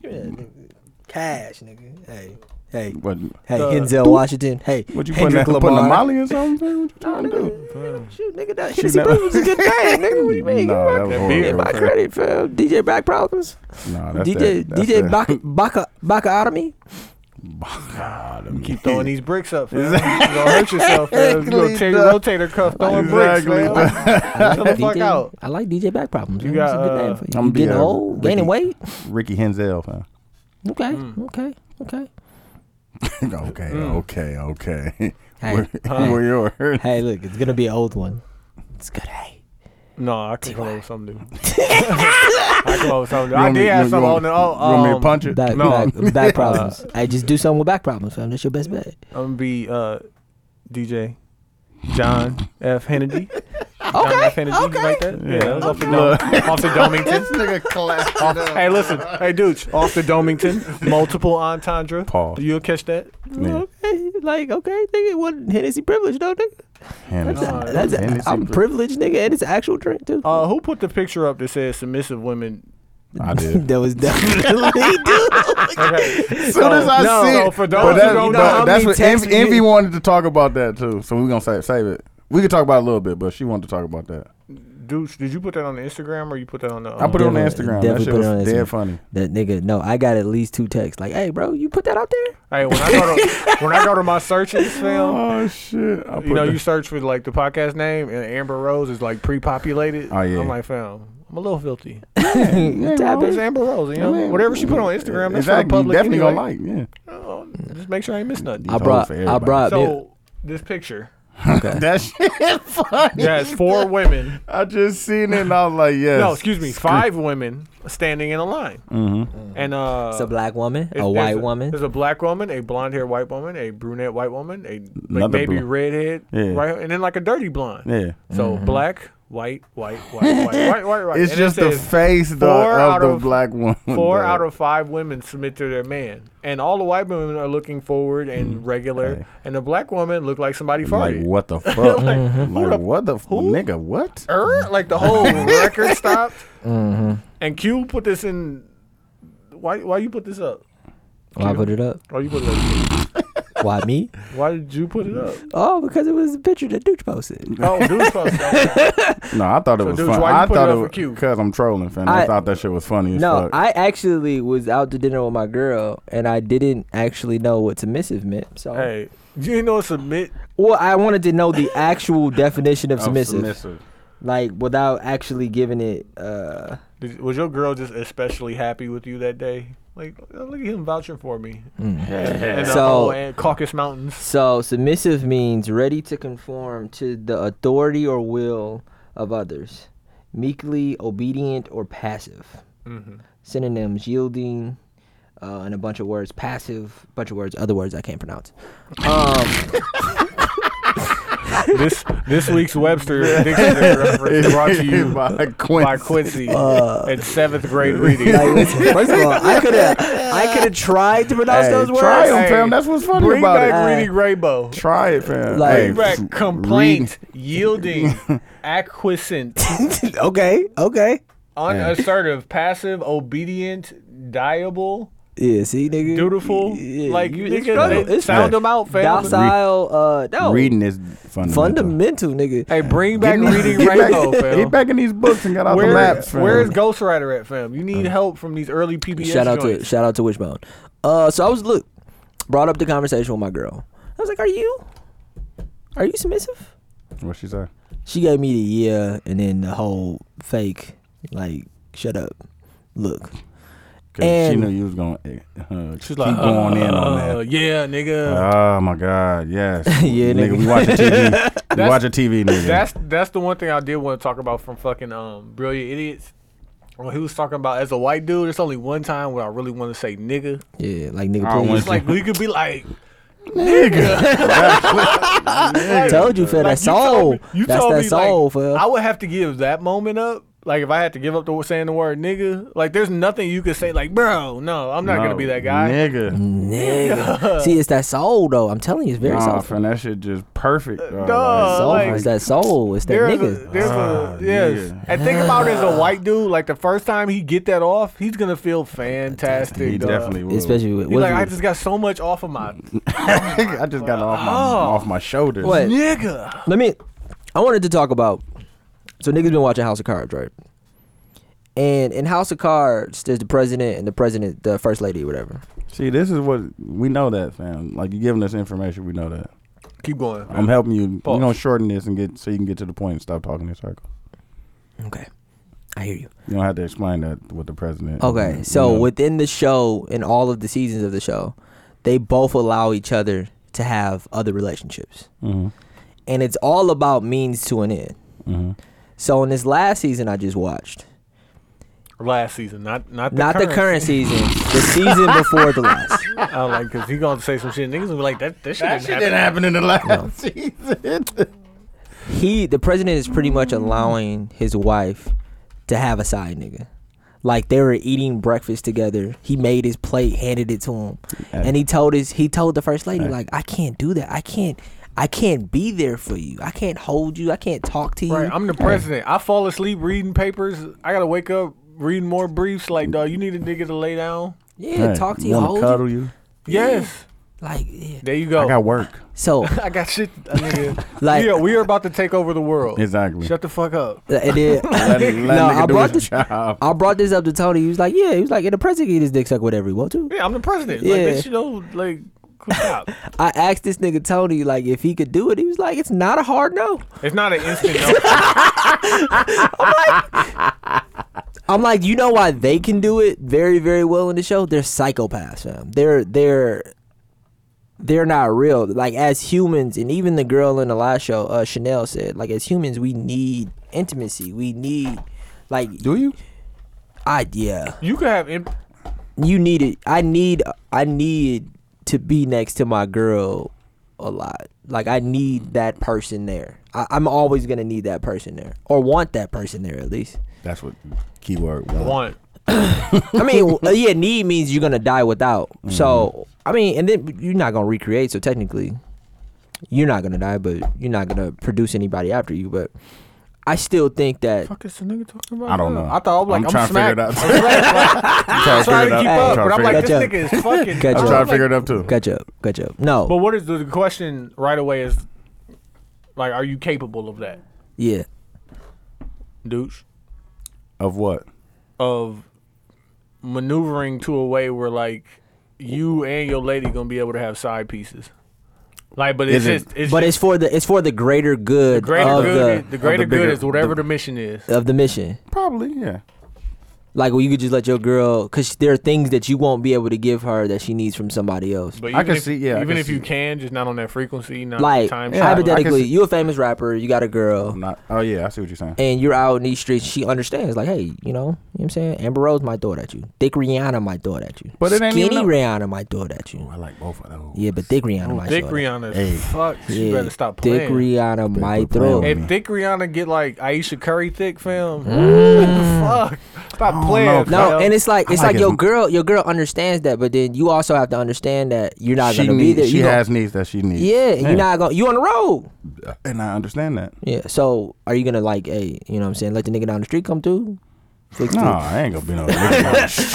B: shoot
A: Cash, nigga. Hey, hey,
E: What,
A: hey, Denzel Washington. Hey,
E: what you putting,
A: Kendrick
E: that, putting a
A: Lamar.
E: molly or something? What you trying to do?
A: Shoot, nigga, that
E: She
A: Hennessy
E: never-
A: privilege is a good thing, nigga. What do you mean?
E: *laughs* Nah, that was
B: That beer.
A: Get my
E: horrible. fam.
A: credit, fam. DJ Back Problems.
E: Nah, that's
A: DJ
E: that, that's
A: DJ
E: that.
A: Baka Baka
E: *laughs*
A: Bakaotomy.
B: it. Keep throwing these bricks
A: *laughs*
B: up, fam. you gonna hurt yourself, fam. You gonna tear your rotator cuff throwing bricks, fam.
E: Exactly.
B: Shut the fuck out.
A: I like DJ Back Problems.
B: You
A: man. It's
B: got,
A: a good name
B: uh,
A: for
E: I'm
A: you. You
E: be
A: getting
E: a
A: old, gaining weight.
E: Ricky Henzel, fam.
A: Okay,
E: Hmm.
A: okay, okay.
E: *laughs* okay, okay, okay. *laughs*
A: Hey,
E: Where, where you are?
A: hey, look, it's gonna be an old one. It's good. Hey,
B: No, I can come up with something new. I can come up with something new. I
E: want me-
B: did have
E: you
B: something
E: want-
B: on the. Oh,
E: you want me to
B: um,
E: punch it?
A: Back,
E: *laughs* no.
A: back, back problems. I just do something with back problems, fam. That's your best bet.
B: I'm gonna be uh, DJ John F. Hennedy. Okay. John F.
A: Okay.
B: Hennedy, you like that? Yeah, that was off the dome. off the Domington.
E: nigga clapped it up.
B: Hey, listen. Hey, dudes. Off the Domington. Multiple entendre.
E: Pause.
B: You'll catch that.
E: Yeah.
A: Okay, like okay, nigga, it wasn't Hennessy privilege, though, nigga.
E: Hennessy.
A: That's
E: Hennessy
A: I'm
E: pri- Oh.
A: privileged, nigga, and it's actual drink too. *laughs*
B: Uh, who put the picture up that says submissive women?
A: *laughs*
E: I did.
A: that
E: *laughs*
A: was definitely *laughs*
B: Okay.
E: As soon as I
B: no,
E: see
B: no,
E: it,
B: for
E: but
B: those
E: that-
B: who don't
E: but
B: know, how
E: that's
B: many
E: what
B: texts
E: Envy,
B: we
E: Envy
B: get-
E: wanted to talk about that too. So we're gonna save, save it. We could talk about it a little bit, but she wanted to talk about that.
B: Dude, did you put that on the Instagram or you put that on the? um,
E: I put it on
A: Definitely-
E: Instagram. That
A: definitely
E: shit
A: put it
E: was
A: on Instagram.
E: dead funny.
A: That nigga, no, I got at least two texts. Like, hey, bro, you put that out there?
B: Hey, when I go to when I go to my searches, film,
E: Oh shit! I put
B: you know,
E: the-
B: you search for like the podcast name and Amber Rose is like pre-populated.
E: Oh, yeah.
B: I'm like, fam, I'm a little
E: *coughs*
B: filthy.
A: Tap
B: It's
A: it.
B: Amber Rose, you know, whatever she put on Instagram, that's
E: exactly.
B: for the public.
E: You definitely
B: anyway.
E: gonna like.
B: Oh, just make sure I ain't miss nothing.
A: I brought,
E: for
A: I
E: everybody. uh,
A: brought.
B: So this
E: *laughs*
B: picture,
E: Yeah, that shit funny.
B: yeah, it's four women.
E: I just seen it and I was like, yes.
B: No, excuse me, five women standing in a line, mm-hmm. and uh,
A: it's a black woman,
B: It's-
A: a white
B: there's
A: woman.
B: There's a black woman, a blonde haired white woman, a brunette white woman, a like
E: Another
B: maybe
E: blonde.
B: redhead,
E: Yeah.
B: right, and then like a dirty blonde.
E: Yeah.
B: So
A: Mm-hmm.
B: black, white, white, white, white, white,
E: *laughs*
B: white, white.
E: It's
B: And it
E: just the
B: says
E: face though
B: four
E: of
B: out
E: the
B: of-
E: black woman. *laughs*
B: Four
E: dog.
B: out of five women submit to their man, and all the white women are looking forward and regular,
E: Mm. Hey.
B: and the black woman looked like somebody
E: like
B: farted.
E: what the fuck?
B: Like,
E: like,
B: who the-
E: what the f- nigga? What?
B: Er, like the
E: *laughs*
B: whole record stopped.
E: Mm-hmm.
B: And Q put this in. Why? Why you put this up?
A: Why I put it up?
B: Why you put it up?
A: Why
E: *laughs*
A: me?
B: Why did you put it up?
A: Oh, because it was a picture that Dooch posted.
B: Oh, dude, fuck that.
E: No, I thought it
B: So,
E: was
B: dudes,
E: funny.
B: why you
E: I
B: put it
E: thought
B: up
E: it
B: for
E: was
B: Q?
E: because I'm trolling, fam. I,
A: I-
E: thought that shit was funny as
A: No,
E: fuck.
A: I actually was out to dinner with my girl, and I didn't actually know what submissive meant. So,
B: Hey, you didn't know submit.
A: well, I wanted to *laughs* know the actual definition of
E: I'm
A: submissive, like without actually giving it. uh
B: Did, was your girl just especially happy with you that day? Like, oh, look at him vouching for me. And the
A: So-
B: whole and Caucus Mountains.
A: So submissive means ready to conform to the authority or will of others, meekly obedient or passive. Mm-hmm. Synonyms: yielding, uh, and a bunch of words. Passive, bunch of words. Other words I can't pronounce.
B: this this
A: *laughs*
B: week's Webster Dictionary reference brought
E: *laughs*
B: to you by
E: by
B: Quincy,
E: Quincy.
B: at seventh
A: *laughs*
B: grade reading.
A: Uh, Like, listen, first of all, I could have, I could have tried to pronounce
E: Hey,
A: those words.
E: try them,
B: Hey,
E: fam. That's what's funny
B: Bring
E: about
B: back
E: it.
B: reading rainbow.
E: Try it, fam.
A: Like-
E: hey,
B: Bring back
E: f-
B: complaint,
A: *laughs*
B: yielding, acquiescent,
A: okay, okay.
B: unassertive, passive, obedient, diable.
A: Yeah, see, nigga.
B: dutiful.
A: Yeah,
B: Like,
A: you-
B: nigga,
A: it's struggle.
B: they
A: It's
B: sound
A: struggle.
B: them out, fam.
A: Docile, uh, no.
E: read- Reading is fundamental.
A: Fundamental, nigga.
B: Hey, bring back
E: Get
B: reading
E: back-
B: rainbow,
A: *laughs*
E: Get
B: fam.
E: back in these books and get out the
B: Where-
E: maps, fam.
B: where is Ghostwriter at, fam? You need help from these early PBS
A: Uh, shout out to
B: joints.
A: shout out to Wishbone. Uh, so I was look brought up the conversation with my girl. I was like, "Are you, are you submissive?"
E: What she say?
A: She gave me the yeah, and then the whole fake like, "Shut up, look." *laughs*
E: 'Cause she
A: And-
E: knew you was gonna uh, keep
B: like,
E: going in on that.
B: Uh, yeah, nigga.
E: Oh my God! Yes.
A: *laughs* Yeah,
E: nigga.
A: nigga.
E: We watching
A: *laughs*
E: TV. we
B: That's-
E: watching TV, nigga.
B: That's that's the one thing I did want to talk about from fucking um Brilliant Idiots. When he was talking about as a white dude, it's only one time where I really want to say nigga.
A: Yeah, like nigga,
E: I
A: please.
E: went-
B: It's like we could be like, *laughs*
A: I told you, for that soul.
B: you
A: That's
B: told
A: that
B: me
A: soul,
B: like,
A: for
B: I would have to give that moment up. Like if I had to give up the saying the word nigga, like there's nothing you could say like, bro, no, I'm not
E: No,
B: gonna be that guy.
A: Mm,
E: nigga.
B: *laughs*
A: nigga. See, it's that soul though. I'm telling you, it's very
E: Nah,
A: soulful.
E: fam, that shit just perfect. dog.
B: Uh, Duh,
A: Soulful.
B: like,
A: it's that soul. It's that
B: There's
A: nigga.
B: a, there's
E: Ah,
B: a yes,
E: nigga.
B: and think about it
A: *laughs*
B: as a white dude. Like the first time he get that off, he's gonna feel fantastic.
E: he
B: dog.
E: definitely will.
A: Especially with
B: He's like, I
A: what's-
B: just got so much off of my
E: *laughs* I just got it off my
B: Oh.
E: off my shoulders.
A: What?
B: nigga.
A: Let me. I wanted to talk about. So niggas been watching House of Cards, right? And in House of Cards, there's the president and the president, the first lady, whatever.
E: See, this is what we know that, fam. Like you giving us information, we know that.
B: Keep going.
E: I'm helping you.
B: Pause.
E: We're gonna shorten this and get so you can get to the point and stop talking in circles.
A: Okay, I hear you.
E: You don't have to explain that with the president.
A: Okay,
E: You
A: so
E: know.
A: within the show, in all of the seasons of the show, they both allow each other to have other relationships,
E: Mhm. Mm-hmm.
A: and it's all about means to an end. So in this last season I just watched,
B: Last season, not not the
A: not
B: current.
A: the current season,
B: *laughs*
A: the season before the last.
B: I was like, cause he gonna say some shit. Niggas gonna be like, that that shit
E: That
B: didn't
E: shit
B: happen.
E: didn't happen in the last *laughs* season.
A: He, the president, is pretty much allowing his wife to have a side nigga. Like they were eating breakfast together. He made his plate, handed it to him, and he told his he told the first lady like, I can't do that. I can't. I can't be there for you. I can't hold you. I can't talk to you.
B: Right, I'm the president. I fall asleep reading papers. I gotta wake up reading more briefs. Like, dog, you need a nigga to lay down.
A: yeah,
E: Hey,
A: talk to you.
E: wanna
A: Hold you.
E: cuddle you.
B: Yes.
A: Like, yeah.
B: There you go.
E: I got work. *laughs*
A: so
B: I got shit. I nigga.
A: *laughs* Like-
B: we, are, we are about to take over the world.
E: Exactly.
B: Shut the fuck up.
A: it did.
E: Let, let
A: No,
E: nigga
A: I
E: do
A: brought
E: his
A: this-
E: job.
A: I brought this up to Tony. He was like, "Yeah." He was like, "And the president can eat his dick suck whatever he want to."
B: Yeah, I'm the president.
A: Yeah.
B: Like, bitch, you know, like,
A: *laughs*
B: cool stop.
A: I asked this nigga Tony like if he could do it. He was like, "It's not a hard no."
B: It's not an instant. No.
A: I'm like, you know why they can do it very, very well in the show? They're psychopaths, fam. They're they're they're not real. Like as humans, and even the girl in the last show, uh, Chanel said, like as humans, we need intimacy. We need like
E: Do you?
A: I yeah.
B: You could have. Imp-
A: you need it. I need I need to be next to my girl a lot. Like I need that person there. I, I'm always gonna need that person there, or want that person there at least.
E: That's what keyword one.
B: One.
A: I mean, uh, yeah, need means you're gonna die without. So I mean, and then you're not gonna recreate. So technically, you're not gonna die, but you're not gonna produce anybody after you. But I still think that
B: Fuck is the nigga talking about?
E: I don't
B: now?
E: know.
B: I thought I was like,
E: I'm
B: I'm,
E: trying to figure
B: smacked.
E: it out.
B: I'm smacked, like,
E: *laughs* I'm trying to
B: trying
E: figure
B: to
E: it
B: keep
E: out.
B: up,
E: I'm
B: but I'm
E: trying
B: like,
E: to
B: this
A: figure
E: figure it out.
B: nigga
A: *laughs*
B: is fucking.
A: Catch
E: I'm
A: up.
B: I'm
E: trying
B: like,
E: to figure it out too.
A: catch up, catch up. No,
B: But what is the, the question right away is like, are you capable of that,
A: yeah,
B: douche?
E: Of what?
B: Of maneuvering to a way where like you and your lady gonna be able to have side pieces. Like, but it's
E: Is it-
B: just, it's
A: but
B: just
A: it's for the it's for the greater good
B: the greater
A: of
B: good.
A: the
B: is- the greater
E: bigger-
B: good is whatever the, mission is.
A: of the mission.
E: Probably, yeah.
A: Like, well, you could just let your girl, because there are things that you won't be able to give her that she needs from somebody else.
B: But
E: I
B: even
E: can
B: if-
E: see- yeah, I
B: Even
E: can
B: if you
E: see.
B: can, just not on that frequency, not
A: like,
B: time.
E: yeah, I- I can
A: hypothetically,
E: see-
A: you a famous rapper, you got a girl,
E: I'm not. Oh yeah, I see what you're saying.
A: and you're out in these streets. She understands, like, hey, you know, you know what I'm saying? Amber Rose might throw it at you. Thick Rihanna might throw it at you.
E: But it ain't
A: Skinny
E: even no- Oh,
A: Rihanna might throw it at you.
E: I like both of those.
A: Yeah, but Thick Rihanna might
B: Dick
A: throw it at
B: Rihanna,
E: Hey.
B: fuck, she
A: you.
B: better stop playing.
A: Dick Rihanna might
E: quit
A: throw.
E: playing
A: it.
E: with
B: If
E: me.
B: Dick Rihanna get like Aisha Curry thick, fam, fuck, stop
E: Mm. don't
B: playing.
E: know,
A: No,
B: fam.
A: and it's like
E: I
A: it's
E: like
A: like,
E: his
A: your
E: m-
A: girl, your girl understands that, but then you also have to understand that you're not
E: She
A: gonna be
E: need,
A: there.
E: She
A: You gon-
E: has needs that she needs.
A: Yeah, you're not gonna you on the road.
E: And I understand that.
A: Yeah. So are you gonna like, hey, you know what I'm saying, let the nigga down the street come through? Fix
E: No,
A: it.
E: I ain't gonna be
B: *laughs*
E: no. nigga.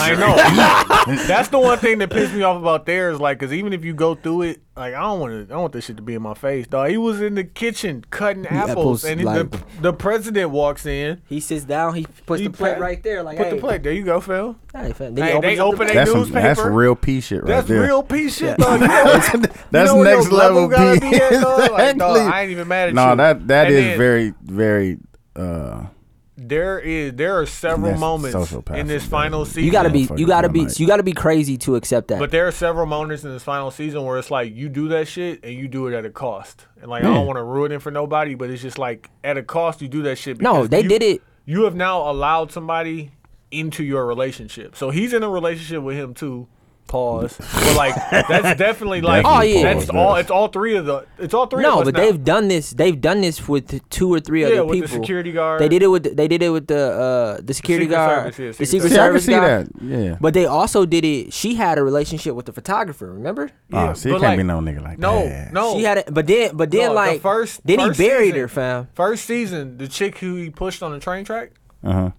A: *laughs*
B: I know. That's the one thing that pissed me off about there is like, cause even if you go through it, like I don't want to, I don't want this shit to be in my face, dog. He was in the kitchen cutting apples,
A: apples,
B: and he- the,
A: like-
B: the president walks in,
A: He sits down, he puts
B: He
A: the plate
B: pat-
A: right there, like
B: put
A: hey,
B: the plate. There you go, Phil.
A: Hey, fam.
B: Hey,
A: Then
B: they open
A: it.
B: their
E: That's some,
B: newspaper.
E: that's real p shit right
B: That's
E: there.
B: real piece shit, dog.
E: *laughs*
B: You know-
E: That's
B: you know where
E: next
B: your
E: level,
B: gotta
E: P.
B: be
E: *laughs*
B: at, dog? Like, dog,
E: Exactly.
B: I ain't even mad at you.
E: No, that that
B: And
E: is
B: then-
E: very very. uh
B: There is there are several
E: That's
B: moments
E: sociopathic,
B: in this
E: bro.
B: final season.
A: You gotta be, you
E: Motherfucker,
A: gotta be,
E: I'm like-
A: you gotta be crazy to accept that.
B: But there are several moments in this final season where it's like you do that shit and you do it at a cost. And like I don't want to ruin it for nobody, but it's just like at a cost you do that shit.
A: No,
B: because
A: they
B: you-
A: did it-
B: You have now allowed somebody into your relationship, so he's in a relationship with him too. Pause. but like
E: *laughs*
B: that's definitely like
A: Oh,
E: Definitely
A: yeah.
B: that's
E: pause,
B: all.
E: yes.
B: It's all three of the. It's all three.
A: no,
B: of us
A: but
B: now.
A: they've done this. They've done this with two or three
B: Yeah,
A: other
B: with the
A: people.
B: security guard.
A: They did it with. The, they did it with the uh, the security
B: Secret
A: guard.
B: Service, yeah,
A: the
B: Secret
A: secret
B: Service.
E: See, I can
A: service
E: see
A: guy.
E: that. Yeah.
A: But they also did it. She had a relationship with the photographer. Remember?
B: Yeah,
E: oh, see, it
B: but
E: can't
B: like-
E: be no nigga like
B: No,
E: that.
B: no.
A: She had it. But then, but then,
B: Oh. No, the
A: like
B: first-
A: then
B: first
A: he buried
B: season.
A: her, fam.
B: First season, the chick who he pushed on the train track,
E: Uh huh.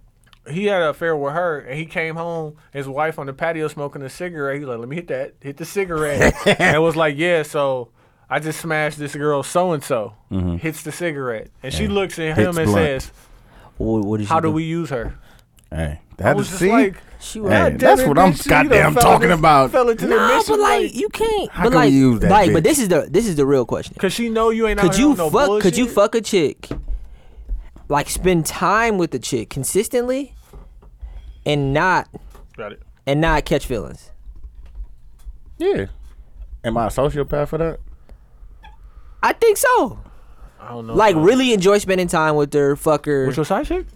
B: he had an affair with her, and he came home, his wife on the patio smoking a cigarette. He's like, "Let me hit that, hit
A: *laughs*
B: the cigarette," and was like, "Yeah." So I just smashed this girl, so and so. Hits the cigarette, and she looks at him
E: Mm-hmm. Hits
B: and
E: blunt.
B: says,
A: What, what did she
B: "How do we use her?"
E: Hey,
B: I
E: that
B: was
E: is
B: just
E: see.
B: like,
A: She was.
E: Hey,
B: "God damn
E: that's
B: it,
E: what
B: bitch,
E: I'm
B: you done
E: goddamn
B: fell
E: talking
B: this-
E: about.
B: Fell into the
A: No,
B: mission,
A: but like you can't.
E: How
A: but
E: can we
A: like,
E: use that
A: like, but
E: bitch?
A: this is the this is the real question.
B: cause she know you ain't out
A: Could
B: here
A: you
B: on no
A: fuck? Could you
B: bullshit.
A: fuck a chick? Like spend time with the chick consistently, and not
B: Got it.
A: and not catch feelings.
E: yeah. Am I a sociopath for that?
A: I think so.
B: I don't know.
A: Like really enjoy spending time with her. Fuck her.
B: What's your side chick?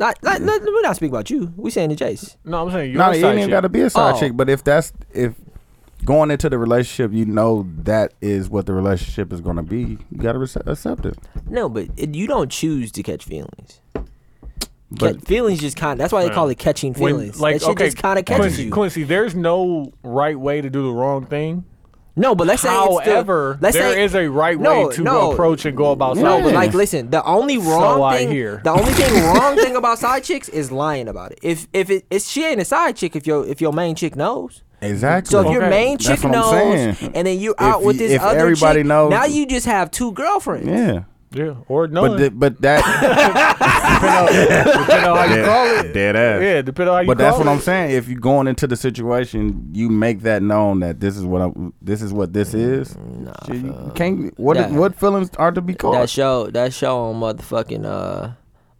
A: Not, not, not, we're not speaking about you. We saying to Jace.
B: No, I'm saying your
E: No,
B: side
E: you ain't
B: chick.
E: even gotta be a side
A: Oh.
E: chick. But if that's if going into the relationship, you know that is what the relationship is gonna be. You gotta rece- accept it.
A: No, but it, you don't choose to catch feelings.
E: But-
A: Ca- feelings just kind. of That's why they call it catching
B: When-
A: feelings. that shit just kind of catches
B: Quincy,
A: you.
B: Quincy, there's no right way to do the wrong thing.
A: No, but let's say it's the-
B: However,
A: let's
B: there
A: say,
B: is a right
A: No,
B: way to
A: no.
B: approach and go about
A: No,
B: something.
A: but like, listen. The only wrong
B: So I
A: thing,
B: hear.
A: the only thing wrong
E: *laughs*
A: thing about side chicks is lying about it. If if it, it's she ain't a side chick, if your if your main chick knows.
E: Exactly.
A: So if your
B: Okay.
A: main
E: That's
A: chick
E: what I'm
A: knows,
E: saying.
A: and then you out
E: If
A: with
E: you-
A: this
E: if
A: other
E: everybody
A: chick,
E: knows-
A: now you just have two girlfriends.
E: yeah.
B: yeah, or no.
E: But, the,
B: *laughs*
E: but that
B: depending on how you call it.
E: dead ass.
B: Yeah, depending on how you
E: But
B: call
E: that's what
B: it.
E: I'm saying. If you're going into the situation, you make that known that this is what I'm. This is what this is. Shit, you can't. What
A: Mm, That-
E: what feelings are to be
A: That
E: caught?
A: show, that show on motherfucking uh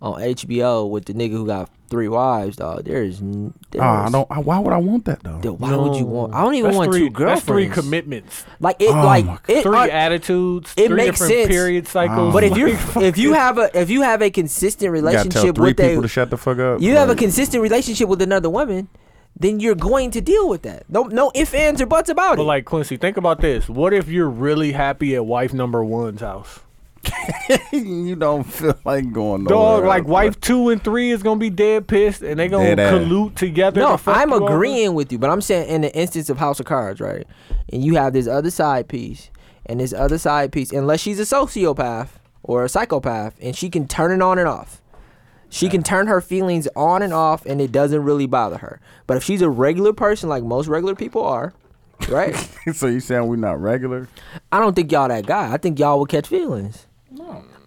A: on HBO with the nigga who got three wives, dog. There is, n- there
E: Oh, I
A: is-
E: don't. I- Why would I want that though?
A: Dude, why would you want? I don't even
B: That's
A: want
B: three,
A: two girlfriends.
B: That's three commitments,
A: Like it,
E: Oh
A: like
E: my God.
A: it.
B: three
A: uh,
B: attitudes,
A: it
B: three
A: makes
B: different
A: sense.
E: Ah.
B: period cycles.
A: but if you
E: *laughs*
B: Like, fuck
A: if you
B: it.
A: have a if you have a consistent
E: You gotta tell
A: relationship
E: three
A: with a
E: people to shut the fuck up.
A: you have a
E: Like,
A: consistent relationship with another woman, then you're going to deal with that. No, no ifs, ands, or buts about
B: but
A: it.
B: like Quincy, think about this. What if you're really happy at wife number one's house?
E: *laughs* you don't feel like going.
B: Dog,
E: nowhere
B: like
E: else,
B: wife two and three is gonna be dead pissed, and they gonna
E: Dead ass.
B: collude together.
A: no,
B: to fuck
A: I'm
B: you over.
A: agreeing with you, but I'm saying in the instance of House of Cards, right? And you have this other side piece, and this other side piece, unless she's a sociopath or a psychopath, and she can turn it on and off. She can turn her feelings on and off, and it doesn't really bother her. But if she's a regular person, like most regular people are, right?
E: but- *laughs* so you saying we're not regular?
A: I don't think y'all that guy. I think y'all would catch feelings.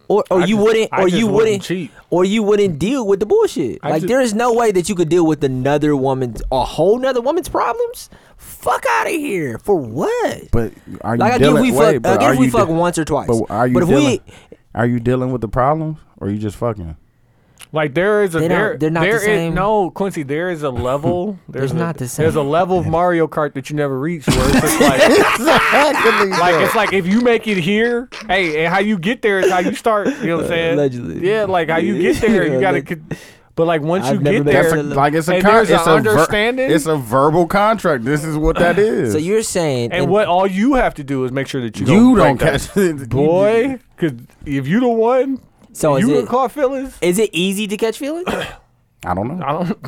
A: Or, or you
B: just-
A: wouldn't,
B: I
A: or
B: just
A: you
B: wouldn't
A: wouldn't,
B: cheat.
A: or you wouldn't deal with the bullshit.
B: I
A: like
B: ju-
A: there is no way that you could deal with another woman's, a whole nother woman's problems. Fuck out of here for what?
E: But are you
A: like I give
E: dealing?
A: we
E: wait,
A: fuck,
E: but
A: I
E: are
A: give we
E: you
A: fuck
E: de-
A: once or twice.
E: But are you
A: But if
E: dealing?
A: we,
E: are you dealing with the problems, or are you just fucking?
B: Like there is a
A: They don't-
B: there,
A: they're not the
B: there is-
A: same.
B: no Quincy. There is
A: *laughs*
B: a level. There's
A: It's
B: a,
A: not the
B: There's a
A: same.
B: level of Mario Kart that you never reach where it's
A: *laughs*
B: just like, like it's like if you make it here, hey, and how you get there is how you start. You know what I'm saying?
A: Uh, Allegedly.
B: Yeah, like how you get there,
A: *laughs*
B: you gotta. con- But like once
A: I've
B: you
A: never
B: get
A: been
B: there,
E: That's
A: to
E: a, like it's a
B: and
E: con-
B: there's
E: it's
B: a
E: a ver-
B: understanding.
E: it's a verbal contract. This is what
B: *laughs*
E: that is.
A: so you're saying,
B: and
A: in-
B: what all you have to do is make sure that you
E: you
B: don't
E: don't
B: break that.
E: catch *laughs* it,
B: boy. Cause if you the one,
A: so Oh, is
B: you
A: it,
B: would caught feelings.
A: is it easy to catch feelings?
E: I don't know.
B: I don't.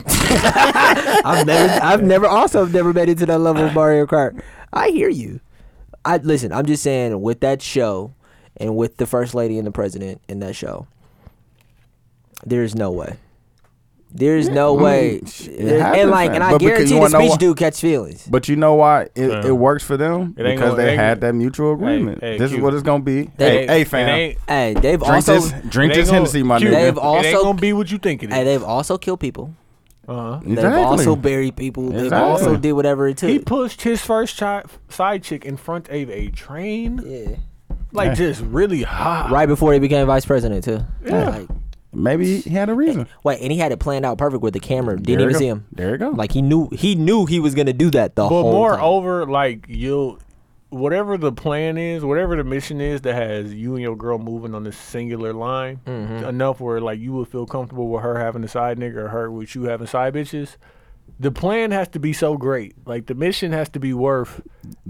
A: I've never,
E: *laughs*
A: I've never, also have never made it to that level of Mario Kart. I hear you. I listen. I'm just saying with that show, and with the first lady and the president in that show, there is no way. There is no
E: I mean,
A: way.
E: sh- it
A: And
E: happens,
A: like,
E: man.
A: and I
E: But because-
A: guarantee
E: you
A: the
E: wanna know
A: speech
E: why-
A: dude catch feelings.
E: But you know why it,
B: Yeah.
E: it works for them
B: It ain't
E: because
B: gonna- it
E: they
B: ain't
E: had
B: gonna-
E: that mutual agreement.
B: hey,
E: this
B: Q.
E: is what it's gonna be.
A: They-
E: hey, hey,
B: It
E: fam,
B: ain't-
A: Hey, they've
E: drink
A: also,
E: this, drink
B: It ain't
E: this
B: gonna-
E: Hennessy, my
B: Q,
A: They've
E: nigga.
A: all-
B: it ain't
A: also-
B: gonna be what you think it
A: hey,
B: is.
A: they've also killed people.
B: Uh-huh.
A: They've
E: Exactly.
A: also buried people. They've
E: Exactly.
A: also did whatever it took. *laughs*
B: He pushed his first chi- side chick in front of a train,
A: yeah.
B: like just really hot.
A: Right before he became vice president too.
B: Yeah.
A: Like,
E: Maybe he had a reason.
A: wait, and he had it planned out perfect with the camera. Didn't
E: There you
A: even
E: go.
A: see him.
E: There you go.
A: Like he knew he knew he was gonna do that the
B: But oh,
A: whole time.
B: moreover, like you'll, whatever the plan is, whatever the mission is that has you and your girl moving on this singular line,
A: Mm-hmm.
B: enough where like you would feel comfortable with her having a side nigga or her with you having side bitches. The plan has to be so great. Like the mission has to be worth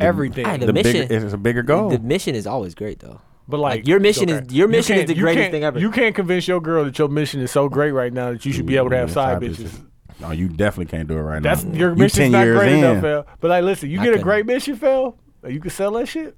B: everything.
A: I had
E: the bigger,
A: mission-
E: it's a bigger
B: oh.
E: goal.
A: The mission is always great though.
B: But
A: Like,
B: like,
A: your mission is- your
B: You
A: mission is
B: can't-
A: the
B: you
A: greatest
B: can't-
A: thing ever.
B: You can't convince your girl that your mission is so great right now that you should be able to have
E: Yeah,
B: side bitches.
E: No, you definitely can't do it right
B: That's
E: now.
B: your
E: Mm, You
B: mission's
E: 10
B: not
E: years
B: great enough,
E: in.
B: Phil. But like, listen, you
A: I
B: get a
A: couldn't.
B: great mission, Phil. You can sell that shit.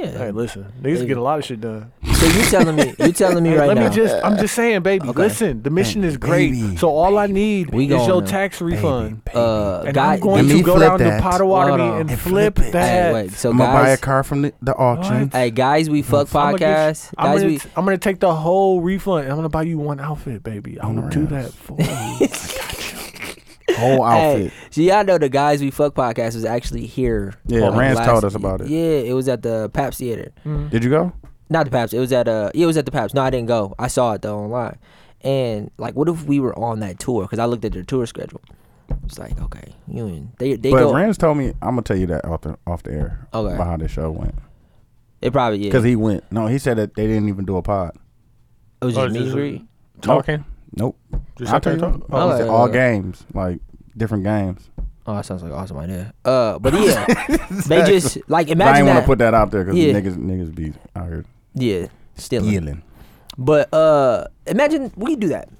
A: Yeah.
B: Hey, listen, niggas
A: Hey.
B: get a lot of shit done.
A: So you telling me you telling me
B: Hey,
A: right
B: let
A: now?
B: me just, I'm just saying, baby. Listen, the mission is great.
E: baby,
B: so all I need
A: We
B: is
A: going
B: your
A: now.
B: tax refund.
A: uh,
B: and
A: guy,
B: I'm going
E: Let
B: to
E: me
B: go
E: flip
B: down
E: that.
B: to Potawatomi
A: Hold on.
B: and
E: And
B: flip
E: flip it. Hey,
A: hey,
B: that.
A: wait. So
E: I'm gonna buy a
A: guys,
E: car from the, the auction.
A: hey guys, we fuck
B: I'ma get you-
A: podcast.
B: I'm
A: Guys,
B: gonna,
A: we
B: t- I'm gonna take the whole refund. and I'm gonna buy you one outfit, baby. I will do that for you.
E: Whole
A: hey.
E: outfit.
A: So y'all know the guys we fuck podcast was actually here.
E: Yeah,
A: on
E: Rance
A: last-
E: told us about it.
A: Yeah, it was at the Paps Theater.
E: Did you go?
A: Not the Paps. It was at uh. Yeah, it was at the Paps. No, I didn't go. I saw it though online. And like, what if we were on that tour? Because I looked at their tour schedule. It's like, okay, you and they they
E: But
A: go.
E: Rams told me I'm gonna tell you that off the off the air
A: Okay.
E: about how the show went.
A: It probably is.
E: because he went. No, he said that they didn't even do a pod.
A: it was
B: Oh,
A: just
B: it's
A: me
B: just-
A: three.
B: Talking.
E: Nope.
B: Just
E: I'll
B: out there
E: tell you
B: talking.
E: what.
A: Oh,
E: He said
A: yeah,
E: all
A: yeah.
E: games, like different games.
A: Oh, that sounds like awesome idea. Uh, but yeah,
E: *laughs*
A: they just like
E: I
A: imagine
E: didn't want
A: that.
E: to put that out there because
A: Yeah.
E: niggas niggas be out here
A: yeah, still. *laughs*
E: yelling.
A: But uh, imagine we do that.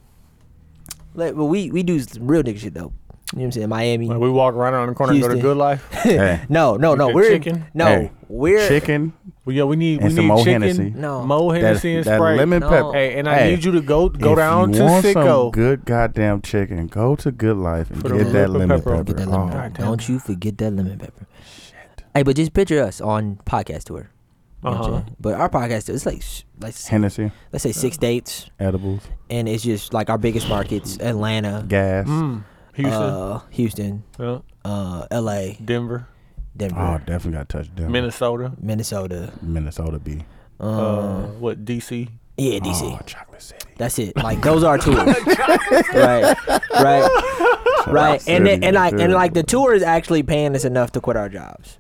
A: Like, but we we do s- real nigga shit though. You know what I'm saying? Miami.
B: Like we walk right around the corner and go
A: Houston.
B: to Good Life.
E: hey,
A: No, no, no.
B: get
A: We're
B: chicken?
A: no,
E: Hey,
A: we're
E: chicken.
B: Well, yeah, we need
E: And
B: we
E: some
B: need
E: Mo
B: chicken,
E: Hennessy.
A: No.
B: Mo Hennessy
E: That,
B: and
E: that
B: Sprite.
E: lemon
A: No.
E: pepper.
B: Hey, and I
E: Hey,
B: need you to go go
E: if
B: down
E: you
B: to
E: want Some
B: Sicko.
E: good goddamn chicken. Go to Good Life and
B: Put a
E: get that
B: little
E: lemon
B: pepper
E: pepper.
B: on
A: Get that lemon
E: Oh,
A: pepper.
B: damn.
A: Don't you forget that lemon pepper. Shit. Hey, but just picture us on podcast tour. You know what I'm
B: Uh-huh. Uh.
A: saying? But our podcast tour, it's like sh- let's
E: Hennessy,
A: let's say six dates,
E: edibles,
A: and it's just like our biggest markets: Atlanta,
E: gas.
B: Mm. Houston,
A: uh, Houston,
B: yeah,
A: uh, L.A.,
B: Denver,
A: Denver,
E: Oh, definitely got touched down.
B: Minnesota,
A: Minnesota.
E: Minnesota B.
A: Um,
B: uh, what DC?
A: yeah, D.C.
E: Oh, Chocolate City.
A: That's it. Like those are
B: *laughs*
A: tours. right. Right. Right. And then, and like and like the tour is actually paying us enough to quit our jobs.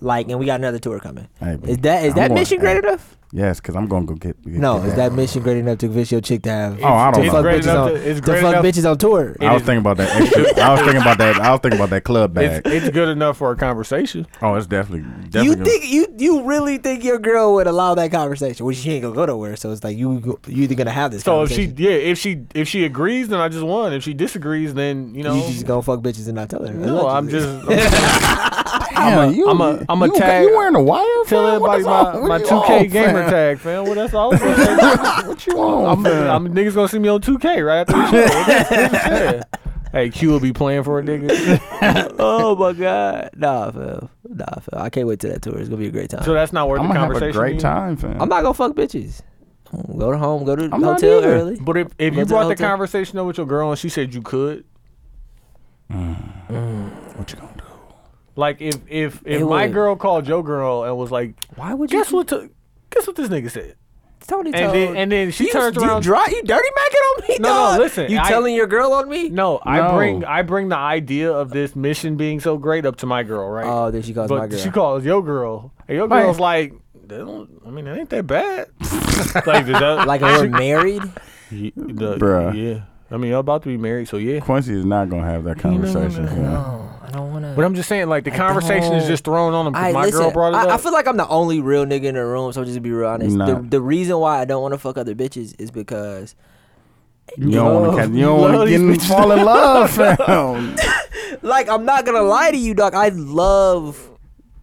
A: Like and we got another tour coming.
E: Hey,
A: Is that is
E: I'm
A: that
E: gonna-
A: mission great enough?
E: Yes, because I'm gonna go get. get
A: No,
E: get
A: is that mission great enough to convince your chick to have
E: Oh, I don't
A: to
E: know.
A: fuck
B: It's great
A: bitches
B: enough
A: on
B: to- it's
A: to
B: great
A: fuck
B: enough-
A: bitches on tour?
E: I was thinking about that. Extra,
B: *laughs*
E: I was thinking about that. I was thinking about that club bag.
B: It's, it's good enough for a conversation.
E: oh, it's definitely. definitely
A: You
E: good.
A: think you you really think your girl would allow that conversation? Well, she ain't gonna go nowhere. So it's like you go- you either gonna have this.
B: So if she,
A: conversation,
B: yeah, if she if she agrees, then I just won. If she disagrees, then you know,
A: you just gonna fuck bitches and not tell her.
B: no, I'm
A: Allegedly.
B: just I'm
E: Damn,
B: a- I'm a- I'm a
E: you, got-
B: tag-
E: You wearing a wire?
B: telling
E: fam? What
B: everybody
E: is
B: my,
E: all-
B: my
E: what you
B: 2K
E: all,
B: gamer
E: fam?
B: tag, fam. Well, that's all. I'm, saying.
E: *laughs* What you
B: I'm,
E: on?
B: I'm niggas gonna see me on 2K right after the show.
E: *laughs*
B: This- this is it. Hey, Q will be playing for a nigga.
A: *laughs* oh my god, nah, fam, nah, fam. I can't wait to that tour. It's gonna be a great time.
B: So that's not worth
E: I'm
B: the
E: gonna have a
B: conversation.
E: great
B: either.
E: time, fam.
A: I'm not gonna fuck bitches. Go to home. Go to
E: I'm not
A: hotel
E: either.
A: early.
B: But if, if
A: Go
B: you
A: to
B: brought the
A: hotel.
B: conversation up with your girl and she said you could,
E: what you gonna do?
B: like if if if
A: It
B: my
A: would.
B: girl called your girl and was like,
A: Why would you?
B: guess what? To, guess what this nigga said.
A: Tony
B: And
A: told.
B: then and then she
A: you,
B: turns
A: you
B: around.
A: dry, you dirty macking on me.
B: No, no,
A: dog?
B: listen,
A: You
B: I-
A: telling your girl on me?
B: no, I
E: No.
B: bring I bring the idea of this mission being so great up to my girl, right?
A: Oh, then she calls
B: but
A: my girl.
B: she calls your girl, and your
E: Right.
B: girl's like, "They don't- I mean, it ain't that
E: *laughs*
B: bad. like, does that,
A: like
B: *laughs*
A: we're married.
B: Y- the-
E: Bruh.
B: Yeah. I mean, y'all about to be married, so yeah.
E: Quincy is not gonna have that conversation. fam.
A: No, I don't wanna.
B: But I'm just saying, like, the conversation is
A: don't-
B: just thrown on them
A: I
B: because my
A: listen.
B: girl brought it
A: I,
B: up.
A: I feel like I'm the only real nigga in the room. So just to be real honest,
E: Nah.
A: the, the reason why I don't want to fuck other bitches is because
E: You don't
B: love-
E: want to. You
B: you
E: don't want
B: love
E: to
B: these
E: get in,
B: bitches.
E: fall
A: *laughs*
E: in love, fam.
A: like I'm not gonna lie to you, dog. I love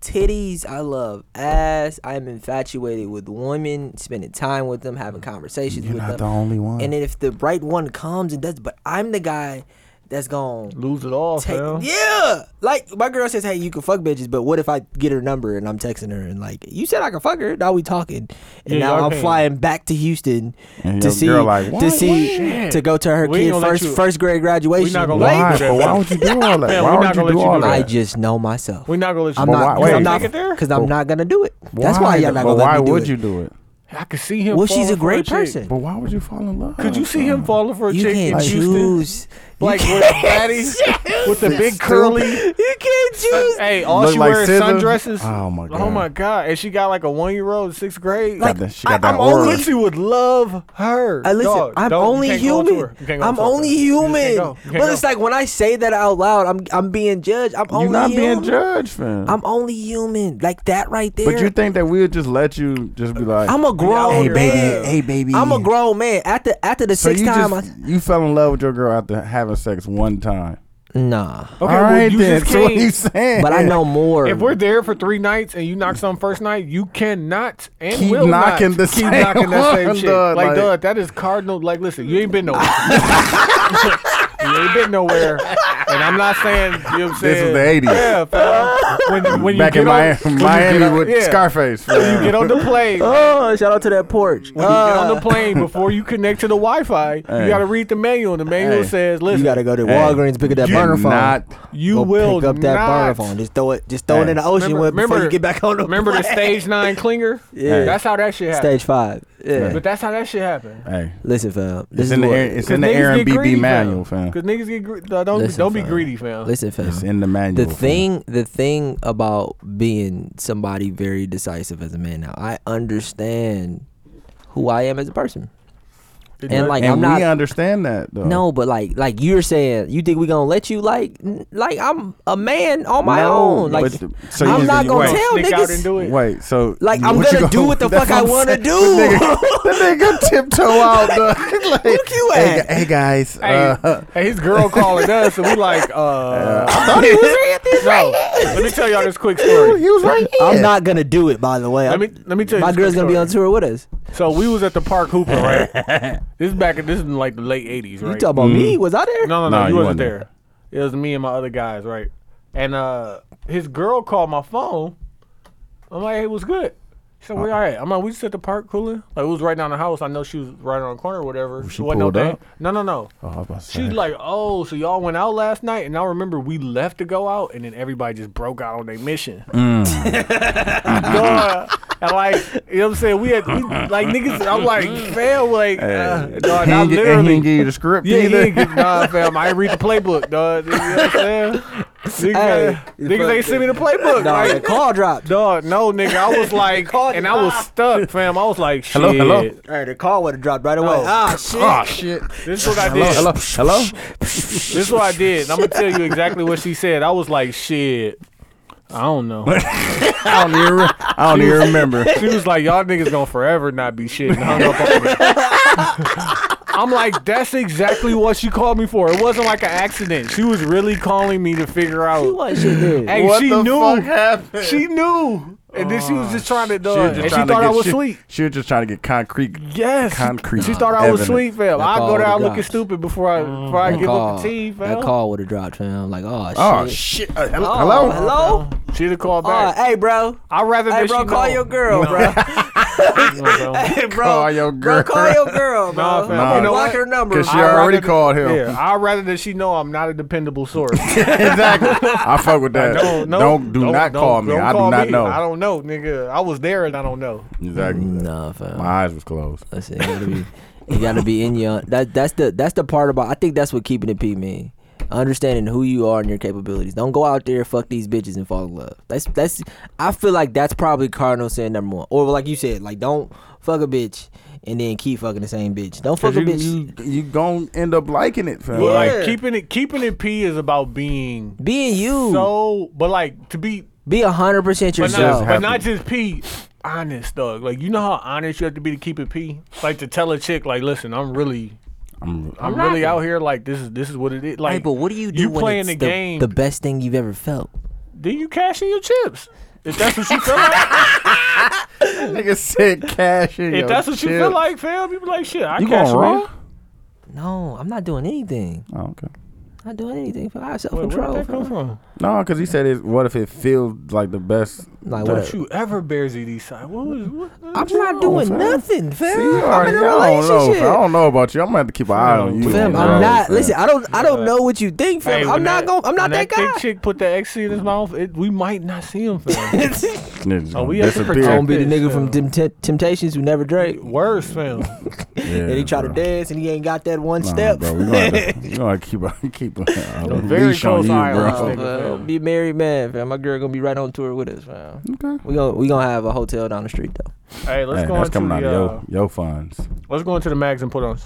A: titties. I love ass. I'm infatuated with women, spending time with them, having conversations
E: You're
A: with
E: not the
A: them.
E: only one.
A: and then if the right one comes and does, but I'm the guy that's gonna
B: Lose it all,
A: take.
B: fam.
A: Yeah, like my girl says, hey, you can fuck bitches, but what if I get her number and I'm texting her and like you said I can fuck her? Now we talking, and
B: Yeah, y'all
A: now I'm
B: can't.
A: flying back to Houston
E: And
A: to
E: your
A: see
E: girl like, "Why-
A: to see
B: why?"
A: to go to her
B: We ain't
A: kid
B: gonna let
A: first
B: you-
A: first grade graduation.
B: we not gonna let you
E: Why?
B: do that,
E: But why
B: fam.
E: would you
A: *laughs*
E: do all that?
B: Fam,
E: why
B: we
E: would
B: not
E: you
B: gonna
E: do
B: let you
E: all
B: do
A: I
B: that.
E: that?
A: just know myself.
B: We're not gonna let you.
A: I'm
E: But
A: not
E: why-
A: because I'm
E: wait.
A: not
B: Take it there?
A: because I'm not gonna do it. That's why y'all not
E: But
A: gonna
E: why
A: let me do
E: would
A: it.
E: you do it?
B: I could see him.
A: Well, she's
B: falling
A: a
B: for
A: great
B: chick.
A: person.
E: But why would you fall in love?
B: Could you see him falling for a
A: You
B: chick in
A: can't
B: Houston?
A: choose.
B: Like with
A: *laughs*
B: a fatty, with the big curly. uh,
A: You
B: *laughs*
A: can't choose.
B: Hey, all
E: Look
B: she
E: like
B: wears
E: scissor?
B: sundresses.
E: Oh, my God.
B: Oh my god! And she got like a one year old, sixth grade.
E: Got that- she
A: I-
E: got that
A: I'm
E: aura.
A: only-
B: Quincy would love her.
A: I Uh, listen.
B: Dog,
A: I'm
B: don't- you
A: only
B: can't go on
A: human.
B: tour. You can't go on
A: I'm
B: tour,
A: only
B: fam. You just can't
A: human.
B: go. You
A: But
B: can't go.
A: it's like when I say that out loud, I'm I'm being judged. I'm
E: You're
A: only
E: not
A: human.
E: being judged, fam.
A: I'm only human. Like that right there.
E: But you think that we'll just let you just be like,
A: I'm a grown
E: hey, baby,
A: man.
E: hey, baby.
A: I'm a grown man. After after the
E: So
A: sixth
E: you
A: time,
E: just you fell in love with your girl after having sex one time.
A: I, nah.
E: Okay,
B: well, you
E: then.
B: just
E: so what
B: can't-
E: you saying?
A: But I know more.
B: *laughs* If we're there for three nights and you knock some first night, you cannot and
E: Keep
B: will
E: knocking
B: not
E: the
B: keep
E: same
B: knocking that same
E: one,
B: shit.
E: dog,
B: like,
E: like-
B: dog, that is cardinal. Like, listen, you ain't been
E: *laughs*
B: nowhere. you ain't been nowhere. And I'm not saying you know what I'm
E: This
B: saying.
E: was the 80s.
B: Yeah, fam. When, when
E: back
B: you
E: in
B: get
E: Miami,
B: on, when you
E: Miami
B: get on,
E: with
B: yeah,
E: Scarface.
B: When you get on the plane.
A: oh, shout out to that porch. Uh,
B: When you get on
E: *laughs*
B: the plane before you connect to the Wi-Fi, you
E: Hey.
B: gotta read the manual. And the manual
E: Hey.
B: says, "Listen,
A: you gotta go to
E: Hey,
A: Walgreens pick up that
E: you
A: burner phone.
E: not-
B: you
A: Go
B: will
A: pick up that
B: not
A: burner phone. Just throw it. Just throw it
E: Hey.
A: in the ocean
B: Remember-
A: with before
B: remember-
A: you get back on the
B: Remember the
A: *laughs* plane.
B: stage nine clinger?
A: Yeah.
B: that's how that shit happened.
A: Stage five. Yeah.
B: But that's how that shit happened.
E: Hey,
A: Listen, fam. This
E: it's
A: is
E: in the
A: what,
E: air, it's in the Aaron BB manual, fam.
B: Because niggas get gre- uh, don't
A: Listen,
B: don't be
A: fam.
B: greedy, fam.
A: listen, fam.
E: It's in the
A: the
E: manual. fam.
A: thing the thing about being somebody very decisive as a man now i understand who i am as a person and
B: It does-
A: like
E: and
A: i'm
E: we
A: not
E: understand that though.
A: no but like like you're saying you think we gonna let you like n- like i'm a man on my
E: No,
A: own
E: *laughs*
A: like
E: but- so
A: i'm
E: you-
A: not gonna
E: wait,
A: tell
B: Sneak out
A: niggas
B: and do it.
E: Wait, so
A: Like,
E: you-
A: I'm
E: you
A: gonna do what the
E: that's
A: fuck I
E: I'm
A: wanna
E: saying.
A: do.
E: The
A: *laughs*
E: nigga, the nigga tiptoe out. The, *laughs* like,
A: Look you
E: hey,
A: at.
E: gu- Hey guys,
B: Hey,
E: uh,
B: hey, his girl calling us, and we like, uh,
A: *laughs*
B: no. Let me tell y'all this
A: *laughs*
B: quick story.
E: he was right.
A: i'm
E: here.
A: not gonna do it by the way
B: Let
A: I'm-
B: me let me tell you.
A: my
B: this
A: girl's
B: quick
A: gonna be on
B: story.
A: tour with us
B: So we was at the park hooping,
A: *laughs*
B: right? this is back. in This is in like the late '80s, right?
A: you talking about
E: Mm.
A: me was i there
B: *laughs* No, no, no,
E: No,
B: you,
E: you
B: wasn't
E: wasn't
B: there. It was me and my other guys, right? And uh his girl called my phone. I'm like, hey, what's good? She said, we
E: Uh.
B: all right. I'm like, we just at the park cooling. Like, it was right down the house. I know she was right around the corner or whatever.
E: She
B: It wasn't no
E: pulled
B: thing.
E: up?
B: No, no, no.
E: Oh, I was about to
B: She's
E: say.
B: like, oh, so y'all went out last night? And I remember we left to go out, and then everybody just broke out on their mission.
E: Mm.
B: *laughs* Dog, and like, you know what I'm saying? We had, we, like, niggas, I'm like, fam, like, uh, dog,
E: Mm. he
B: I
E: ain't get- and he
B: literally.
E: didn't give you the
A: *laughs*
E: script
B: Yeah,
E: either.
B: he ain't get, nah, fam. I ain't read the playbook, dog. You know what I'm saying? Niggas,
A: Hey,
B: niggas ain't
A: fuck
B: send me the
A: no
B: playbook.
A: the
B: like,
A: call dropped
B: *laughs* dog, no, nigga. I was like, and I was stuck, fam. I was like, shit.
E: Hello, hello?
A: Hey, the call would have dropped right away.
B: No.
A: Ah, shit.
E: oh shit.
B: This is what I did.
E: Hello, hello, hello.
B: This is what I did. I'm gonna tell you exactly what she said. I was like, shit. I don't know.
E: *laughs* I don't even, re- I don't even remember.
B: She was like, y'all niggas gonna forever not be shit. And hung up on me. *laughs* I'm like, that's exactly what she called me for. It wasn't like an accident. She was really calling me to figure out.
A: You
B: *laughs*
A: want shit dude.
B: Hey,
E: what
B: she
E: the
B: knew.
E: fuck happened?
B: She knew. And then she was just trying to do
E: was
B: it.
E: just
B: And she
E: trying to
B: thought I
E: get
B: was
E: shit-
B: sweet.
E: She was just trying to get concrete.
B: Yes.
E: Concrete
B: She thought I was
E: evidence.
B: sweet, fam. I
A: call
B: go down
A: would've
B: looking
A: dropped.
B: stupid before I before I give up the tea, fam.
A: that call would have dropped, fam. Like, oh,
E: Oh
A: shit.
E: shit. Uh, hel-
A: Oh,
E: hello.
A: hello.
B: She'd have called
A: Oh,
B: back.
A: hey, bro.
B: I'd rather
A: Hey,
B: that
A: bro,
B: she
A: call
B: know.
A: your girl,
E: *laughs*
A: bro.
B: You know, bro.
A: hey, bro.
E: Call your
A: Bro,
E: girl.
A: call your girl, bro.
B: *laughs* Nah, fam.
A: I'm
E: Nah.
A: gonna
E: You know
A: block
B: what?
A: her number.
E: Cause she
B: I'd rather
E: already
B: that-
E: called him.
B: Yeah, I'd rather that she know I'm not a dependable source.
E: *laughs* exactly. I fuck with that.
B: don't know.
E: don't do not
B: don't-
E: call me.
B: don't
E: I do
B: call
E: not
B: me.
E: know.
B: I don't know, nigga. I was there and I don't know.
E: Exactly.
A: Nah, fam.
E: My eyes was closed.
A: Listen, you gotta be, you gotta be in your. That that's the that's the part about. I think that's what keeping it P mean. Understanding who you are and your capabilities. Don't go out there, fuck these bitches, and fall in love. That's that's. I feel like that's probably cardinal sin number one. Or like you said, like don't fuck a bitch and then keep fucking the same bitch. Don't fuck a
E: you,
A: bitch.
E: you you gonna end up liking it, fam.
B: But
A: Yeah.
B: like keeping it keeping it p is about being
A: Being you,
B: so. But like to be
A: be hundred percent
B: But not,
A: yourself.
B: but
E: happen.
B: not just P. Honest, dog. Like you know how honest you have to be to keep it P. Like to tell a chick, like, listen, I'm really,
E: I'm-
B: I'm really out here. Like this is this is what it is. Like,
A: Hey, but what do you do
B: You
A: when
B: playing
A: it's
B: the
A: the,
B: game?
A: the best thing you've ever felt?
B: then you cash in your chips. If that's what you
A: *laughs*
B: feel like,
E: Nigga said cash in
B: if
E: your
B: that's what you feel
E: chips.
B: like, fam, you be like, shit, I
E: You
B: cash
E: going wrong?
B: in.
A: No, I'm not doing anything.
E: Oh, okay.
A: I'm not doing anything for I have self
B: Wait, where did
A: control.
B: that come from?
E: No, because he said, it, "What if it feels like the best?"
A: Like
E: Don't
A: what?
B: Don't you ever bear ZD side? What was? What,
A: I'm not doing
E: fam.
A: nothing, fam.
E: See, you
A: I'm in
E: already-
A: a
E: I don't know. fam. I
A: relationship.
E: don't know about you. I'm gonna have to keep an eye on you.
A: Fam,
E: bro,
A: I'm not.
E: fam.
A: Listen, I don't. I don't know what you think, fam.
B: Hey,
A: I'm
B: when
A: not going. I'm not
B: when
A: that, guy.
B: Thick chick put that X in his mouth. It, we might not see
A: *laughs*
B: him, fam.
E: Niggas
B: Oh,
E: gonna
B: we have to
E: disappear.
A: I
B: protect-
A: don't be the
B: This,
A: nigga from
B: fam.
A: Tempt- Temptations who never drank,
B: Worse, fam.
A: and he
E: Yeah,
A: try to
E: bro.
A: dance, and he ain't got that one
E: Nah,
A: step.
E: bro,
A: *laughs*
E: we gonna, have to- we gonna keep a, *laughs* keep a, a
B: very
E: leash on
B: close
E: you,
B: eye on
E: bro.
B: this
A: Oh,
B: nigga,
A: fam.
B: fam.
A: Be a married man, fam. My girl gonna be right on tour with us, fam.
E: Okay.
A: We gonna we gonna have a hotel down the street though.
B: hey, let's
E: Hey,
B: go
E: that's
B: into
E: coming out
B: the. Uh,
E: of your, your funds.
B: let's go into the mags and put on.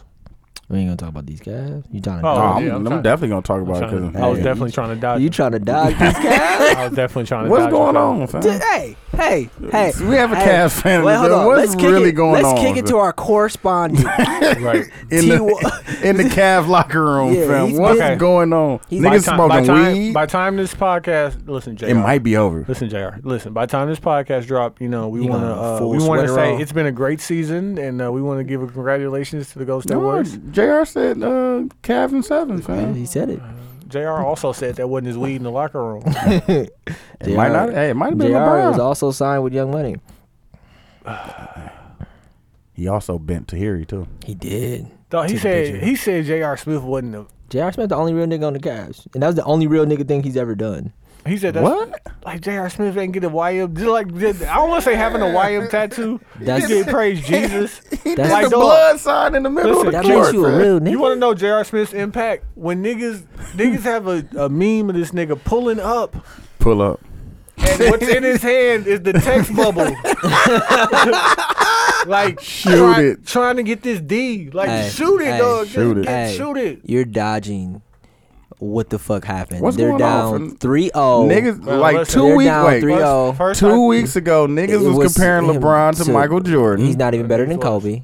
A: We ain't gonna talk about these guys. You trying
B: Oh,
E: Oh,
A: to?
E: I'm,
B: yeah, I'm
E: I'm
B: trying-
E: definitely gonna talk about it
B: Trying
E: because
B: to- I was definitely trying to dodge.
A: you
B: him.
A: trying to dodge
E: *laughs*
A: these guys?
B: I was definitely trying to.
E: What's
B: dodge him,
E: going
B: fam.
E: on, fam?
A: Hey, hey, hey.
E: We have a
A: Hey,
E: Cavs fan. in
A: Wait,
E: the
A: hold
E: building.
A: on.
E: What's
A: let's kick
E: really
A: it,
E: going
A: let's
E: on?
A: kick it to our correspondent.
B: Right.
E: *laughs* in *laughs*
A: T-Wa-
E: the in the Cav locker room,
A: *laughs* Yeah,
E: fam.
A: he's
E: What's
B: been-
E: *laughs* going on?
A: He's- *laughs*
B: By
E: Niggas
B: time,
E: smoking
B: by time,
E: weed. *laughs*
B: By time this podcast, listen, Jr.
E: it might be over.
B: Listen, Jr. Listen, by time this podcast drop, you know we
A: You
B: want to
A: gonna have a
B: uh,
A: full
B: we want to
A: sweater
B: say
A: on?
B: it's been a great season, and uh, we want to give a congratulations to the Ghost State
E: No,
B: Warriors.
E: Jr. said uh, Cav and seven, fam.
A: he said it.
B: Jr. also said that wasn't his weed in the
A: *laughs*
B: locker room.
E: It might not. Hey, it might have been
A: JR was
E: LeBron.
A: also signed with Young Money.
E: he also bent Tahiri too.
A: He did.
B: Dog, he
A: Take a
B: said
A: picture.
B: he said Jr. Smith wasn't. The,
A: J.R. Smith the only real nigga on the Cavs, and that was the only real nigga thing he's ever done.
B: he said that's
E: What?
B: like J.R. Smith ain't get a YM. Just like just, I don't want to say having a YM tattoo.
A: That's-
B: That's get praise
A: *laughs*
B: Jesus.
A: That's-
E: Like
B: like
E: the blood sign in the middle
B: Listen,
E: of
A: That
E: the
B: Sure,
A: makes
E: court.
A: you a
E: man.
A: real
B: You
A: nigga.
B: want to know J.R. Smith's impact when niggas niggas have a, a meme of this nigga pulling up,
E: Pull up.
B: and what's in his hand is the text bubble. *laughs* like
E: Shoot
B: try-
E: it.
B: trying to get this D. Like
A: Hey,
B: shoot it,
A: hey,
B: dog.
E: shoot it.
A: Hey,
B: shoot it.
A: You're dodging. What the fuck happened?
E: What's
A: They're
E: going on?
A: down 3 0.
E: Niggas
B: Well,
E: like
B: listen,
E: two
A: Oh. They're
E: weeks
A: down
E: wait,
A: 3-0.
B: First-
E: two
B: I-
E: weeks ago, niggas
A: It
E: was, comparing
A: him
E: LeBron to, Michael Jordan.
A: He's not even better than Kobe.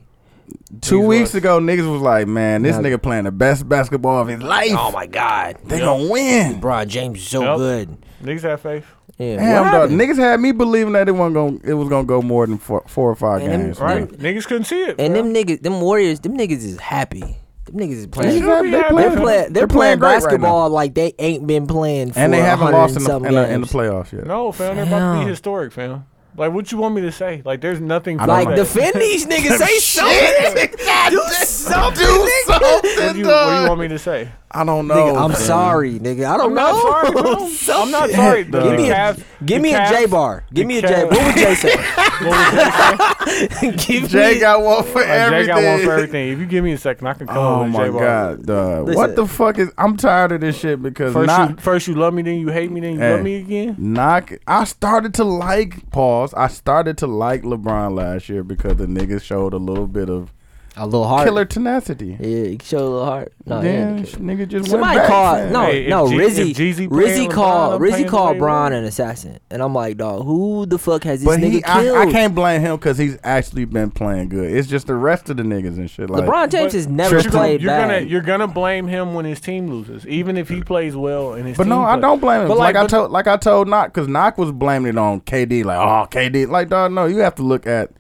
E: two
B: He's
E: weeks
B: was.
E: ago, niggas was like, "Man, this
A: Nah.
E: nigga playing the best basketball of his life.
B: Oh,
A: my God.
E: they gonna win."
A: LeBron James is so
B: Yep.
A: good.
B: Niggas have faith.
A: Yeah, what
E: Damn, dog,
A: happened?
E: niggas had me believing that it wasn't gonna it was gonna go more than four, four or five
A: And them-
E: games.
B: Right.
E: man.
B: Niggas couldn't see it.
A: And
B: bro.
A: them niggas, them Warriors, them niggas is happy. Them niggas is playing.
E: Niggas are-
B: be
E: they
B: happy.
E: playing-
B: They're
A: They're, play, they're, playing,
E: great right now.
A: basketball like they ain't been playing for
E: and they haven't lost in the, in, the, in the
A: play.
E: playoffs *laughs* yet.
B: No, fam, they're about to
A: Damn.
B: be historic, fam. Like, what you want me to say? Like, there's nothing.
E: I
B: for
E: don't
A: Like
B: that.
E: know.
A: defend
E: *laughs*
A: these niggas, say something. Do something.
E: Do
B: What do,
E: something,
B: you, what do you
E: dog.
B: want me to say?
E: I don't know.
A: Nigga, I'm
E: Oh, man.
A: sorry, nigga. I don't
B: I'm not
A: know.
B: sorry, bro. I'm not sorry.
E: Give
B: The
A: *laughs* Give me a,
B: Cavs-
A: give
B: the
A: me a
B: Cavs-
A: J bar. Give
B: the
A: me a J.
B: Cavs-
A: What would Jay say?
B: What was that?
A: *laughs* give
E: *laughs* Jay
A: me,
E: got one for
B: Uh, Jay
E: *laughs* everything.
B: got one for everything. If you give me a second, I can come up
E: *laughs* Oh
B: with
E: my
B: J-Ball.
E: god, dog.
A: Listen.
E: what the fuck is? I'm tired of this shit because
B: First,
E: not
B: you, first you love me, then you hate me, then you
E: Hey.
B: love me again.
E: Knock. I started to like pause. I started to like LeBron last year because the niggas showed a little bit of
A: a little heart.
E: killer tenacity.
A: Yeah, you can show a little heart. No, yeah,
E: Then
A: you
E: sh-
A: can-
E: nigga just
A: Somebody
E: went back.
A: called
E: man.
A: no
B: Hey, if
A: no
B: G-
A: Rizzy
B: if Jeezy playing
A: Rizzy
B: LeBron,
A: called
B: I'm playing
A: Rizzy called
B: LeBron.
A: Braun an assassin, and I'm like, dog, who the fuck has this
E: but
A: nigga
E: he,
A: killed?
E: I, I can't blame him because he's actually been playing good. It's just the rest of the niggas and shit. Like
A: LeBron James
B: But-
A: has never
B: You're gonna,
A: played
B: you're
A: bad.
B: gonna you're gonna blame him when his team loses, even if he plays well and his
E: But
B: team.
E: no, I
B: play-
E: don't blame him.
B: But
E: like,
B: like,
E: I told, like I told Knock, because Knock was blaming it on KD. Like, oh, KD. Like, dog, no, you have to look at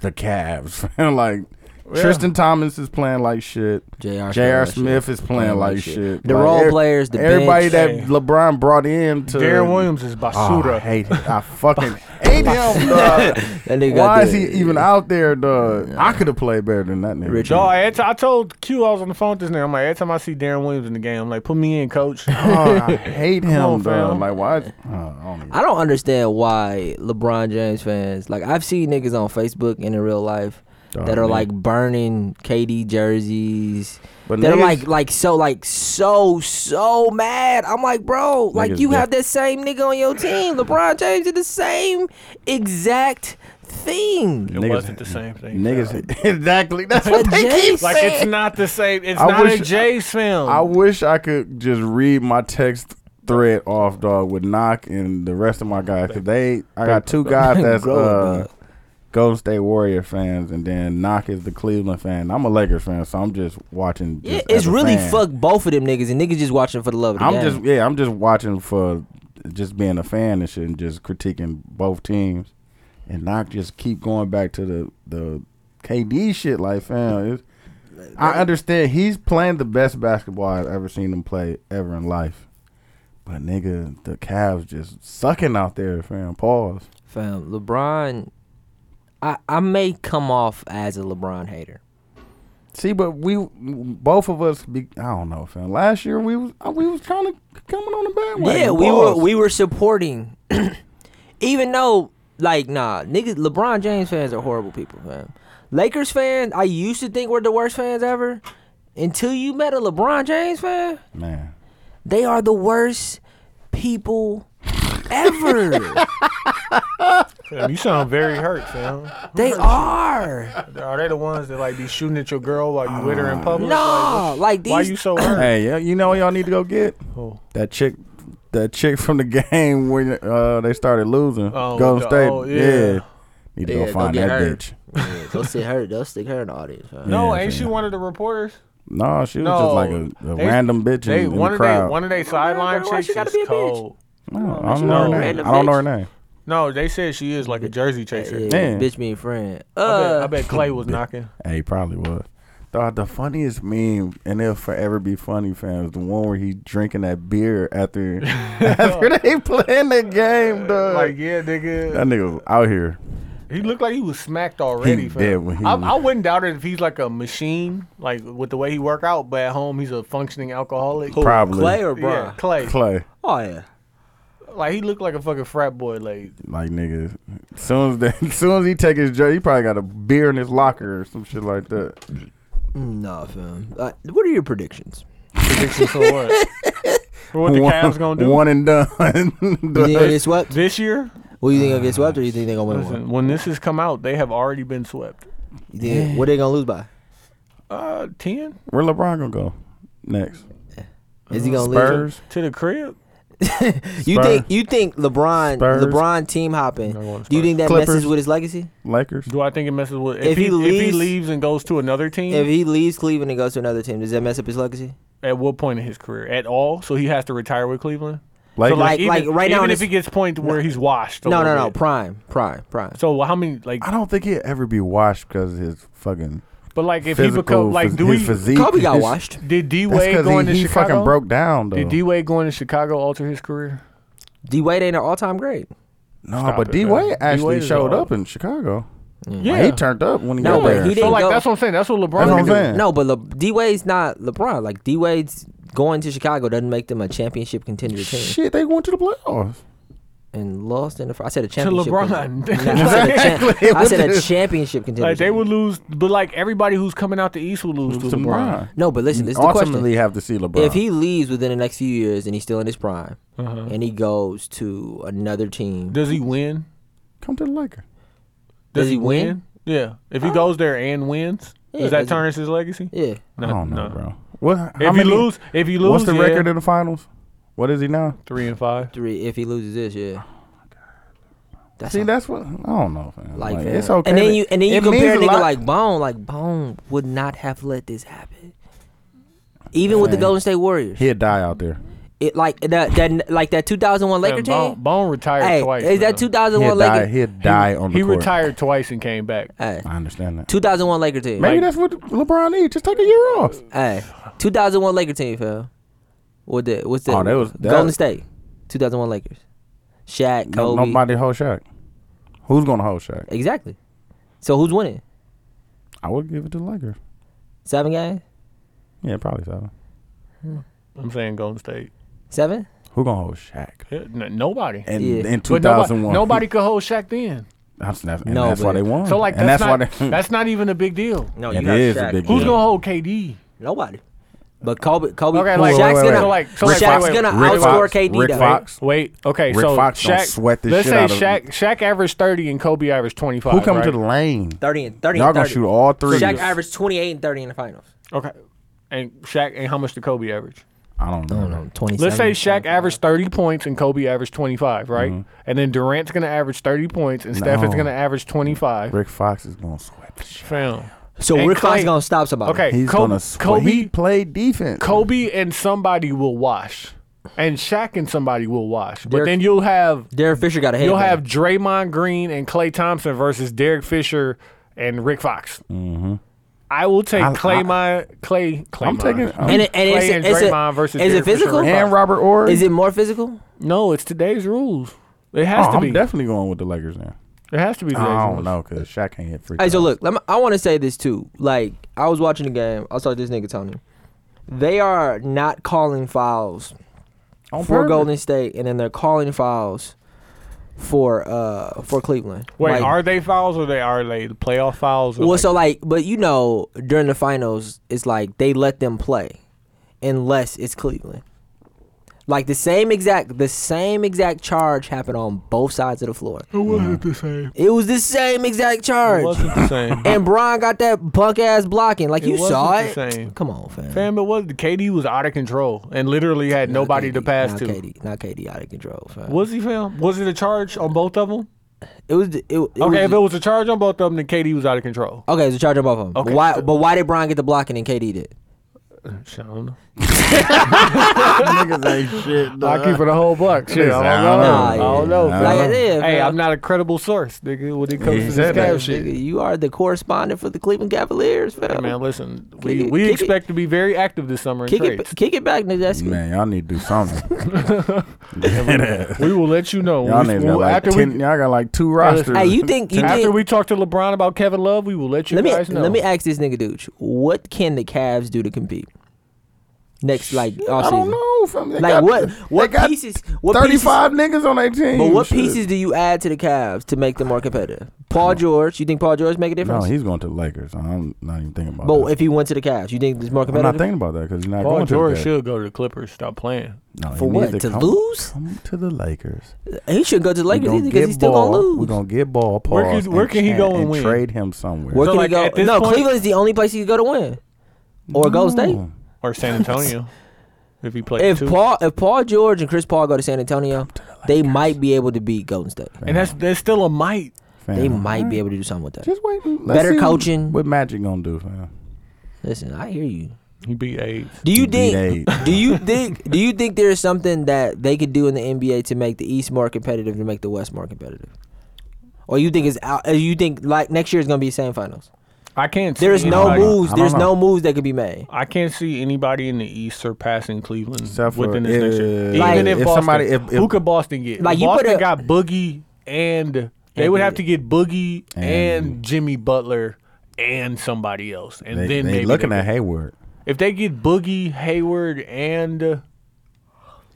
E: the Cavs. *laughs* like, Tristan Thomas is playing like shit.
A: J.R.
E: J.R.
A: Smith
E: Smith is playing like shit.
A: The
E: Like,
A: role
E: ev-
A: players, the
E: everybody
A: bench.
B: Hey.
E: that LeBron brought in to
B: Darren Williams is
E: Oh,
B: basura.
E: I hate it. I fucking *laughs* hate him.
A: That
E: Dog.
A: nigga got
E: Why is
A: the-
E: he even out there, dog? I could have played better than that nigga.
A: Richard.
B: No, I, I told Q I was on the phone with this nigga. I'm like, every time I see Darren Williams in the game, I'm like, put me in,
E: *laughs*
B: coach.
E: Oh, I hate him,
B: on,
E: dog.
B: fam.
E: Like, why? is- oh, I don't even-
A: I don't understand why LeBron James fans like I've seen niggas on Facebook and in real life
E: Dog,
A: that are
E: man.
A: like burning KD jerseys.
E: But
A: They're
E: niggas-
A: like like so like so so mad. I'm like, bro, like
E: Niggas
A: you have
E: def-
A: that same nigga on your team. LeBron James did the same exact thing. *laughs*
B: It
E: Niggas-
B: wasn't the same thing. fam.
E: Niggas, *laughs* exactly. That's what
A: But
E: they
A: Jay
E: keep
B: Like
A: said-
B: it's not the same. It's
E: I
B: not
E: wish-
B: a Jay's film.
E: I wish I could just read my text thread off, dog, with Knock and the rest of my guys. Cause they, I
A: *laughs*
E: got two guys that's
A: Grow up,
E: uh,
A: dog.
E: Golden State Warrior fans, and then Knock is the Cleveland fan. I'm a Lakers fan, so I'm just watching.
A: Yeah,
E: just as
A: it's
E: a
A: really
E: fan.
A: fuck both of them niggas and niggas just watching for the love of the
E: I'm
A: game.
E: just yeah, I'm just watching for just being a fan and shit, and just critiquing both teams, and Knock just keep going back to the the KD shit. Like fam, it's, I understand he's playing the best basketball I've ever seen him play ever in life, but nigga, the Cavs just sucking out there, fam. Pause.
A: Fam, LeBron, I, I may come off as a LeBron hater.
E: See, but we both of us, be, I don't know, fam. Last year we was uh, we was trying to coming on the bandwagon.
A: yeah, we
E: Pause.
A: were we were supporting, *clears throat* even though like nah, niggas. LeBron James fans are horrible people, man. Lakers fans, I used to think were the worst fans ever, until you met a LeBron James fan.
E: man.
A: They are the worst people *laughs* ever.
B: Fam, you sound very hurt, fam.
A: they are.
B: Are they the ones that like be shooting at your girl while you with her in public?
A: No, like
B: Like, why
A: these
B: you so
E: *clears throat*
B: hurt? *clears throat*
E: Hey, yeah, you know what y'all need to go get
B: Who?
E: that chick, that chick from the *laughs* game when uh, they started losing.
B: Oh,
E: Golden
B: the-
E: State,
B: oh,
E: yeah.
B: yeah.
E: Need to
A: Yeah,
E: go
A: go
E: find
A: get
E: that
A: her.
E: bitch.
A: Yeah, they'll stick her. They'll stick her in the audience. huh?
B: No,
E: Yeah,
B: ain't
E: fam.
B: she one of the reporters?
E: No, she was
B: No,
E: just like a, a
B: they-
E: random bitch
B: They
E: in, in
B: one
E: the
B: of they
E: crowd.
B: one of they sideline
A: why
B: chicks
A: she gotta
B: is
A: be a bitch?
B: cold.
E: no, I don't
B: a
E: know her name.
A: random
E: I don't know her
A: bitch.
E: name.
B: No, they said she is like a jersey chaser.
A: Yeah,
E: Man.
A: bitch, mean friend.
B: I, bet, I
A: Uh,
B: bet Clay was *laughs* knocking.
E: Hey, probably was. Dog, the *laughs* funniest meme, and it'll forever be funny, fam, is the one where he drinking that beer after
A: *laughs*
E: after they playing the game, dog.
B: Like yeah,
E: that
B: nigga,
E: nigga was out here.
B: he looked like he was smacked already.
E: He
B: fam.
E: did when he
B: I,
E: was-
B: I wouldn't doubt it if he's like a machine, like with the way he work out. But at home, he's a functioning alcoholic.
E: Probably
A: Clay or Brian?
B: yeah, Clay.
E: Clay.
A: Oh yeah.
B: Like he looked like a fucking frat boy. Like
E: Like niggas, soon as they, *laughs* soon as he take his drug, he probably got
A: *laughs*
E: a beer in his locker or some shit like that.
A: Nah, fam. Uh, what are your predictions?
B: prediction for *laughs* what? For what the
E: one,
B: Cavs gonna do
E: One and done. *laughs*
A: You think they get swept?
B: this year?
A: What do you think they get swept, or you think they're gonna win one?
B: Listen, when this has come out, they have already been swept.
A: You think, what they gonna lose by?
B: Uh, ten
E: Where LeBron gonna go next?
A: Is he gonna
E: Spurs.
B: to the crib.
A: lose? You think you think LeBron
E: Spurs.
A: LeBron team hopping?
B: No, I want
A: Do you think that messes
E: Clippers.
A: with his legacy?
E: Lakers.
B: Do I think it messes with if,
A: If
B: he,
A: he
B: if he
A: leaves-
B: leaves and goes to another team?
A: If he leaves Cleveland and goes to another team, does that mess up his legacy?
B: at what point in his career at all? So he has to retire with Cleveland.
E: Lakers.
B: So like,
A: Like-
B: even,
A: like right now
B: even
A: in
B: if
A: his-
B: he gets point to where he's washed. a
A: No, no,
B: little
A: no.
B: bit.
A: Prime, prime, prime.
B: So how many like?
E: I don't think he'll ever be washed because of his fucking
B: But like if he
E: physical.
B: become like,
E: phys-
B: do
E: his
B: we?
E: physique.
A: Kobe got
E: His-
A: washed.
B: Did D
E: That's
B: Wade
E: because
B: going
E: he,
B: to
E: he
B: Chicago?
E: fucking broke down though.
B: Did D Wade going to Chicago alter his career?
A: D Wade ain't an all time great.
E: no,
B: Stop
E: but
B: it,
E: D
B: man.
E: Wade actually
B: D-Wade is old.
E: showed up in Chicago.
B: Yeah,
E: He turned up when he
A: No,
E: got
A: but
E: there.
A: he
B: So
A: didn't
B: like
A: go-
B: that's what I'm saying. That's what LeBron.
E: That's what I'm
B: would do.
E: saying.
A: No, but Le- D Wade's not LeBron. Like D Wade's going to Chicago doesn't make them a championship contender team.
E: Shit, they went to the playoffs.
A: And lost in the fir- I said a
B: To
A: championship.
B: *laughs*
A: contender.
B: LeBron,
A: I said a, cha-
E: Exactly.
A: I said a
E: What
A: championship contender.
B: like they
A: team.
B: would lose, but like everybody who's coming out the East would lose to
E: To
B: LeBron.
E: LeBron.
A: No, but listen, this is the question.
E: Ultimately, have to see LeBron.
A: If he leaves within the next few years and he's still in his prime,
B: Uh-huh.
A: and he goes to another team,
B: Does he win?
E: come to the Lakers,
A: Does he win?
B: Yeah. If he goes there and wins,
A: Yeah,
B: does that
A: does
B: tarnish his legacy?
A: yeah,
E: I don't know, bro. What? how
B: Uh, If you
E: many-
B: lose, if you lose,
E: what's the
B: yeah,
E: record in the finals? What is he now?
B: three and five.
A: three. If he loses this, yeah.
B: Oh
A: That's
E: See,
A: how-
E: that's what I don't know. fam.
A: like,
E: Like,
A: fam.
E: it's okay.
A: And then you and then you
E: It means
A: compare a
E: a
A: nigga
E: lot-
A: like Bone, like Bone would not have let this happen. Even with the
E: Man.
A: Golden State Warriors,
E: he'd die out there.
A: it like that, that like that 2001 Laker
B: Man, Bone,
A: team.
B: Bone retired
A: Hey,
B: twice.
A: is that
B: man.
A: 2001
E: He'd die.
A: Laker?
E: He'd die on the
B: He
E: court.
B: retired twice and came back.
A: Hey,
E: I understand that.
A: 2001 Laker team.
E: Maybe
B: Like-
E: that's what LeBron needs. Just take a year off.
A: Hey, 2001 Laker team, fam. What the what's the
E: Oh, that was- that-
A: Golden State, 2001 Lakers, Shaq,
E: No,
A: Kobe.
E: nobody hold Shaq. Who's gonna hold Shaq?
A: Exactly. So who's winning?
E: I would give it to the Lakers.
A: Seven games?
E: Yeah, probably so.
B: I'm saying Golden State.
A: Seven?
E: Who gonna hold Shaq?
B: Yeah, n- nobody.
E: And
A: Yeah.
E: in
B: But nobody,
E: 2001,
B: nobody could hold Shaq then.
E: That's, that's, and
A: No,
E: that's why
A: but-
E: they won.
B: So like
E: and
B: that's,
E: why
B: not
E: they,
B: that's not even a big deal.
A: No,
E: It is a big
B: Who's
E: Yeah.
B: gonna hold KD?
A: Nobody. But Kobe, Kobe,
B: Okay,
A: Shaq's
B: like-
A: gonna,
E: Wait, wait, wait.
B: So like- so like-
A: Shaq's
B: wait, wait,
A: gonna
E: *laughs* Rick
A: outscore
E: Fox-
A: KD.
E: Rick
A: though.
E: Fox.
B: Wait, okay,
E: Rick
B: so
E: Fox gonna
B: Shaq,
E: sweat the
B: let's
E: shit
B: say
E: out of him.
B: Shaq, Shaq averaged thirty and Kobe averaged twenty five.
E: who come to the lane?
A: thirty and thirty.
E: Y'all
A: and
E: gonna
A: 30.
E: shoot all three.
A: Shaq averaged twenty eight and thirty in the finals.
B: Okay. And Shaq and how much did Kobe average?
E: I don't know.
A: twenty.
B: Let's say Shaq averaged 30 points and Kobe averaged 25, right? And then Durant's going to average 30 points and Steph is
E: Mm-hmm. No.
B: going to average 25.
E: Rick Fox is gonna sweat the shit.
B: Fam.
A: So
B: and
A: Rick Fox
B: Clay-
A: gonna stop somebody.
B: Okay.
E: He's
B: Kobe,
E: gonna sweat. He
B: Kobe,
E: played defense.
B: Kobe and somebody will wash. And Shaq and somebody will wash. But
A: Derek-
B: then you'll have
A: Derek Fisher got a head.
B: you'll
A: man.
B: have Draymond Green and Clay Thompson versus Derek Fisher and Rick Fox. Mm-hmm. I will take
E: I-
B: Clay
E: I-
B: my Clay Clay.
E: I'm taking. I'm,
A: and
E: and,
A: it, and
B: Clay
A: it's, a-
B: and
A: it's a-
B: Draymond versus
A: is
B: Derek
A: it
B: Fisher
A: physical?
B: and
E: Robert Ory.
A: Is it more physical?
B: No, it's today's rules. It
E: Oh,
B: has to
E: I'm
B: be.
E: definitely going with the Lakers now.
B: it has to be today's
E: I
B: rules.
E: don't know because Shaq can't hit free.
A: Hey, so
E: throws.
A: look, let me, I want to say this too. Like, I was watching the game. I saw this nigga Tony. They are not calling fouls
E: On
A: for
E: purpose.
A: Golden State, and then they're calling fouls for uh for Cleveland.
B: Wait,
A: Like,
B: are they fouls or they are they the playoff fouls? Or
A: well,
B: like-
A: so like, but you know, during the finals, it's like they let them play, unless it's Cleveland. Like the same exact, the same exact charge happened on both sides of the floor.
B: it
A: Mm-hmm.
B: wasn't the same.
A: It was the same exact
B: It
A: charge.
B: wasn't
A: *laughs*
B: the same.
A: and Brian got that punk ass blocking. Like
B: It
A: you saw
B: wasn't
A: it.
B: the same.
A: Come on, fam.
B: Fam, it was KD was out of control and literally had
A: Not
B: nobody to
A: KD,
B: pass
A: not
B: to.
A: KD, not KD out of control, fam.
B: Was he fam? Was it a charge on both of them?
A: It was. It, it
B: okay, if it
A: was,
B: was a charge on both of them, then KD was out
A: *laughs*
B: of control.
A: okay, it was a charge on both of them.
B: Okay.
A: But why? But why did Brian get the blocking and KD did?
B: Sean.
E: niggas ain't shit.
B: I keep it a whole buck. Shit, I
E: Listen,
B: don't know.
A: Nah,
B: I don't
A: yeah.
B: know.
A: Nah.
B: fam.
A: Like it is,
B: hey,
A: fam.
B: I'm not a credible source, nigga. When it comes
E: He
B: to this
E: said
B: kind
E: that
B: of shit,
A: Nigga, you are the correspondent for the Cleveland Cavaliers, fam.
B: Hey, man. Listen, we,
A: it-
B: we
A: kick it.
B: expect to be very active this summer. in
A: kick it,
B: trades.
A: kick it back, nigga. That's
E: Man, y'all need to do something. *laughs*
B: We will let you know.
E: y'all
B: We-
E: niggas
B: we-
E: got like
B: after
E: ten.
B: we
E: y'all got like two
B: listen.
E: rosters.
A: Hey, you think you
B: after
A: think?
B: we talk to LeBron about Kevin Love, we will let you
A: let me
B: guys know.
A: let me ask this nigga, dude. What can the Cavs do to compete? next like off
E: I don't
A: season?
E: know. Fam. They
A: Like
E: got-
A: what? What
E: they got
A: pieces? What
E: Thirty-five niggas on their team.
A: Pieces, but what
E: Shit.
A: pieces do you add to the Cavs to make them more competitive? Paul George, you think Paul George make a
E: No,
A: difference?
E: he's going to the Lakers. I'm not even thinking about.
A: but
E: that.
A: if he went to the Cavs, you think it's more
E: I'm not
A: competitive?
E: thinking about that because he's not
B: Paul
E: going
B: George
E: to the Lakers.
B: should go to the Clippers. Stop playing.
E: No, he
A: For
E: needs
A: what? To
E: come,
A: lose?
E: Come to the Lakers.
A: he shouldn't go to the
E: We
A: Lakers
E: gonna
A: either because
E: get
A: he's still
E: ball.
A: gonna lose.
E: We're gonna get ball. Pause,
B: Where could- where
E: and
B: can he
E: tra-
B: go and
E: and
B: win?
E: Trade him somewhere.
A: Where
B: So,
A: can
B: like,
A: he
B: at
A: go?
B: this
A: No,
B: point-
A: Cleveland's the only place he could go to win, or Gold State.
E: No.
B: Or *laughs* San Antonio. if he plays
A: If
B: two.
A: Paul, if Paul George and Chris Paul go to San Antonio, they might be able to beat Golden State.
B: and that's that's still a might.
E: Fam,
A: They might be
E: alright.
A: able to do something with that.
E: Just wait. and
A: Better
E: see
A: coaching.
E: What Magic gonna do, fam?
A: Listen, I hear you.
B: He beat eight.
A: Do you
E: Beat
A: think? *laughs*
E: eight.
A: Do you think? Do you think there is something that they could do in the NBA to make the East more competitive to make the West more competitive? Or you think it's out? uh, You think like next year is going to be the same finals?
B: I can't.
A: There
B: see
A: is no
B: anybody-
A: moves.
E: I don't
A: There's no
E: know.
A: moves that could be made.
B: I can't see anybody in the East surpassing Cleveland
E: Except for
B: within this next year.
E: if-
B: Even
A: Like-
B: if,
E: if
B: Boston,
E: somebody- if-
B: who
E: if-
B: could Boston get?
A: Like,
B: Like
A: you
B: Boston
A: put a-
B: got Boogie, and they would have to get Boogie and,
E: And-
B: Jimmy Butler and somebody else, and
E: They,
B: then
E: they
B: maybe
E: looking
B: they
E: at
B: get-
E: Hayward.
B: if they get Boogie, Hayward, and uh,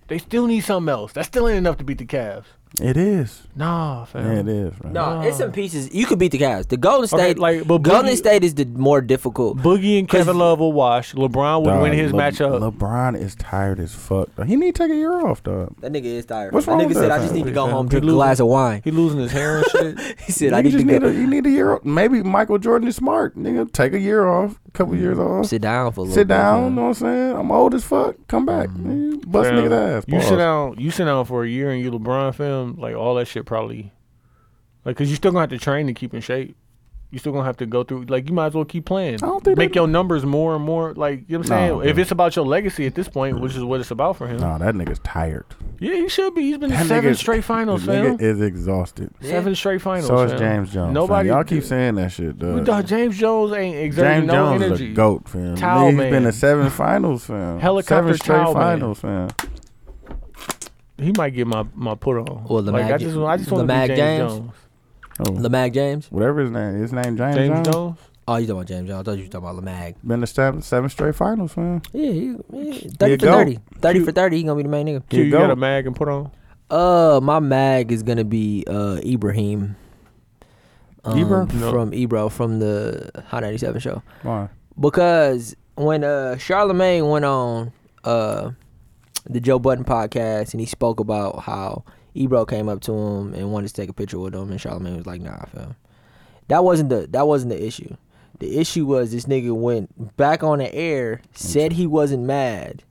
B: they still need something else. That still ain't enough to beat the Cavs.
E: It is.
B: Nah, fam.
E: Yeah, it is. Right?
A: No, it's some pieces. You could beat the Cavs. The Golden State,
B: Okay, like, but
A: Golden
B: Boogie-
A: State is the more difficult.
B: Boogie and Kevin Love will wash. LeBron would
E: Dog,
B: win his
E: Le-
B: matchup.
E: LeBron is tired as fuck. dog. He need to take a year off, dog.
A: that nigga is tired.
E: What's
A: that
E: wrong
A: nigga
E: with
A: said,
E: that,
A: "I just
E: fam?
A: need to go
B: Fam,
A: home,
B: he
A: drink a
B: losing-
A: glass of wine."
B: *laughs* He losing his
E: *laughs*
B: hair and
A: *laughs*
B: shit.
A: He said, "I
E: You
A: need to
E: just need
A: go
E: a, you need a year. off. Maybe Michael Jordan is smart. Nigga, take a year off, couple years
B: Mm-hmm.
E: off.
A: sit down for a little
E: Sit
A: bit,
E: down,
A: man."
E: know what I'm saying? I'm old as fuck. Come back. nigga. Bust
B: Fam,
E: niggas ass.
B: Mm-hmm. You
E: Pause.
B: sit down. You sit down for a year and you LeBron film like all that shit probably, like because you still gonna have to train to keep in shape. You still gonna have to go through. Like you might as well keep playing. I
E: don't think
B: Make
E: that-
B: your numbers more and more. Like you know what I'm saying.
E: Nah,
B: if
E: bro.
B: it's about your legacy at this point, which is what it's about for him.
E: Nah, that nigga's tired.
B: Yeah, he should be. He's been
E: That
B: to seven
E: nigga-
B: straight finals,
E: that
B: fam.
E: Nigga is exhausted.
B: Seven straight finals.
E: So is
B: fam.
E: James Jones.
B: Nobody.
E: Nobody, y'all keep saying that shit, dog.
B: Dog, James Jones ain't exerting
E: James
B: no
E: Jones
B: energy.
E: is a goat, fam.
B: Towel
E: Nigga, He's
B: man.
E: been to seven finals, fam.
B: Helicopter
E: seven straight
B: towel man.
E: finals, fam.
B: He might get my my put on.
A: Well, the
B: like, I
A: Mag-
B: just I just
A: the
B: want to be
A: Mag James?
B: James, Jones.
E: Oh,
A: Lamag James.
E: whatever his name, his name James,
B: James
E: Jones.
B: Jones.
A: Oh, you talking about James Jones? I thought you were talking about Lamag.
E: Been to seven, seven straight finals, fam.
A: Yeah, he, yeah,
E: There
A: thirty
E: you
A: for
E: go.
A: thirty. Thirty for thirty. He gonna be the main nigga.
B: Q,
E: Here
B: you
E: you go.
B: got a mag and put on.
A: Uh, my mag is gonna be uh Ibrahim. Um,
E: Ibra?
B: No.
A: from Ebro from the Hot ninety seven show
E: Why?
A: because when uh Charlemagne went on uh the Joe Button podcast and he spoke about how Ebro came up to him and wanted to take a picture with him and Charlemagne was like, "Nah, fam, that wasn't the that wasn't the issue. The issue was this nigga went back on the air, said he wasn't mad,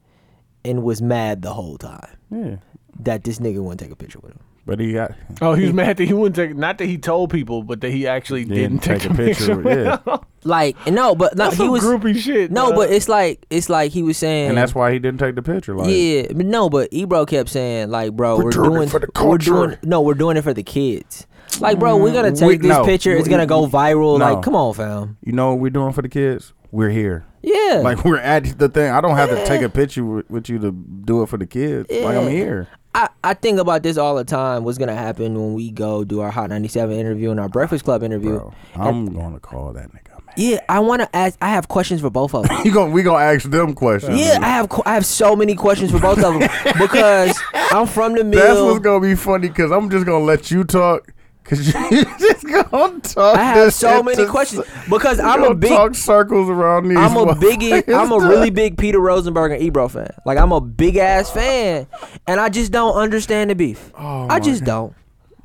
A: and was mad the whole time."
E: Yeah,
A: that this nigga wouldn't take a picture with him.
E: but he got
B: Oh, he was mad that he wouldn't take. Not that he told people, but that he actually didn't, take, a picture.
E: with- yeah.
A: Like and no, but no,
B: *laughs* That's
A: he
B: some
A: was
B: groupie shit.
A: no,
B: dog.
A: but it's like it's like he was saying,
E: and that's why he didn't take the picture. Like,
A: yeah, but no, but Ebro kept saying like, bro, we're,
E: doing it
A: doing,
E: for the
A: we're
E: culture.
A: doing, no, we're doing it for the kids. Like, bro, we're gonna
E: Mm,
A: take
E: we-
A: this
E: no.
A: picture. It's gonna go viral.
E: No.
A: Like, come on, fam.
E: you know what we're doing for the kids? We're here.
A: Yeah,
E: Like we're at the thing. I don't have to take a picture with, with you to do it for the kids. Like I'm
A: Yeah.
E: here.
A: I, I think about this all the time. What's gonna happen when we go do our Hot 97 interview and our Breakfast Club interview?
E: Bro, I'm gonna call that nigga. Man. *laughs*
A: Yeah, I want to ask. I have questions for both of them.
E: You going we gonna ask them questions.
A: yeah, I have qu- I have so many questions for both
E: *laughs*
A: of them because I'm from the mill.
E: That's what's gonna be funny because I'm just gonna let you talk because *laughs* you just gonna talk.
A: I have
E: this
A: so
E: shit
A: many
E: to-
A: questions because
E: you
A: I'm a
E: gonna
A: big,
E: talk circles around these.
A: I'm a biggie,
E: *laughs* motherfuckers.
A: I'm a really big Peter Rosenberg and Ebro fan. Like I'm a big ass fan, and I just don't understand the beef.
E: Oh
A: I just don't.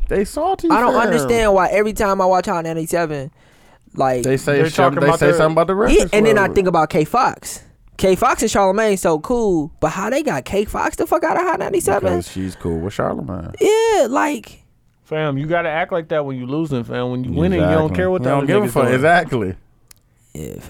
E: They salty.
A: I don't
E: fam.
A: understand why every time I watch Hot 97, like
E: They say
B: They're
E: some,
B: talking
E: they
B: about
E: say
B: their-
E: something about the record.
A: yeah, and then I think about K Fox. K Fox and Charlemagne so cool, but how they got K Fox the fuck out of Hot 97?
E: because she's cool with Charlemagne.
A: Yeah, like.
B: fam, you gotta act like that when you losing, fam. When you winning, you don't care what the
E: they don't
B: other
E: give a
B: niggas
E: fuck.
B: doing.
E: Exactly. *laughs*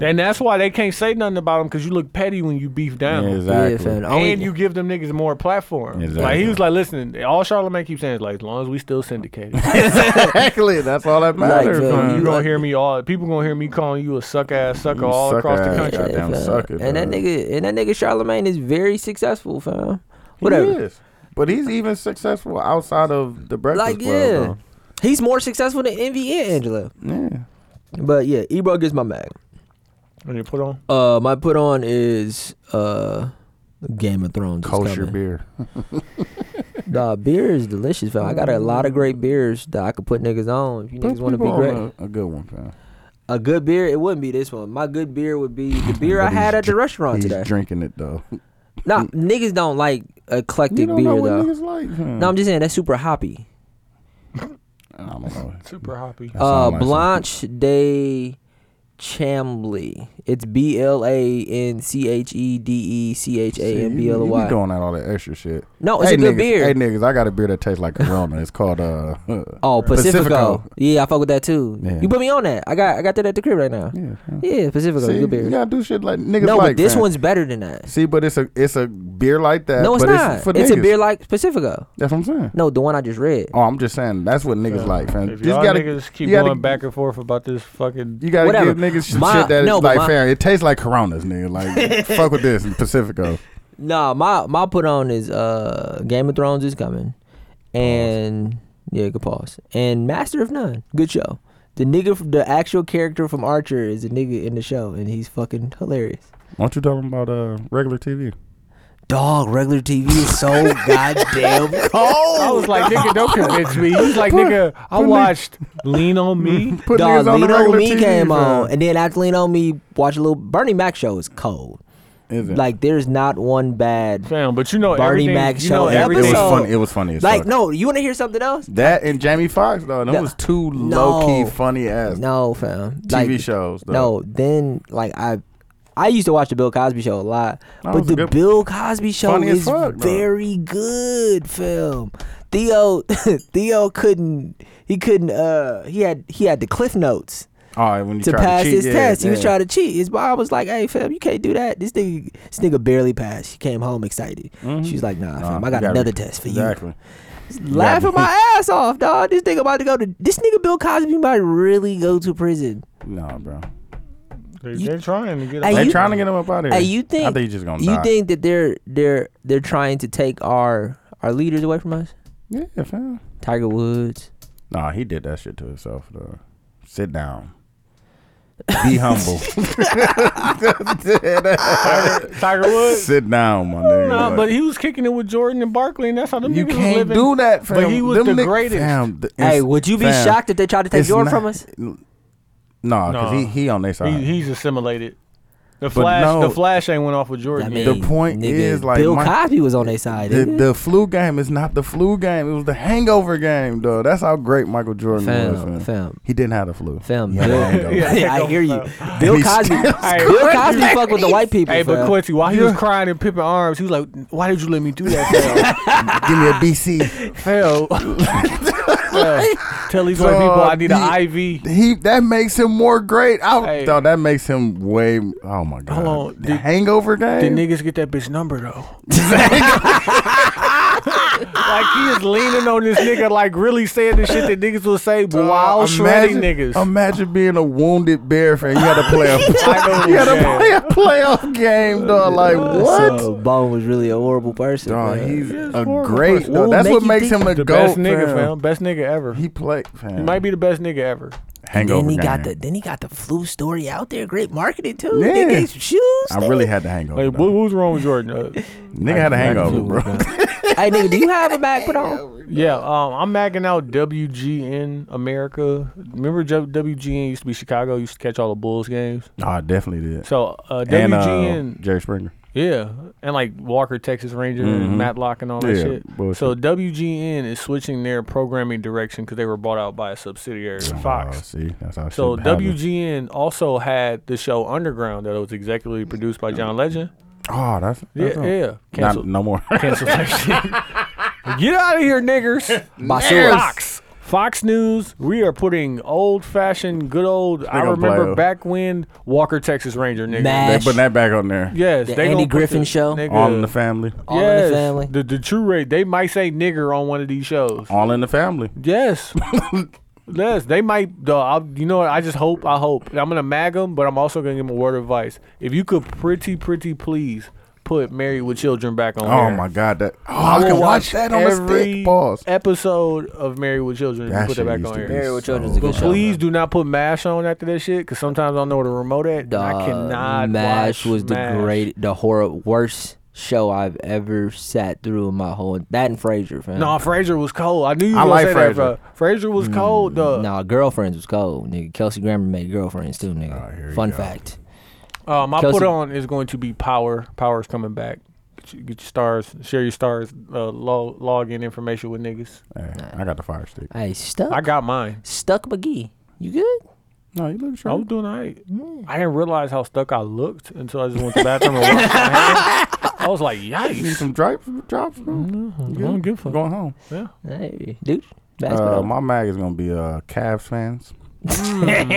B: And that's why they can't say nothing about him because you look petty when you beef down.
A: Yeah,
E: exactly.
A: fam. Only- *laughs*
B: And you give them niggas more platform. Like
E: Exactly.
B: he was like, listen, all Charlamagne keeps saying is like, as long as we
A: *laughs*
B: still syndicated,
E: exactly. That's all that matters.
A: fam,
E: fam.
B: you
A: You
B: gonna
A: like-
B: hear me all. People gonna hear me calling you a suck ass sucker
E: You
B: all
E: suck
B: across
E: ass.
B: the country.
E: Goddamn
A: fam.
E: sucker,
A: and that
E: dog.
A: nigga and that nigga Charlemagne is very successful, fam.
E: He
A: Whatever.
E: is. But he's even successful outside of the breakfast
A: Like, yeah.
E: club.
A: He's more successful than Envy and Angela.
E: Yeah. yeah.
A: But yeah, Ebro gets my mag.
B: When you put on,
A: Uh, my put on is uh, Game of Thrones. is
E: Kosher
A: coming.
E: beer.
A: Nah, beer is delicious, fam. I got a
E: Mm-hmm.
A: lot of great beers that I could put niggas on if you niggas want to be great.
E: A, a good one, fam.
A: A good beer, it wouldn't be this one. My good beer would be the beer I
E: But he's
A: had at the
E: dr-
A: restaurant
E: He's
A: today.
E: drinking it though.
A: Nah, niggas don't like eclectic
E: You don't
A: beer
E: know what
A: though.
E: niggas like. fam.
A: No, I'm just saying that's super hoppy.
E: I don't know.
B: Super hoppy.
E: That
A: Uh,
E: sound like
A: Blanche de Chambly. It's B L A N C H E D E C H
E: See,
A: A
E: you
A: M
E: be-
A: B L O
E: You be
A: Y.
E: doing out all that extra shit.
A: No, it's
E: hey,
A: a good
E: niggas,
A: beer.
E: Hey niggas, I got a beer that tastes like Corona. It's called uh. *laughs*
A: Oh, Pacifico.
E: Pacifico.
A: Yeah, I fuck with that too.
E: Yeah.
A: You put me on that. I got I got that at the crib right now.
E: Yeah, fam.
A: Yeah, Pacifico,
E: See,
A: good beer.
E: you gotta do shit like niggas
A: no, but
E: like.
A: this
E: fam.
A: one's better than that.
E: See, but it's a it's a beer like that.
A: No, it's
E: but
A: not.
E: It's, for
A: It's, a
E: niggas.
A: beer like Pacifico.
E: That's what I'm saying.
A: No, the one I just read.
E: Oh, I'm just saying that's what niggas like, fam.
B: If
E: Just
B: y'all
E: gotta,
B: niggas keep
E: you gotta,
B: going back and forth about this fucking
E: You gotta
A: Whatever.
E: give niggas some
A: My-
E: shit that
A: no,
E: is
A: but
E: like
A: my-
E: fair. It tastes like Coronas, nigga.
A: *laughs*
E: Like fuck with this in Pacifico.
A: Nah, my my put on is uh Game of Thrones is coming, and yeah, good pause. And Master of None, good show. The nigga, f- the actual character from Archer is a nigga in the show, and he's fucking hilarious.
E: Aren't you talking about uh regular TV?
A: Dog, regular TV is so *laughs* goddamn cold.
B: I was like, nigga, don't convince me. He's like, nigga, I watched Lean on Me.
E: Put
A: Dog,
E: niggas on the
A: Lean on
E: regular
A: Me
E: TV,
A: came
E: fam.
A: on, and then after Lean on Me, watch a little Bernie Mac show is cold.
E: Is it?
A: Like, there's not one bad.
B: Fam, but you know
A: Barney
B: everything.
A: Mac
B: you know
A: show
E: it was
B: everything.
A: episode.
E: funny. It was funny. As
A: Like,
E: fuck.
A: no, you want to hear something else?
E: That and Jamie Foxx though, that
A: No.
E: was two
A: No.
E: low key funny ass
A: No, fam.
E: TV
A: Like,
E: shows. Though.
A: No, then like I, I used to watch the Bill Cosby Show a lot,
E: That
A: but
E: was a
A: the
E: good-
A: Bill Cosby Show
E: funny as
A: is
E: fuck, bro.
A: very good film. Theo, *laughs* Theo couldn't, he couldn't, uh, he had he had the cliff notes
E: All right, when you
A: to
E: try
A: pass
E: to cheat,
A: his
E: yeah,
A: test.
E: Yeah.
A: He was trying to cheat. His mom was like, "Hey, fam, you can't do that." This nigga, this nigga barely passed. She came home excited. She was like, "Nah,
E: Mm-hmm. Nah,
A: fam, I got
E: you gotta-
A: another test for you."
E: *laughs* Exactly.
A: laughing my ass off, dog. This nigga about to go to this nigga Bill Cosby might really go to prison.
E: No, bro.
B: They-
A: You-
B: They're trying to get
A: Hey,
B: away.
E: They
A: you-
E: trying to get him up out of here.
A: Hey, you think?
E: I think he's just gonna
A: you
E: die.
A: think that they're they're they're trying to take our our leaders away from us?
E: Yeah, fam.
A: Tiger Woods.
E: Nah, he did that shit to himself. Though. Sit
A: *laughs*
E: down. Be humble.
B: Tiger *laughs* Woods.
E: Sit down, my nigga.
B: No,
E: Like,
B: but he was kicking it with Jordan and Barkley, and that's how them
E: you
B: niggas was
E: can't
B: living.
E: do that, fam.
B: But he was
E: Them
B: the
E: nigg-
B: greatest.
E: fam, th-
A: Hey,
E: it's-
A: would you be
E: fam,
A: shocked if they tried to take
E: it's
A: Jordan
E: not-
A: from us?
E: Nah, because
B: No.
E: he, he on their side.
B: He, he's assimilated. The flash,
E: no-
B: the flash ain't went off with Jordan.
A: I
B: yet.
A: mean,
E: The point
A: nigga,
E: is, like,
A: Bill
E: my-
A: Cosby was on their side.
E: the,
A: nigga.
E: the flu game is not the flu game. It was the hangover game, though. That's how great Michael Jordan was.
A: fam,
E: Man.
A: fam,
E: He didn't have the flu.
A: fam.
E: He had a
A: Bill,
E: hangover.
A: *laughs* yeah, I hear you. Bill
E: he's
A: Cosby.
E: still-
A: Bill Cosby fuck with the white people.
B: Hey, but
A: fam.
B: Quincy, while he was crying in Pippin arms, he was like, "Why did you let me do that,
E: Give me a BC.
B: Phil? Phil, Phil, tell these white
E: Dog,
B: people I need
E: he-
B: an IV."
E: He that makes him more great. I,
B: Hey.
E: no, that makes him way. Oh my god!
B: Hold on,
E: the
B: did-
E: hangover
B: Did
E: game.
B: niggas get that bitch number
E: *laughs*
B: though? *laughs* like he is leaning on this nigga, like really saying the shit that niggas will say
E: Dog,
B: while shredding niggas.
E: Imagine being a wounded bear fan. You got to
B: *laughs*
E: play a,
B: I know,
E: *laughs* you got
B: yeah.
E: to play a playoff game, dog. Like what?
A: So, Bone was really a horrible person.
E: Dog,
A: fam.
E: he's a
B: horrible
E: great.
B: person.
E: dog.
A: What
E: That's
A: would
E: what
A: make you
E: makes him a
B: the
E: goat,
B: best nigga,
E: fam.
B: fam. Best nigga ever. He,
E: He played. Fam.
B: might be the best nigga ever.
E: hangover
A: then he
E: game.
A: got the then he got the flu story out there. Great marketing too.
E: Yeah.
A: They gave some shoes.
E: I really had the hangover.
B: Like,
E: dog.
B: what, what was wrong with Jordan? Uh,
E: Nigga had a
B: *laughs*
E: hangover, bro.
A: hey nigga, do you have a bag put on?
B: yeah, um, I'm magging out WGN America. Remember J- WGN used to be Chicago. Used to catch all the Bulls games.
E: No, I definitely did.
B: So uh,
E: And
B: WGN,
E: uh, Jerry Springer.
B: yeah, and like Walker Texas Ranger and Matlock and all that
E: Mm-hmm. Yeah,
B: shit.
E: bullshit.
B: So WGN is switching their programming direction because they were bought out by a subsidiary of Fox.
E: Oh, see, that's how.
B: So
E: shit happens.
B: WGN also had the show Underground that was executively produced by John Legend.
E: Oh, that's, that's
B: Yeah,
E: all.
B: yeah.
E: Not, *laughs*
B: Cancel,
E: no more.
B: cancel that shit. Get out of here, niggers.
A: Basura.
B: Fox. Fox News. We are putting old-fashioned, good old. I
E: gonna
B: remember
E: play.
B: back when Walker Texas Ranger niggas.
A: Mad.
E: they put that back on there.
B: Yes,
A: The
B: they
A: Andy
B: gonna put
A: Griffin show?
B: nigga-
E: All in the family.
A: All in the
B: yes,
A: family.
B: The, the true rate. They might say nigger on one of these shows.
E: All in the family.
B: Yes. *laughs* yes, they might. Though, I'll, you know what? I just hope. I hope. I'm gonna mag them, but I'm also gonna give them a word of advice. If you could, pretty, pretty, please put "Married with Children" back on.
E: Oh
B: there.
E: my God, that oh,
B: I
E: I,
B: will
E: can
B: watch
E: watch that on a
B: every
E: stick. Pause.
B: episode of Married with Children. If
E: That
B: you put
E: shit
B: it back
E: used
B: on
E: to
B: here.
E: be
A: Married with
E: so
A: Children's a good
E: good.
A: show.
B: Please do not put Mash on after that shit, because sometimes I don't know where to remote at, and I
A: Dog,
B: cannot.
A: Mash
B: watch
A: was the
B: MASH.
A: great, the horror worst show I've ever sat through in my whole that and Frasier, fam.
B: No, Fraser was cold. I knew you
E: I
B: were
E: like
B: gonna say
E: Frasier.
B: that,
E: Mm.
B: bro. Fraser was cold. Duh.
A: Nah, girlfriends was cold, nigga. Kelsey Grammer made girlfriends too,
E: Oh, here
A: nigga.
E: you
A: Fun
E: go.
A: fact.
B: Um, my
A: Kelsey-
B: put on is going to be Power. Power's coming back. Get your, get your stars. Share your stars. Uh, log, login information with niggas.
E: Hey, I got the fire stick.
A: Hey, stuck.
B: I got mine.
A: stuck McGee. You good?
E: No, you look
B: I
E: sharp.
B: was doing all right. I didn't realize how stuck I looked until I just went to the bathroom
E: *laughs*
B: and washed my hands. I was like,
E: You need
B: yikes.
E: some drops, drops, bro.
B: I
E: You
B: don't
E: good?
B: give a fuck.
E: Going home.
A: Hey, dude.
E: Uh,
A: Basketball.
E: my mag is gonna be uh Cavs fans.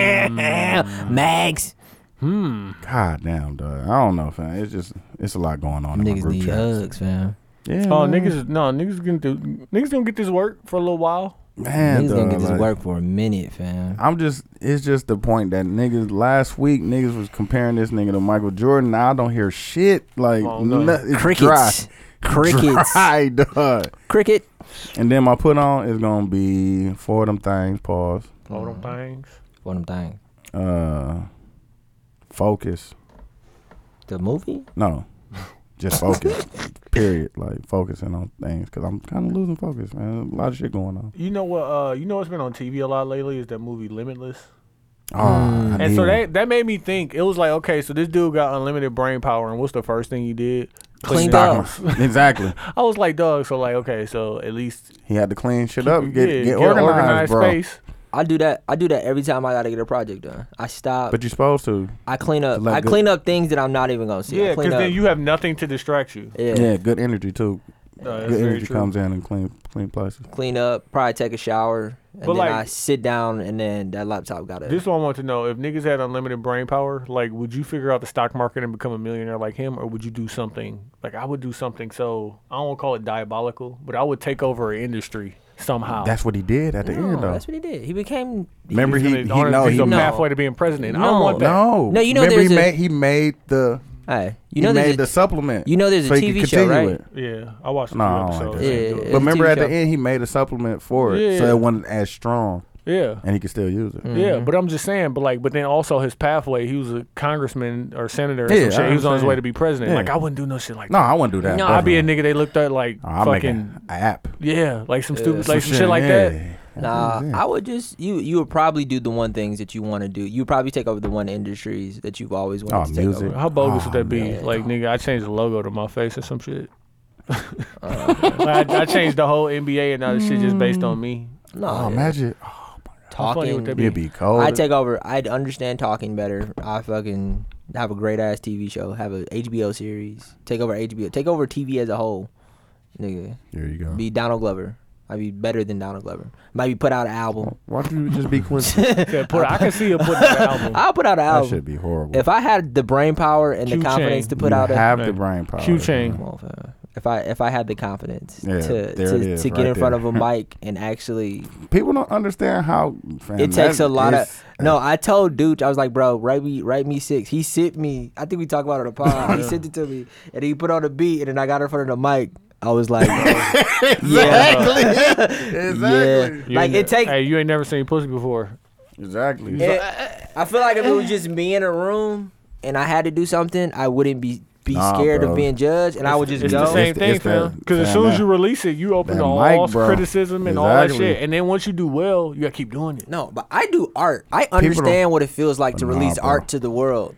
A: *laughs* Mags.
B: Hmm.
E: God damn, dog. I don't know, fam. It's just it's a lot going on in my
A: Niggas
E: group
A: need
E: chats.
A: hugs, fam.
E: Yeah,
B: Oh,
E: man.
B: niggas, is- no, niggas gonna do, niggas gonna get this work for a little while.
E: man,
A: niggas gonna
E: dog,
A: get this
E: like,
A: work for a minute, fam.
E: I'm just it's just the point that niggas last week niggas was comparing this nigga to Michael Jordan. Now I don't hear shit like
B: Oh, no.
E: no- it's dry.
A: Crickets. Crickets.
E: *laughs* Dry, dog.
A: Cricket.
E: And then my put on is gonna be four of them things. Pause.
B: All
E: Mm.
B: them things.
A: One of them things.
E: Uh, focus.
A: The movie?
E: No, just focus.
A: *laughs*
E: Period. Like focusing on things because I'm kind of losing focus, man. A lot of shit going on.
B: You know what? Uh, you know what's been on TV a lot lately is that movie Limitless.
E: Oh,
A: Mm.
E: I
B: And so
E: need-
B: that that made me think. It was like, okay, so this dude got unlimited brain power, and what's the first thing he did?
A: Cleaned
B: it
A: up.
E: *laughs* exactly.
B: I was like, dog. So like, okay, so at least
E: He had to clean shit up, get,
B: yeah,
E: get, organized, bro.
B: space.
A: I do that. I do that every time I gotta get a project done. I stop.
E: But you're supposed to.
A: I clean up.
E: Like
A: I
E: good-
A: clean up things that I'm not even gonna see. I
B: Yeah,
A: clean
B: because
A: up.
B: then you have nothing to distract you.
A: yeah.
E: Yeah, good energy too.
B: Uh, that's
E: good
B: very
E: energy
B: true.
E: comes in and clean clean places.
A: Clean up. Probably take a shower. And
B: But
A: then
B: like-
A: I sit down, and then that laptop gotta.
B: This is what I want to know: if niggas had unlimited brain power, like, would you figure out the stock market and become a millionaire like him, or would you do something like I would do something? So I don't want to call it diabolical, but I would take over an industry somehow.
E: That's what he did at the
A: no,
E: end, though.
A: that's what he did. He became.
E: Remember
B: He's
E: he he
B: gonna- honestly,
E: no
B: he's
E: he
B: a
A: No.
B: pathway to being president. I
A: No.
B: don't want that.
E: no
A: No, you know
E: Remember he
A: there's a-
E: made he made the
A: Hey, you
E: you
A: know
E: know he made
A: there's
E: the
A: a,
E: supplement.
A: you know there's a
E: so he could
A: TV show,
E: continue
A: right?
E: it.
B: Yeah, I watched a
E: No,
B: few
E: I don't like
B: episodes.
E: that.
B: I
A: Yeah,
B: didn't do
A: It's
E: But
B: it.
A: a
E: remember
A: TV
E: at
A: show.
E: the end he made a supplement for it, so
B: Yeah.
E: it wasn't as strong,
B: yeah,
E: and he could still use it.
A: Mm.
B: yeah. But I'm just saying. But like, but then also his pathway. He was a congressman or senator. Or
E: Yeah,
B: some shit.
E: I'm
B: He was on his
E: saying.
B: way to be president.
E: Yeah.
B: Like I wouldn't do no shit like
E: No,
B: that.
E: I wouldn't do that.
A: No,
B: I'd be a
E: definitely. Oh,
B: nigga they looked at like
E: I'll
B: fucking
E: make a, a app.
B: yeah, like some stupid like
E: Some
B: some shit like
E: yeah.
B: that.
A: Nah,
E: Yeah.
A: I would just you. You would probably do the one things that you want to do. You would probably take over the one industries that you've always wanted
E: Oh,
A: to take
E: music.
A: over.
B: How bogus
E: Oh,
B: would that be?
A: man.
B: Like nigga, I changed the logo to my face or some
A: *laughs*
B: shit.
A: Oh,
B: *laughs* Like, I, I changed the whole NBA and all this shit just based on me.
A: No,
E: Oh,
A: yeah.
E: imagine
B: funny
A: talking.
B: would that
E: it'd be cold.
A: I take over. I'd understand talking better. I fucking have a great ass TV show. Have a HBO series. Take over HBO. Take over TV as a whole. Nigga,
E: There you go.
A: be Donald Glover. I'd be better than Donald Glover. Might be put out an album.
E: Why don't you just be Quincy?
B: Yeah, *laughs* put, I can see you putting the album.
A: I'll put out an
E: that
A: album.
E: should be horrible.
A: If I had the brain power and the
B: Q
A: confidence
B: Chain.
A: to put
E: you
A: out *laughs* a
E: have
B: Hey.
E: the brain power.
B: Q chain.
A: Come on, fam. If I if I had the confidence
E: Yeah,
A: to to,
E: there it is,
A: to get
E: right
A: in front of
E: there.
A: a mic and actually,
E: People don't understand how fam,
A: it takes
E: that
A: a lot
E: is- uh,
A: of. No, I told Dooch, I was like, bro, write me write me six. He sent me. I think we talked about it on the
E: *laughs*
A: pod. he sent it to me, and he put on a beat, and then I got in front of the mic. I was
E: *laughs*
A: like, yeah,
E: exactly. exactly.
A: yeah. *laughs* Like
B: ain't
A: it
B: ne-
A: takes.
B: Hey, you ain't never seen pussy before.
E: Exactly.
A: it- I feel like if it was just me in a room and I had to do something, I wouldn't be be
E: Nah,
A: scared
E: bro.
A: of being judged, and I would just
B: It's
A: go.
B: the same
E: It's the-
B: thing,
E: it's the-
B: fam. Because as
E: fam,
B: soon as
E: that-
B: you release it, you open
E: that
B: to all
E: mic,
B: false
E: bro.
B: criticism and all that
E: Exactly.
B: shit. And then once you do well, you gotta keep doing it.
A: No, but I do art. I understand what it feels like to
E: Nah,
A: release
E: bro.
A: art to the world.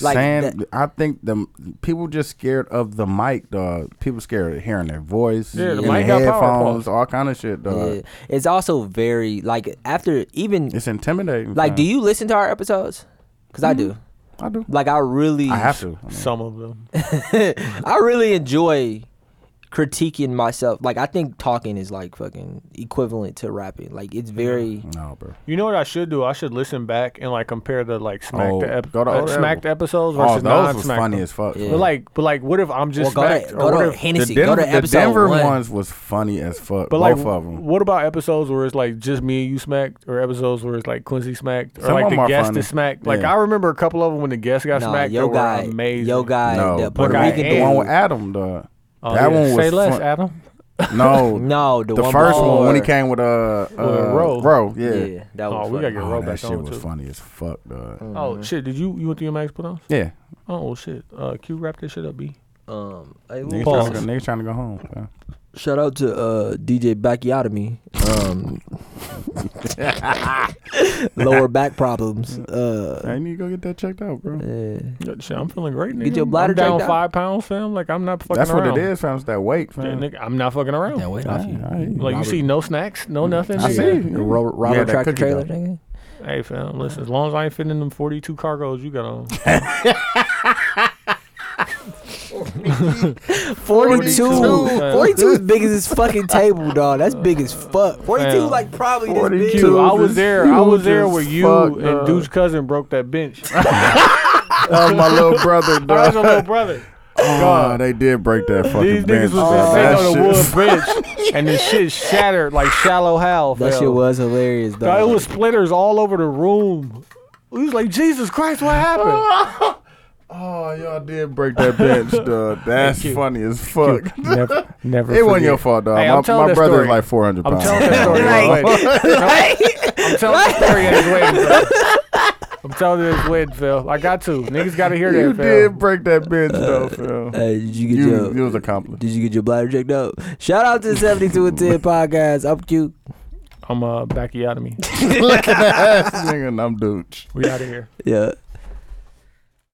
A: Like
E: Saying,
A: that-
E: I think the people just scared of the mic, dog. People scared of hearing their voice.
B: Yeah, the
E: and
B: mic got power
E: headphones,
B: pulse.
E: all kind of shit, dog.
A: yeah. it's also very like after even
E: It's intimidating.
A: like
E: fam.
A: do you listen to our episodes? Because I do.
E: I do.
A: Like I really,
E: Mm-hmm. I have to.
B: Some of them.
A: I really enjoy critiquing myself. Like I think talking is like fucking equivalent to rapping. Like it's very.
E: No, bro.
B: You know what I should do? I should listen back and like compare the like smack
E: Oh,
B: the ep-
E: go to
B: uh,
E: old
B: smacked
E: album.
B: episodes
E: Oh,
B: versus
E: those
B: non
E: was
B: smacked.
E: funny as fuck.
A: Yeah.
B: But like, but like, what if
A: Well,
B: I'm just
A: go
B: smacked?
A: to
B: or
A: go
B: what
A: to
B: if-
E: The
A: Hennessy.
E: Denver,
A: go to
E: the
A: episode
E: Denver
A: one.
E: ones was funny as
B: But
E: fuck. both
B: like,
E: of them.
B: what about episodes where it's like just me and you smacked, or episodes where it's like Quincy smacked, or
E: Some of
B: like
E: 'em
B: the
E: are
B: guest
E: funny.
B: is smacked? Like
E: Yeah.
B: I remember a couple of them when the guest got
A: Nah,
B: smacked.
A: yo
B: that
A: guy,
B: were amazing.
A: yo guy,
E: No,
A: the
E: but
A: Puerto
B: guy
A: Rican
B: and-
E: the
A: dude.
E: one with Adam, dog.
B: Oh,
E: that
B: yeah.
E: one was
B: say less,
E: fun-
B: Adam.
A: *laughs*
E: No,
A: No, the
E: the
A: one
E: first one when he
A: before.
E: came with uh, uh
B: Roe.
E: Roe. yeah.
A: Yeah, that was.
B: Oh, we
A: funny.
B: gotta oh. get
E: Oh,
B: Roe
E: that
B: back
E: shit
B: on
E: was
B: too.
E: funny as fuck, dog.
B: Oh shit! Did you you went to your max put on?
E: Yeah,
B: Oh shit! Uh, Q wrap that shit up, B.
A: Um, hey,
E: Niggas
A: well,
B: Pause.
E: trying, to go, niggas trying to go home. fam.
A: shout out to uh, DJ Backyotomy. Um, lower back problems. Uh,
E: Hey, you need to go get that checked out, bro.
A: yeah.
B: Yeah, shit, I'm feeling great. Nigga.
A: Get your bladder
B: I'm down
A: checked out.
B: five pounds, fam. Like I'm not fucking
E: That's
B: around.
E: what it is, fam. It's that weight,
B: Yeah,
E: fam.
B: nigga, I'm not fucking around.
A: Can't wait
E: All
A: off
E: right,
A: you.
E: all right.
B: Like you see, no snacks, no nothing.
E: Mm, I
B: nigga.
E: see.
A: The Ro- Robert
E: Yeah, that
A: Tractor
E: cookie
A: Trailer,
E: dough.
A: nigga.
B: Hey fam, listen. As long as I ain't fitting in them 42 cargos you got
E: *laughs*
A: *laughs*
B: on,
A: 42.
B: *laughs* 42.
A: 42 is big as his fucking table, dog. That's big as fuck. 42
B: Damn.
A: like probably this
E: 42.
A: big.
B: dude, I was
E: is
B: there. I was
E: huge
B: there
E: as
B: where you
E: fuck,
B: and
E: dog.
B: Dude's cousin broke that
E: *laughs*
B: bench. *laughs*
E: Oh, my little brother,
B: That's your
E: dog.
B: little brother.
E: *laughs* Oh, they did break that fucking
B: These niggas
E: bench.
B: was
E: fam. That
B: sitting on a
E: shit-
B: wood bench, and the shit shattered like shallow hell.
A: That shit was hilarious, dog.
B: It was splitters all over the room. We was like, Jesus Christ, what happened?
E: *laughs* Oh, y'all did break that bench,
B: *laughs*
E: dog. That's funny as fuck.
B: never, never.
E: It wasn't your fault, dog.
B: Hey, I'm
E: my
B: telling
E: my
B: that
E: brother is
B: story.
E: like 400
B: I'm
E: pounds.
B: telling that
E: *laughs*
B: story.
E: Like, *laughs*
B: I'm telling the story at his wedding. Phil. I'm telling it at his wedding, Phil. I got to. Niggas got to hear
E: you
B: that, Phil.
E: did break that bench, though, *laughs* Phil.
A: Hey, did you get
E: You,
A: your
E: it was a *laughs* compliment.
A: Did you get your bladder checked out? Shout out to the 72 and 10 podcast. I'm cute.
B: I'm uh, back you out of me.
E: Look at that ass, nigga, and I'm dooch.
B: We out of here.
A: Yeah.